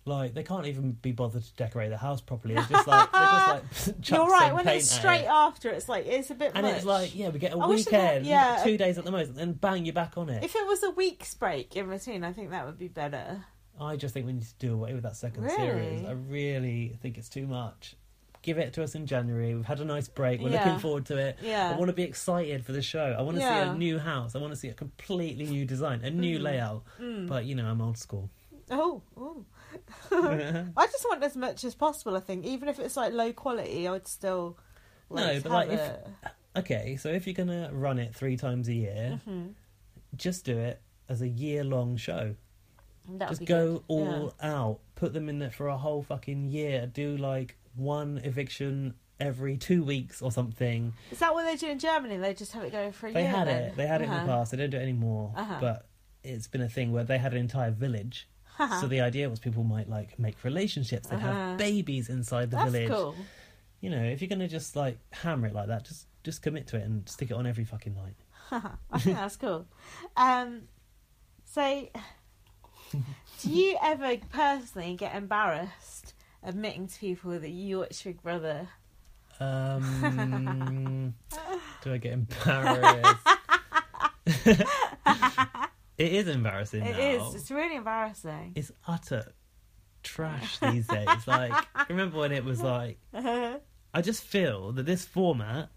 Speaker 2: Like they can't even be bothered to decorate the house properly. It's just like they're just like chuck
Speaker 1: You're right.
Speaker 2: some
Speaker 1: When
Speaker 2: paint
Speaker 1: it's
Speaker 2: at it.
Speaker 1: straight after, it's like it's a bit.
Speaker 2: And
Speaker 1: much.
Speaker 2: it's like, yeah, we get a
Speaker 1: I wish they had-
Speaker 2: weekend,
Speaker 1: yeah.
Speaker 2: two days at the most, and then bang, you're back on it.
Speaker 1: if it was a week's break in between, I think that would be better.
Speaker 2: I just think we need to do away with that second
Speaker 1: Really?
Speaker 2: series. I really think it's too much. Give it to us in January. We've had a nice break. We're
Speaker 1: Yeah.
Speaker 2: looking forward to it.
Speaker 1: Yeah.
Speaker 2: I want to be excited for the show. I want to see
Speaker 1: Yeah. Mm-hmm.
Speaker 2: a new house. I want to see a completely new design, a new layout. But you know, I'm old school.
Speaker 1: Mm. Oh, ooh. I just want as much as possible. I think even if it's like low quality, I would still. Like,
Speaker 2: No,
Speaker 1: to
Speaker 2: but, like,
Speaker 1: have
Speaker 2: if-
Speaker 1: it.
Speaker 2: Okay, so if you're gonna run it three times a year,
Speaker 1: Mm-hmm.
Speaker 2: just do it as a year-long show.
Speaker 1: That would
Speaker 2: just
Speaker 1: be
Speaker 2: go
Speaker 1: good.
Speaker 2: all out. Put them in there for a whole fucking year. Do like one eviction every two weeks or something.
Speaker 1: Yeah. Is that what they do in Germany? They just have it going for a
Speaker 2: They
Speaker 1: year.
Speaker 2: had
Speaker 1: then?
Speaker 2: it. They had it in the
Speaker 1: Uh-huh.
Speaker 2: past. They don't do it anymore.
Speaker 1: Uh-huh.
Speaker 2: But it's been a thing where they had an entire village. so the idea was people might like make relationships. They would
Speaker 1: Uh-huh.
Speaker 2: have babies inside the
Speaker 1: That's
Speaker 2: village.
Speaker 1: cool.
Speaker 2: You know, if you're gonna just like hammer it like that, just just commit to it and stick it on every fucking night.
Speaker 1: I think that's cool. Um, so, do you ever personally get embarrassed admitting to people that you watch Big Brother?
Speaker 2: Um, do I get embarrassed? it is embarrassing.
Speaker 1: It
Speaker 2: now.
Speaker 1: is. It's really embarrassing.
Speaker 2: It's utter trash these days. like, remember when it was like? I just feel that this format,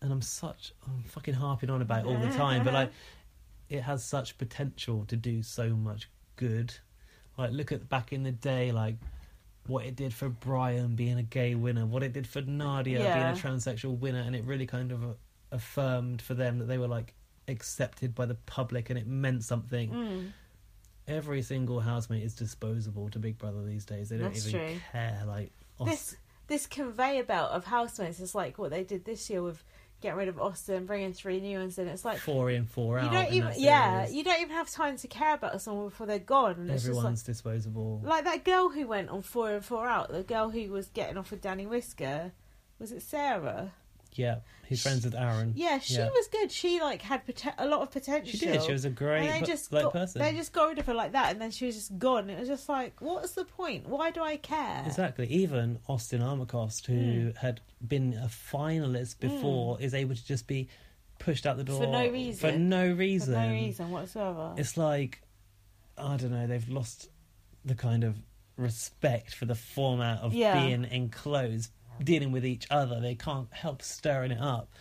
Speaker 2: and I'm such, I'm fucking harping on about it all the time, but like, it has such potential to do so much good. Like, look at back in the day, like what it did for Brian being a gay winner, what it did for Nadia
Speaker 1: Yeah.
Speaker 2: being a transsexual winner, and it really kind of affirmed for them that they were like accepted by the public and it meant something.
Speaker 1: Mm.
Speaker 2: Every single housemate is disposable to Big Brother these days. They don't
Speaker 1: That's
Speaker 2: even
Speaker 1: true.
Speaker 2: care. Like,
Speaker 1: This this conveyor belt of housemates is like what they did this year with getting rid of Austin, bringing three new ones in. It's like
Speaker 2: four in, four
Speaker 1: you
Speaker 2: out.
Speaker 1: don't
Speaker 2: in
Speaker 1: even
Speaker 2: that
Speaker 1: yeah,
Speaker 2: series.
Speaker 1: you don't even have time to care about someone before they're gone. And it's just like,
Speaker 2: Everyone's disposable.
Speaker 1: Like that girl who went on four and four out, the girl who was getting off with Danny Whisker, was it Sarah?
Speaker 2: yeah, he's friends with Aaron.
Speaker 1: Yeah, she
Speaker 2: Yeah.
Speaker 1: was good. She like had pote- a lot of potential.
Speaker 2: she did. She was a great
Speaker 1: and they
Speaker 2: per-
Speaker 1: just
Speaker 2: like,
Speaker 1: got,
Speaker 2: person.
Speaker 1: They just got rid of her like that, and then she was just gone. It was just like, what's the point? Why do I care?
Speaker 2: Exactly. Even Austin Armacost,
Speaker 1: Hmm.
Speaker 2: who had been a finalist before, is able to just be pushed out the door
Speaker 1: For no
Speaker 2: For
Speaker 1: reason.
Speaker 2: no
Speaker 1: For
Speaker 2: reason.
Speaker 1: no reason whatsoever.
Speaker 2: It's like I don't know. They've lost the kind of respect for the format of
Speaker 1: Yeah.
Speaker 2: being enclosed, dealing with each other. They can't help stirring it up.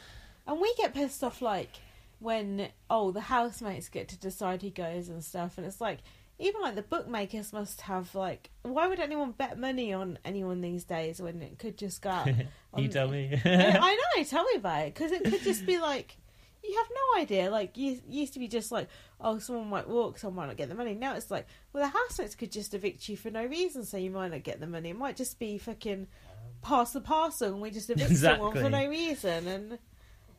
Speaker 1: And we get pissed off like when oh the housemates get to decide who goes and stuff, and it's like even like the bookmakers must have like why would anyone bet money on anyone these days when it could just go out?
Speaker 2: you
Speaker 1: on-
Speaker 2: tell me.
Speaker 1: Yeah, Uh, um, I know. Tell me about it because it could just be like you have no idea. Like you you used to be just like oh someone might walk, someone might not get the money. Now it's like well the housemates could just evict you for no reason, so you might not get the money. It might just be fucking pass the parcel, and we just evict someone for
Speaker 2: Exactly.
Speaker 1: no reason and.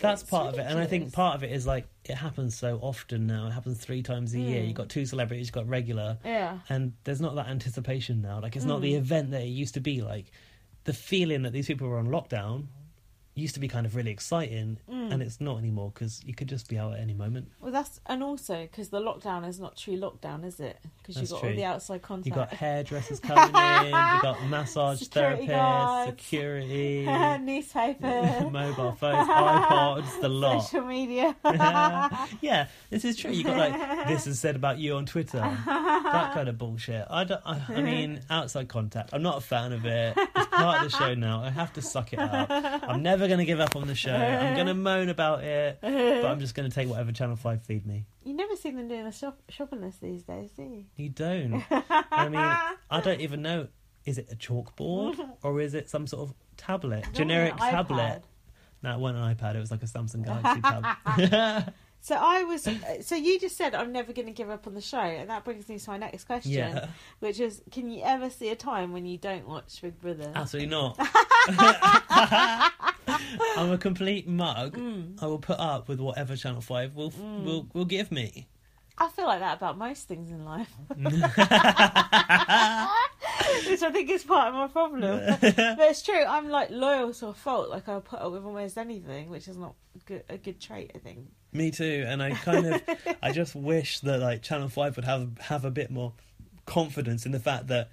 Speaker 2: That's
Speaker 1: It's
Speaker 2: part of it, and I think
Speaker 1: ridiculous.
Speaker 2: part of it is like it happens so often now. It happens three times a year.
Speaker 1: Hmm.
Speaker 2: You've got two celebrities, you've got regular,
Speaker 1: Yeah.
Speaker 2: and there's not that anticipation now. Like it's not
Speaker 1: Hmm.
Speaker 2: the event that it used to be. Like the feeling that these people were on lockdown used to be kind of really exciting,
Speaker 1: Hmm.
Speaker 2: and it's not anymore because you could just be out at any moment.
Speaker 1: Well, that's and also because the lockdown is not true lockdown, is it? 'Cause because you
Speaker 2: That's
Speaker 1: got all
Speaker 2: true.
Speaker 1: the outside contact.
Speaker 2: You got hairdressers coming in. You got massage
Speaker 1: Security
Speaker 2: therapists,
Speaker 1: guards.
Speaker 2: security,
Speaker 1: newspaper,
Speaker 2: mobile phones, iPods, the lot.
Speaker 1: social media.
Speaker 2: yeah, this is true. You got like this is said about you on Twitter. That kind of bullshit. I don't. I, I mean, outside contact. I'm not a fan of it. It's part of the show now. I have to suck it up. I'm never going to give up on the show. I'm going to moan about it, but I'm just going to take whatever Channel Five feed me.
Speaker 1: you never see them doing a shop- shopping list these days, do you?
Speaker 2: You don't. I mean, I don't even know. Is it a chalkboard or is it some sort of tablet? Generic
Speaker 1: Not on an
Speaker 2: tablet.
Speaker 1: iPad.
Speaker 2: No, it wasn't an iPad. It was like a Samsung Galaxy tab.
Speaker 1: So I was. uh, So you just said I'm never going to give up on the show, and that brings me to my next question,
Speaker 2: yeah,
Speaker 1: which is: Can you ever see a time when you don't watch Big Brother?
Speaker 2: absolutely not. I'm a complete mug.
Speaker 1: Mm.
Speaker 2: I will put up with whatever Channel Five will will will give me.
Speaker 1: I feel like that about most things in life, which I think is part of my problem. but it's true. I'm like loyal to a fault. Like I'll put up with almost anything, which is not good, a good trait, I think.
Speaker 2: Me too, and I kind of, I just wish that like Channel Five would have have a bit more confidence in the fact that,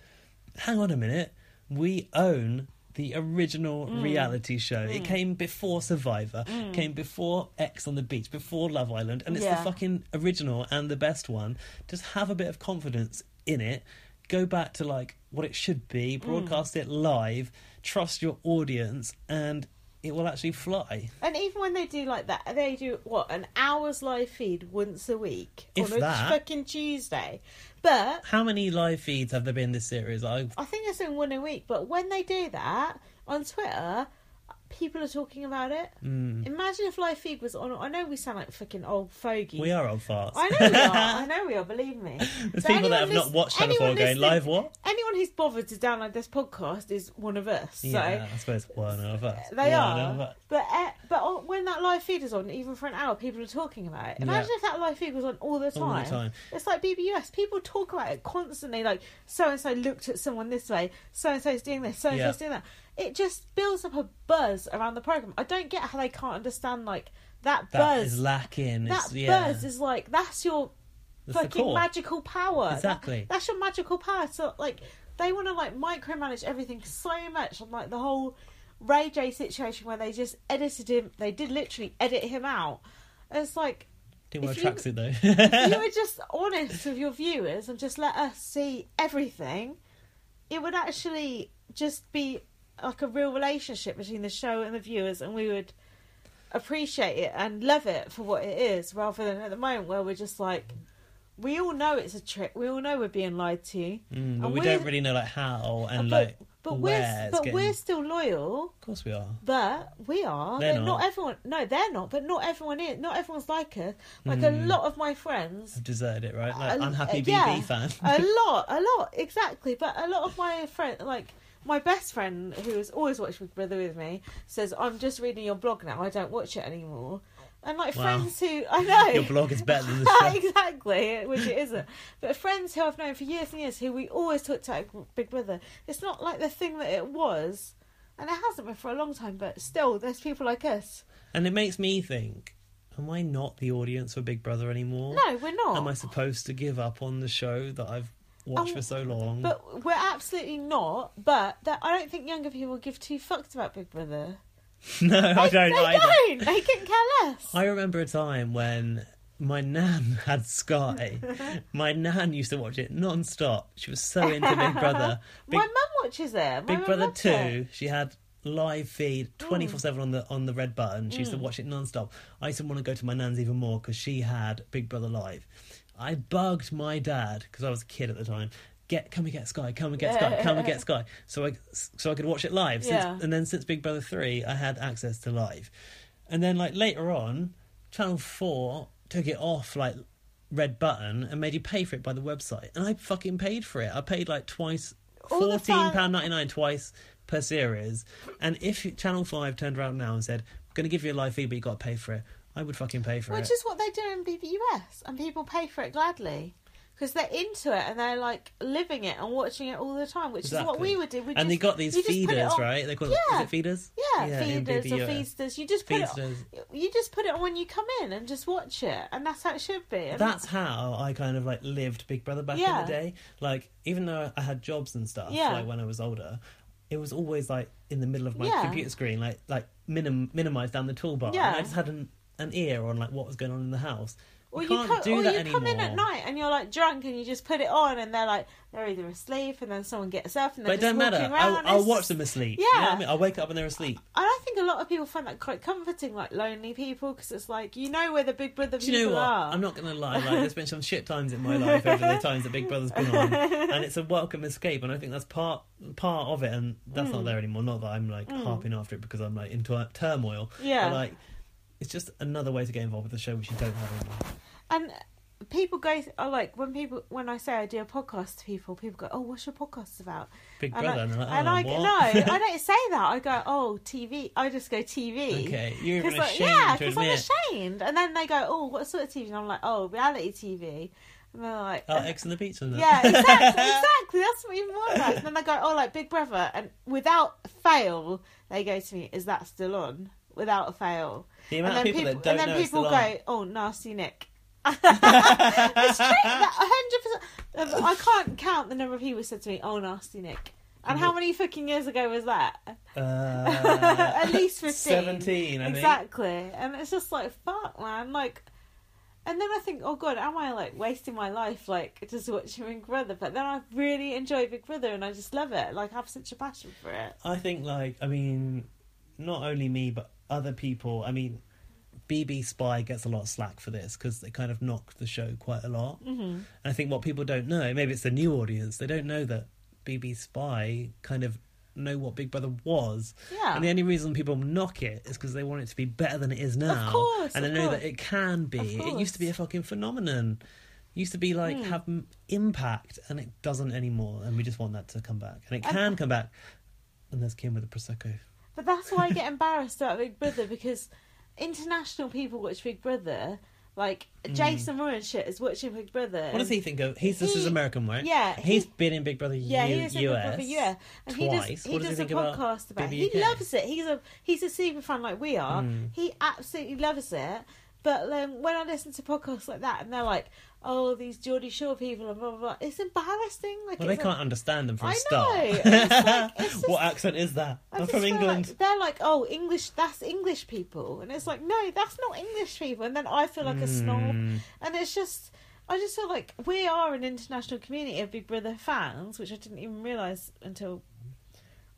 Speaker 2: hang on a minute, we own the original reality show. It came before Survivor, came before X on the Beach, before Love Island, and it's
Speaker 1: Yeah.
Speaker 2: the fucking original and the best one. Just have a bit of confidence in it. Go back to like what it should be. Broadcast it live. Trust your audience, and it will actually fly.
Speaker 1: And even when they do like that, they do what an hour's live feed once a week
Speaker 2: If
Speaker 1: on a
Speaker 2: that.
Speaker 1: fucking Tuesday. But
Speaker 2: How many live feeds have there been this series? I
Speaker 1: I think it's in one a week. But when they do that on Twitter, people are talking about it.
Speaker 2: Hmm.
Speaker 1: Imagine if live feed was on. I know we sound like fucking old fogies.
Speaker 2: we are old farts.
Speaker 1: I know we are. I know we are. Believe me.
Speaker 2: There's
Speaker 1: So
Speaker 2: people
Speaker 1: anyone
Speaker 2: that have
Speaker 1: lis-
Speaker 2: not watched that before
Speaker 1: anyone
Speaker 2: going
Speaker 1: listening-
Speaker 2: live. What?
Speaker 1: Anyone who's bothered to download this podcast is one of us. So
Speaker 2: yeah, I suppose one of us.
Speaker 1: They
Speaker 2: One
Speaker 1: are,
Speaker 2: of us.
Speaker 1: but uh, but on- when that live feed is on, even for an hour, people are talking about it. Imagine
Speaker 2: Yeah.
Speaker 1: if that live feed was on all the time.
Speaker 2: All the time.
Speaker 1: It's like BBUS. People talk about it constantly. Like so and so looked at someone this way. So and so's doing this. So and so's
Speaker 2: Yeah.
Speaker 1: doing that. It just builds up a buzz around the program. I don't get how they can't understand like that,
Speaker 2: That is
Speaker 1: buzz.
Speaker 2: lacking.
Speaker 1: that
Speaker 2: it's, yeah,
Speaker 1: buzz is like that's your
Speaker 2: That's the
Speaker 1: fucking
Speaker 2: core.
Speaker 1: magical power. That-
Speaker 2: Exactly.
Speaker 1: that's your magical power. So like they want to like micromanage everything so much. And like the whole Ray J situation where they just edited him. They did literally edit him out. It's like
Speaker 2: Didn't wear a
Speaker 1: if you-
Speaker 2: tracksuit though.
Speaker 1: if you were just honest with your viewers and just let us see everything. It would actually just be like a real relationship between the show and the viewers, and we would appreciate it and love it for what it is, rather than at the moment where we're just like. We all know it's a trick. We all know we're being lied to.
Speaker 2: Mm, but
Speaker 1: And
Speaker 2: we
Speaker 1: we're- Oh,
Speaker 2: don't really know like how and
Speaker 1: but,
Speaker 2: like
Speaker 1: but
Speaker 2: where.
Speaker 1: we're
Speaker 2: it's
Speaker 1: but
Speaker 2: getting-
Speaker 1: we're still loyal.
Speaker 2: Of course we are.
Speaker 1: But we are.
Speaker 2: They're
Speaker 1: But not.
Speaker 2: not.
Speaker 1: everyone. No, they're not. But not everyone is. Not everyone's like us. Like a
Speaker 2: Mm.
Speaker 1: lot of my friends
Speaker 2: I've deserved it, right? Like
Speaker 1: a-
Speaker 2: unhappy
Speaker 1: uh,
Speaker 2: BB
Speaker 1: yeah.
Speaker 2: fan.
Speaker 1: a lot, a lot, exactly. But a lot of my friend, like my best friend, who has always watched Big Brother with me, says, "I'm just reading your blog now. I don't watch it anymore." And like
Speaker 2: Wow.
Speaker 1: friends who I know,
Speaker 2: Your blog is better than the show.
Speaker 1: exactly, which it isn't. But friends who I've known for years and years, who we always talked to at Big Brother, it's not like the thing that it was, and it hasn't been for a long time. But still, there's people like us.
Speaker 2: and it makes me think: Am I not the audience for Big Brother anymore?
Speaker 1: No, we're not.
Speaker 2: Am I supposed to give up on the show that I've watched
Speaker 1: Um,
Speaker 2: for so long?
Speaker 1: But we're absolutely not. But that, I don't think younger people give two fucks about Big Brother.
Speaker 2: no, I don't
Speaker 1: they
Speaker 2: either.
Speaker 1: don't. They can care less.
Speaker 2: I remember a time when my nan had Sky. my nan used to watch it non-stop. She was so into Big Brother. Big,
Speaker 1: My mum watches it. My
Speaker 2: Big
Speaker 1: mum
Speaker 2: Brother
Speaker 1: loves
Speaker 2: Two.
Speaker 1: it.
Speaker 2: She had live
Speaker 1: Mm.
Speaker 2: feed 24/7 on the on the red button. She used to watch it non-stop. I used to want to go to my nan's even more because she had Big Brother live. I bugged my dad because I was a kid at the time. Get come and get Sky, come and get Sky, come and get Sky, so I so I could watch it live. Since,
Speaker 1: Yeah.
Speaker 2: And then since Big Brother three, I had access to live, and then like later on, Channel Four took it off like red button and made you pay for it by the website, and I fucking paid for it. I paid like twice,
Speaker 1: All the
Speaker 2: fourteen
Speaker 1: time.
Speaker 2: pound ninety nine twice per series, and if you- Channel Five turned around now and said, "We're going to give you a live feed, but you got to pay for it," I would fucking pay for
Speaker 1: Which
Speaker 2: it.
Speaker 1: is what they do in BBUS, and people pay for it gladly. because they're into it and they're like living it and watching it all the time, which is what
Speaker 2: Exactly.
Speaker 1: we would do. We
Speaker 2: and they got these
Speaker 1: you just put it
Speaker 2: feeders,
Speaker 1: on-
Speaker 2: right? They call
Speaker 1: Yeah.
Speaker 2: them, is it feeders?
Speaker 1: Yeah,
Speaker 2: in
Speaker 1: feeders or
Speaker 2: BBUS.
Speaker 1: feedsters. You just put it.
Speaker 2: Feedsters.
Speaker 1: You just put it on when you come in and just watch it, and that's how it should be. And
Speaker 2: That's how I kind of like lived Big Brother back
Speaker 1: Yeah.
Speaker 2: in the day. Like, even though I had jobs and stuff,
Speaker 1: Yeah.
Speaker 2: like when I was older, it was always like in the middle of my
Speaker 1: Yeah.
Speaker 2: computer screen, like like minim- minimized down the toolbar.
Speaker 1: Yeah.
Speaker 2: And I just had an, an ear on like what was going on in the house.
Speaker 1: Or
Speaker 2: you
Speaker 1: you,
Speaker 2: can't
Speaker 1: come,
Speaker 2: do
Speaker 1: or
Speaker 2: that
Speaker 1: you
Speaker 2: anymore.
Speaker 1: come in at night and you're like drunk and you just put it on and they're like they're either asleep and then someone gets up and
Speaker 2: But
Speaker 1: they're
Speaker 2: it
Speaker 1: just
Speaker 2: don't matter.
Speaker 1: walking
Speaker 2: I'll,
Speaker 1: around.
Speaker 2: I'll
Speaker 1: It's-
Speaker 2: watch them asleep. You know what
Speaker 1: Yeah.
Speaker 2: I mean? I'll wake up and they're asleep.
Speaker 1: And I think a lot of people find that quite comforting, like lonely people, because it's like you know where the Big Brother
Speaker 2: Do
Speaker 1: people
Speaker 2: you know what?
Speaker 1: are.
Speaker 2: I'm not going to lie. Like, there's been some shit times in my life over the times that Big Brother's been on, and it's a welcome escape. And I think that's part part of it. And that's
Speaker 1: Hmm.
Speaker 2: not there anymore. Not that I'm like harping after it because I'm like into uh, turmoil.
Speaker 1: Yeah.
Speaker 2: But, like, it's just another way to get involved with the show, which you don't have anymore.
Speaker 1: And people go, th- I like when people when I say I do a podcast to people, people go, "Oh, what's your podcast about?"
Speaker 2: Big
Speaker 1: And
Speaker 2: Brother,
Speaker 1: I,
Speaker 2: and I'm like,
Speaker 1: and
Speaker 2: "Oh,
Speaker 1: I go,
Speaker 2: what?"
Speaker 1: no, I don't say that. I go, "Oh, TV." I just go TV.
Speaker 2: Okay, you're even
Speaker 1: 'Cause, like,
Speaker 2: ashamed
Speaker 1: yeah,
Speaker 2: to
Speaker 1: because I'm
Speaker 2: admit.
Speaker 1: ashamed. And then they go, "Oh, what sort of TV?" And I'm like, "Oh, reality TV." And they're like,
Speaker 2: Oh,
Speaker 1: and-
Speaker 2: X on the beach, isn't it?
Speaker 1: Yeah, exactly, exactly. That's what even more about. And then I go, oh, like Big Brother, and without fail, they go to me, is that still on? Without fail.
Speaker 2: The
Speaker 1: And
Speaker 2: amount
Speaker 1: then
Speaker 2: of people,
Speaker 1: people,
Speaker 2: that don't
Speaker 1: and then
Speaker 2: know it's
Speaker 1: people
Speaker 2: still on.
Speaker 1: go, oh, nasty Nick. it's true. That hundred percent. um, I can't count the number of people who said to me, "Oh, nasty Nick." And
Speaker 2: Mm-hmm.
Speaker 1: how many fucking years ago was that?
Speaker 2: Uh,
Speaker 1: At least 15.
Speaker 2: Seventeen, I think.
Speaker 1: exactly. And it's just like, fuck, man. Like, and then I think, oh god, am I like wasting my life like just watching Big Brother? But then I really enjoy Big Brother and I just love it. Like, I have such a passion for it.
Speaker 2: I think, like, I mean, not only me, but other people. I mean, BB Spy gets a lot of slack for this because they kind of knocked the show quite a lot. Mm-hmm. And I think what people don't know, maybe it's the new audience, they don't know that BB Spy kind of know what Big Brother was.
Speaker 1: Yeah.
Speaker 2: And the only reason people knock it is because they want it to be better than it is now.
Speaker 1: course,
Speaker 2: And they
Speaker 1: of
Speaker 2: know
Speaker 1: course.
Speaker 2: that it can be.
Speaker 1: Of
Speaker 2: It used to be
Speaker 1: course. Hmm.
Speaker 2: a fucking phenomenon. It Used to be like have have m- impact and it doesn't anymore, and we just want that to come back, and it
Speaker 1: And-
Speaker 2: can come back. And there's Kim with the prosecco.
Speaker 1: But that's why I get embarrassed about Big Brother because international people watch Big Brother. Like Jason Moran shit is watching Big Brother.
Speaker 2: Mm. What does he think of? He's this
Speaker 1: He-
Speaker 2: is American, right?
Speaker 1: yeah, he-
Speaker 2: he's been in Big Brother
Speaker 1: Yeah,
Speaker 2: U-
Speaker 1: he was in Big
Speaker 2: US.
Speaker 1: Brother yeah, and he does
Speaker 2: twice.
Speaker 1: he
Speaker 2: What does
Speaker 1: does,
Speaker 2: he think
Speaker 1: a
Speaker 2: about
Speaker 1: podcast about. it. He
Speaker 2: BBUK?
Speaker 1: loves it. He's a he's a super fan like we are.
Speaker 2: Hmm.
Speaker 1: He absolutely loves it. But um, when I listen to podcasts like that, and they're like, "Oh, these Geordie Shore people," and blah blah, blah it's embarrassing. Like,
Speaker 2: Well, they
Speaker 1: it's
Speaker 2: can't understand them from
Speaker 1: I
Speaker 2: a
Speaker 1: know,
Speaker 2: start.
Speaker 1: it's like- it's just-
Speaker 2: what accent is that?
Speaker 1: I
Speaker 2: I'm
Speaker 1: just
Speaker 2: from
Speaker 1: feel
Speaker 2: England.
Speaker 1: Like, they're like, "Oh, English, that's English people," and it's like, "No, that's not English people." And then I feel like a snob,
Speaker 2: Mm.
Speaker 1: and it's just. I just feel like we are an international community of Big Brother fans, which I didn't even realise until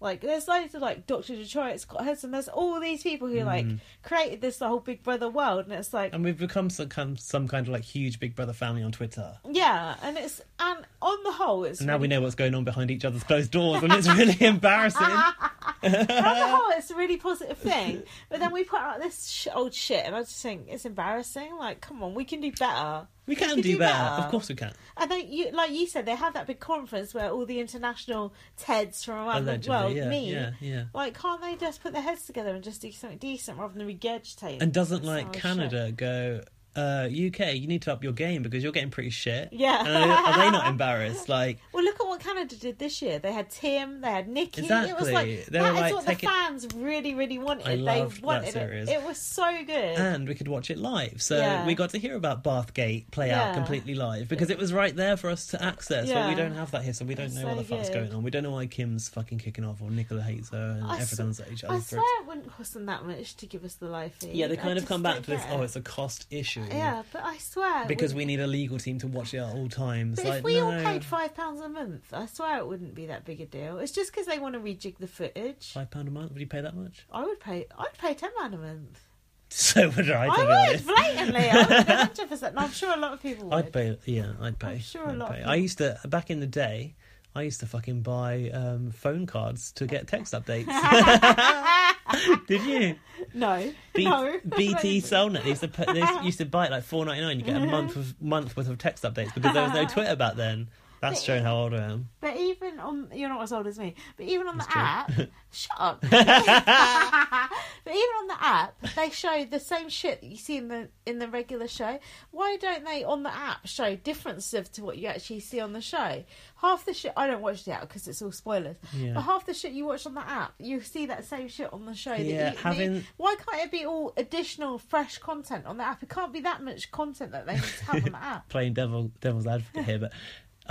Speaker 1: Like there's loads of like Doctor Detroit, Scott Hudson. There's all these people who like
Speaker 2: Mm.
Speaker 1: created this whole Big Brother world, and it's like
Speaker 2: And we've become some kind, some kind of like huge Big Brother family on Twitter.
Speaker 1: yeah, and it's and on the whole, it's
Speaker 2: And now we
Speaker 1: really-
Speaker 2: know what's going on behind each other's closed doors, and it's really embarrassing.
Speaker 1: on the whole, it's a really positive thing. But then we put out this sh- old shit, and I just think it's embarrassing. Like, come on, we can do better.
Speaker 2: We can
Speaker 1: could
Speaker 2: do,
Speaker 1: do
Speaker 2: better.
Speaker 1: better.
Speaker 2: Of course we can.
Speaker 1: And they, you, like you said, they have that big conference where all the international TEDs from around
Speaker 2: Allegedly,
Speaker 1: the world
Speaker 2: yeah,
Speaker 1: meet.
Speaker 2: yeah, yeah.
Speaker 1: Like, can't they just put their heads together and just do something decent rather than regurgitate?
Speaker 2: And doesn't
Speaker 1: this
Speaker 2: like
Speaker 1: old shit?
Speaker 2: Canada go, uh, UK, you need to up your game because you're getting pretty shit.
Speaker 1: Yeah.
Speaker 2: And are, are they not embarrassed? Like,
Speaker 1: Well, look at what Canada did this year. They had Tim, they had Nikki. It was
Speaker 2: Exactly.
Speaker 1: like
Speaker 2: They
Speaker 1: that
Speaker 2: were
Speaker 1: is
Speaker 2: like,
Speaker 1: what the
Speaker 2: take it-
Speaker 1: fans really, really wanted.
Speaker 2: I loved
Speaker 1: they wanted
Speaker 2: that series.
Speaker 1: it. It was so good.
Speaker 2: and we could watch it live. So
Speaker 1: Yeah.
Speaker 2: we got to hear about Bathgate play
Speaker 1: Yeah.
Speaker 2: out completely live because it was right there for us to access. But
Speaker 1: Yeah.
Speaker 2: we don't have that here, so we don't
Speaker 1: It's
Speaker 2: know what
Speaker 1: so
Speaker 2: the fuck's
Speaker 1: good.
Speaker 2: going on. We don't know why Kim's fucking kicking off or Nicola hates her and
Speaker 1: I s-
Speaker 2: everyone's at each
Speaker 1: I
Speaker 2: other's
Speaker 1: swear
Speaker 2: throats.
Speaker 1: it wouldn't cost them that much to give us the live feed.
Speaker 2: Yeah, they
Speaker 1: I
Speaker 2: kind of
Speaker 1: just
Speaker 2: come back
Speaker 1: don't
Speaker 2: to this.
Speaker 1: get
Speaker 2: Oh,
Speaker 1: it.
Speaker 2: it's a cost issue.
Speaker 1: yeah, but I swear it
Speaker 2: Because we
Speaker 1: wouldn't-
Speaker 2: need a legal team to watch it at all times.
Speaker 1: But
Speaker 2: like,
Speaker 1: if we
Speaker 2: no.
Speaker 1: all paid five pounds a month, I swear it wouldn't be that big a deal. It's just because they want to rejig the footage.
Speaker 2: five pound a month, would you pay that much?
Speaker 1: I would pay. I'd pay ten pound a month.
Speaker 2: So would I. To be
Speaker 1: I would
Speaker 2: honest.
Speaker 1: blatantly. I would hundred percent. I'm sure a lot of people would.
Speaker 2: I'd pay. Yeah, I'd pay.
Speaker 1: I'm sure a
Speaker 2: I'd
Speaker 1: lot of
Speaker 2: pay.
Speaker 1: people-
Speaker 2: I used to back in the day. I used to fucking buy um, phone cards to get text updates. Did you?
Speaker 1: No,
Speaker 2: B-
Speaker 1: no.
Speaker 2: BT Cellnet used to put,
Speaker 1: Mm-hmm.
Speaker 2: they used to buy it like four ninety nine. You get a month of month worth of text updates because there was no Twitter back then. That's showing how old I am.
Speaker 1: But even on you're not as old as me, but even on the
Speaker 2: true.
Speaker 1: app, shut up. but even on the app, they show the same shit that you see in the in the regular show. Why don't they on the app show differences to what you actually see on the show? Half the shit I don't watch the app because it's all spoilers.
Speaker 2: Yeah.
Speaker 1: But half the shit you watch on the app, you see that same shit on the show. that
Speaker 2: Yeah,
Speaker 1: you- that
Speaker 2: having-
Speaker 1: you- why can't it be all additional fresh content on the app? It can't be that much content that they need to have on the app.
Speaker 2: Playing devil devil's advocate here, but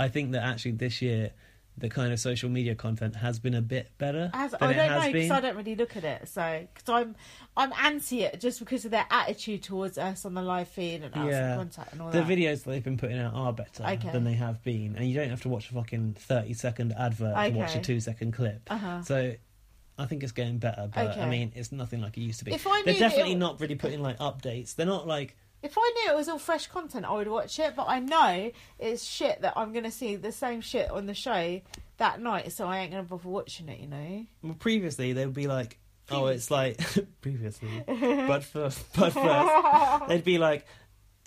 Speaker 2: I think that actually this year the kind of social media content has been a bit better
Speaker 1: As,
Speaker 2: than
Speaker 1: I
Speaker 2: it
Speaker 1: don't
Speaker 2: has
Speaker 1: know because
Speaker 2: been.
Speaker 1: I don't really look at it. So because I'm I'm anti it just because of their attitude towards us on the live feed and us
Speaker 2: Yeah.
Speaker 1: and contact and all
Speaker 2: the
Speaker 1: that.
Speaker 2: videos that they've been putting out are better
Speaker 1: Okay.
Speaker 2: than they have been, and you don't have to watch a fucking thirty-second advert to watch a
Speaker 1: Okay.
Speaker 2: two-second clip.
Speaker 1: Uh-huh.
Speaker 2: So, I think it's getting better, but I
Speaker 1: Okay.
Speaker 2: mean, it's nothing like it used to be.
Speaker 1: If I
Speaker 2: They're
Speaker 1: knew that it
Speaker 2: definitely
Speaker 1: w-
Speaker 2: not really putting like updates. They're not like
Speaker 1: If I knew it was all fresh content, I would watch it. But I know it's shit that I'm gonna see the same shit on the show that night, so I ain't gonna bother watching it. You know.
Speaker 2: well, previously. They would be like, oh, it's like previously, but first, but first, they'd be like.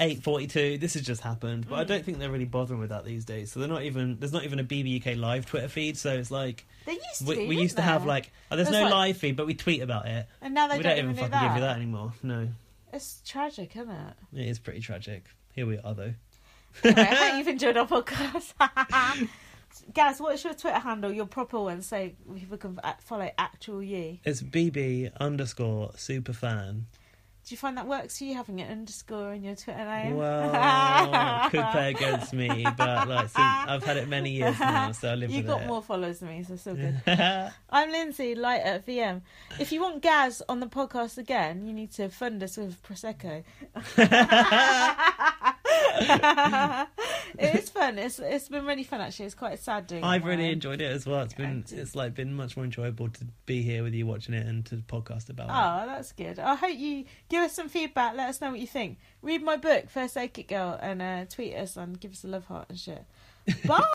Speaker 2: 8:42. This has just happened,
Speaker 1: Mm.
Speaker 2: but I don't think they're really bothering with that these days. So they're not even. There's not even a BBUK live Twitter feed. So it's like
Speaker 1: They used to.
Speaker 2: we, we
Speaker 1: didn't
Speaker 2: used to have
Speaker 1: they?
Speaker 2: like oh, there's
Speaker 1: There's
Speaker 2: no
Speaker 1: like-
Speaker 2: live feed, but we tweet about it.
Speaker 1: And now they
Speaker 2: we
Speaker 1: don't,
Speaker 2: don't, even
Speaker 1: do
Speaker 2: fucking give you that anymore. No,
Speaker 1: It's tragic, isn't it?
Speaker 2: it is pretty tragic. Here we are, though.
Speaker 1: Anyway, I hope you've enjoyed our podcast. Guys, what's your Twitter handle? Your proper one, so people can a- follow actual you.
Speaker 2: It's BB underscore superfan.
Speaker 1: Do you find that works for you having an underscore in your Twitter name?
Speaker 2: Well, could play against me, but like since I've had it many years now, so I live
Speaker 1: you
Speaker 2: with
Speaker 1: got
Speaker 2: it.
Speaker 1: more followers than me, so it's all good. I'm Lindsay, light at VM. If you want Gaz on the podcast again, you need to fund us with prosecco. it is fun. It's it's been really fun actually. It's quite sad doing. it
Speaker 2: I've
Speaker 1: on
Speaker 2: really
Speaker 1: my own.
Speaker 2: enjoyed it as well. It's been
Speaker 1: Yeah.
Speaker 2: it's like been much more enjoyable to be here with you watching it and to podcast about it.
Speaker 1: Oh, that's good. I hope you give us some feedback. Let us know what you think. Read my book, First Aid Kit Girl, and uh, tweet us and give us a love heart and shit. Bye.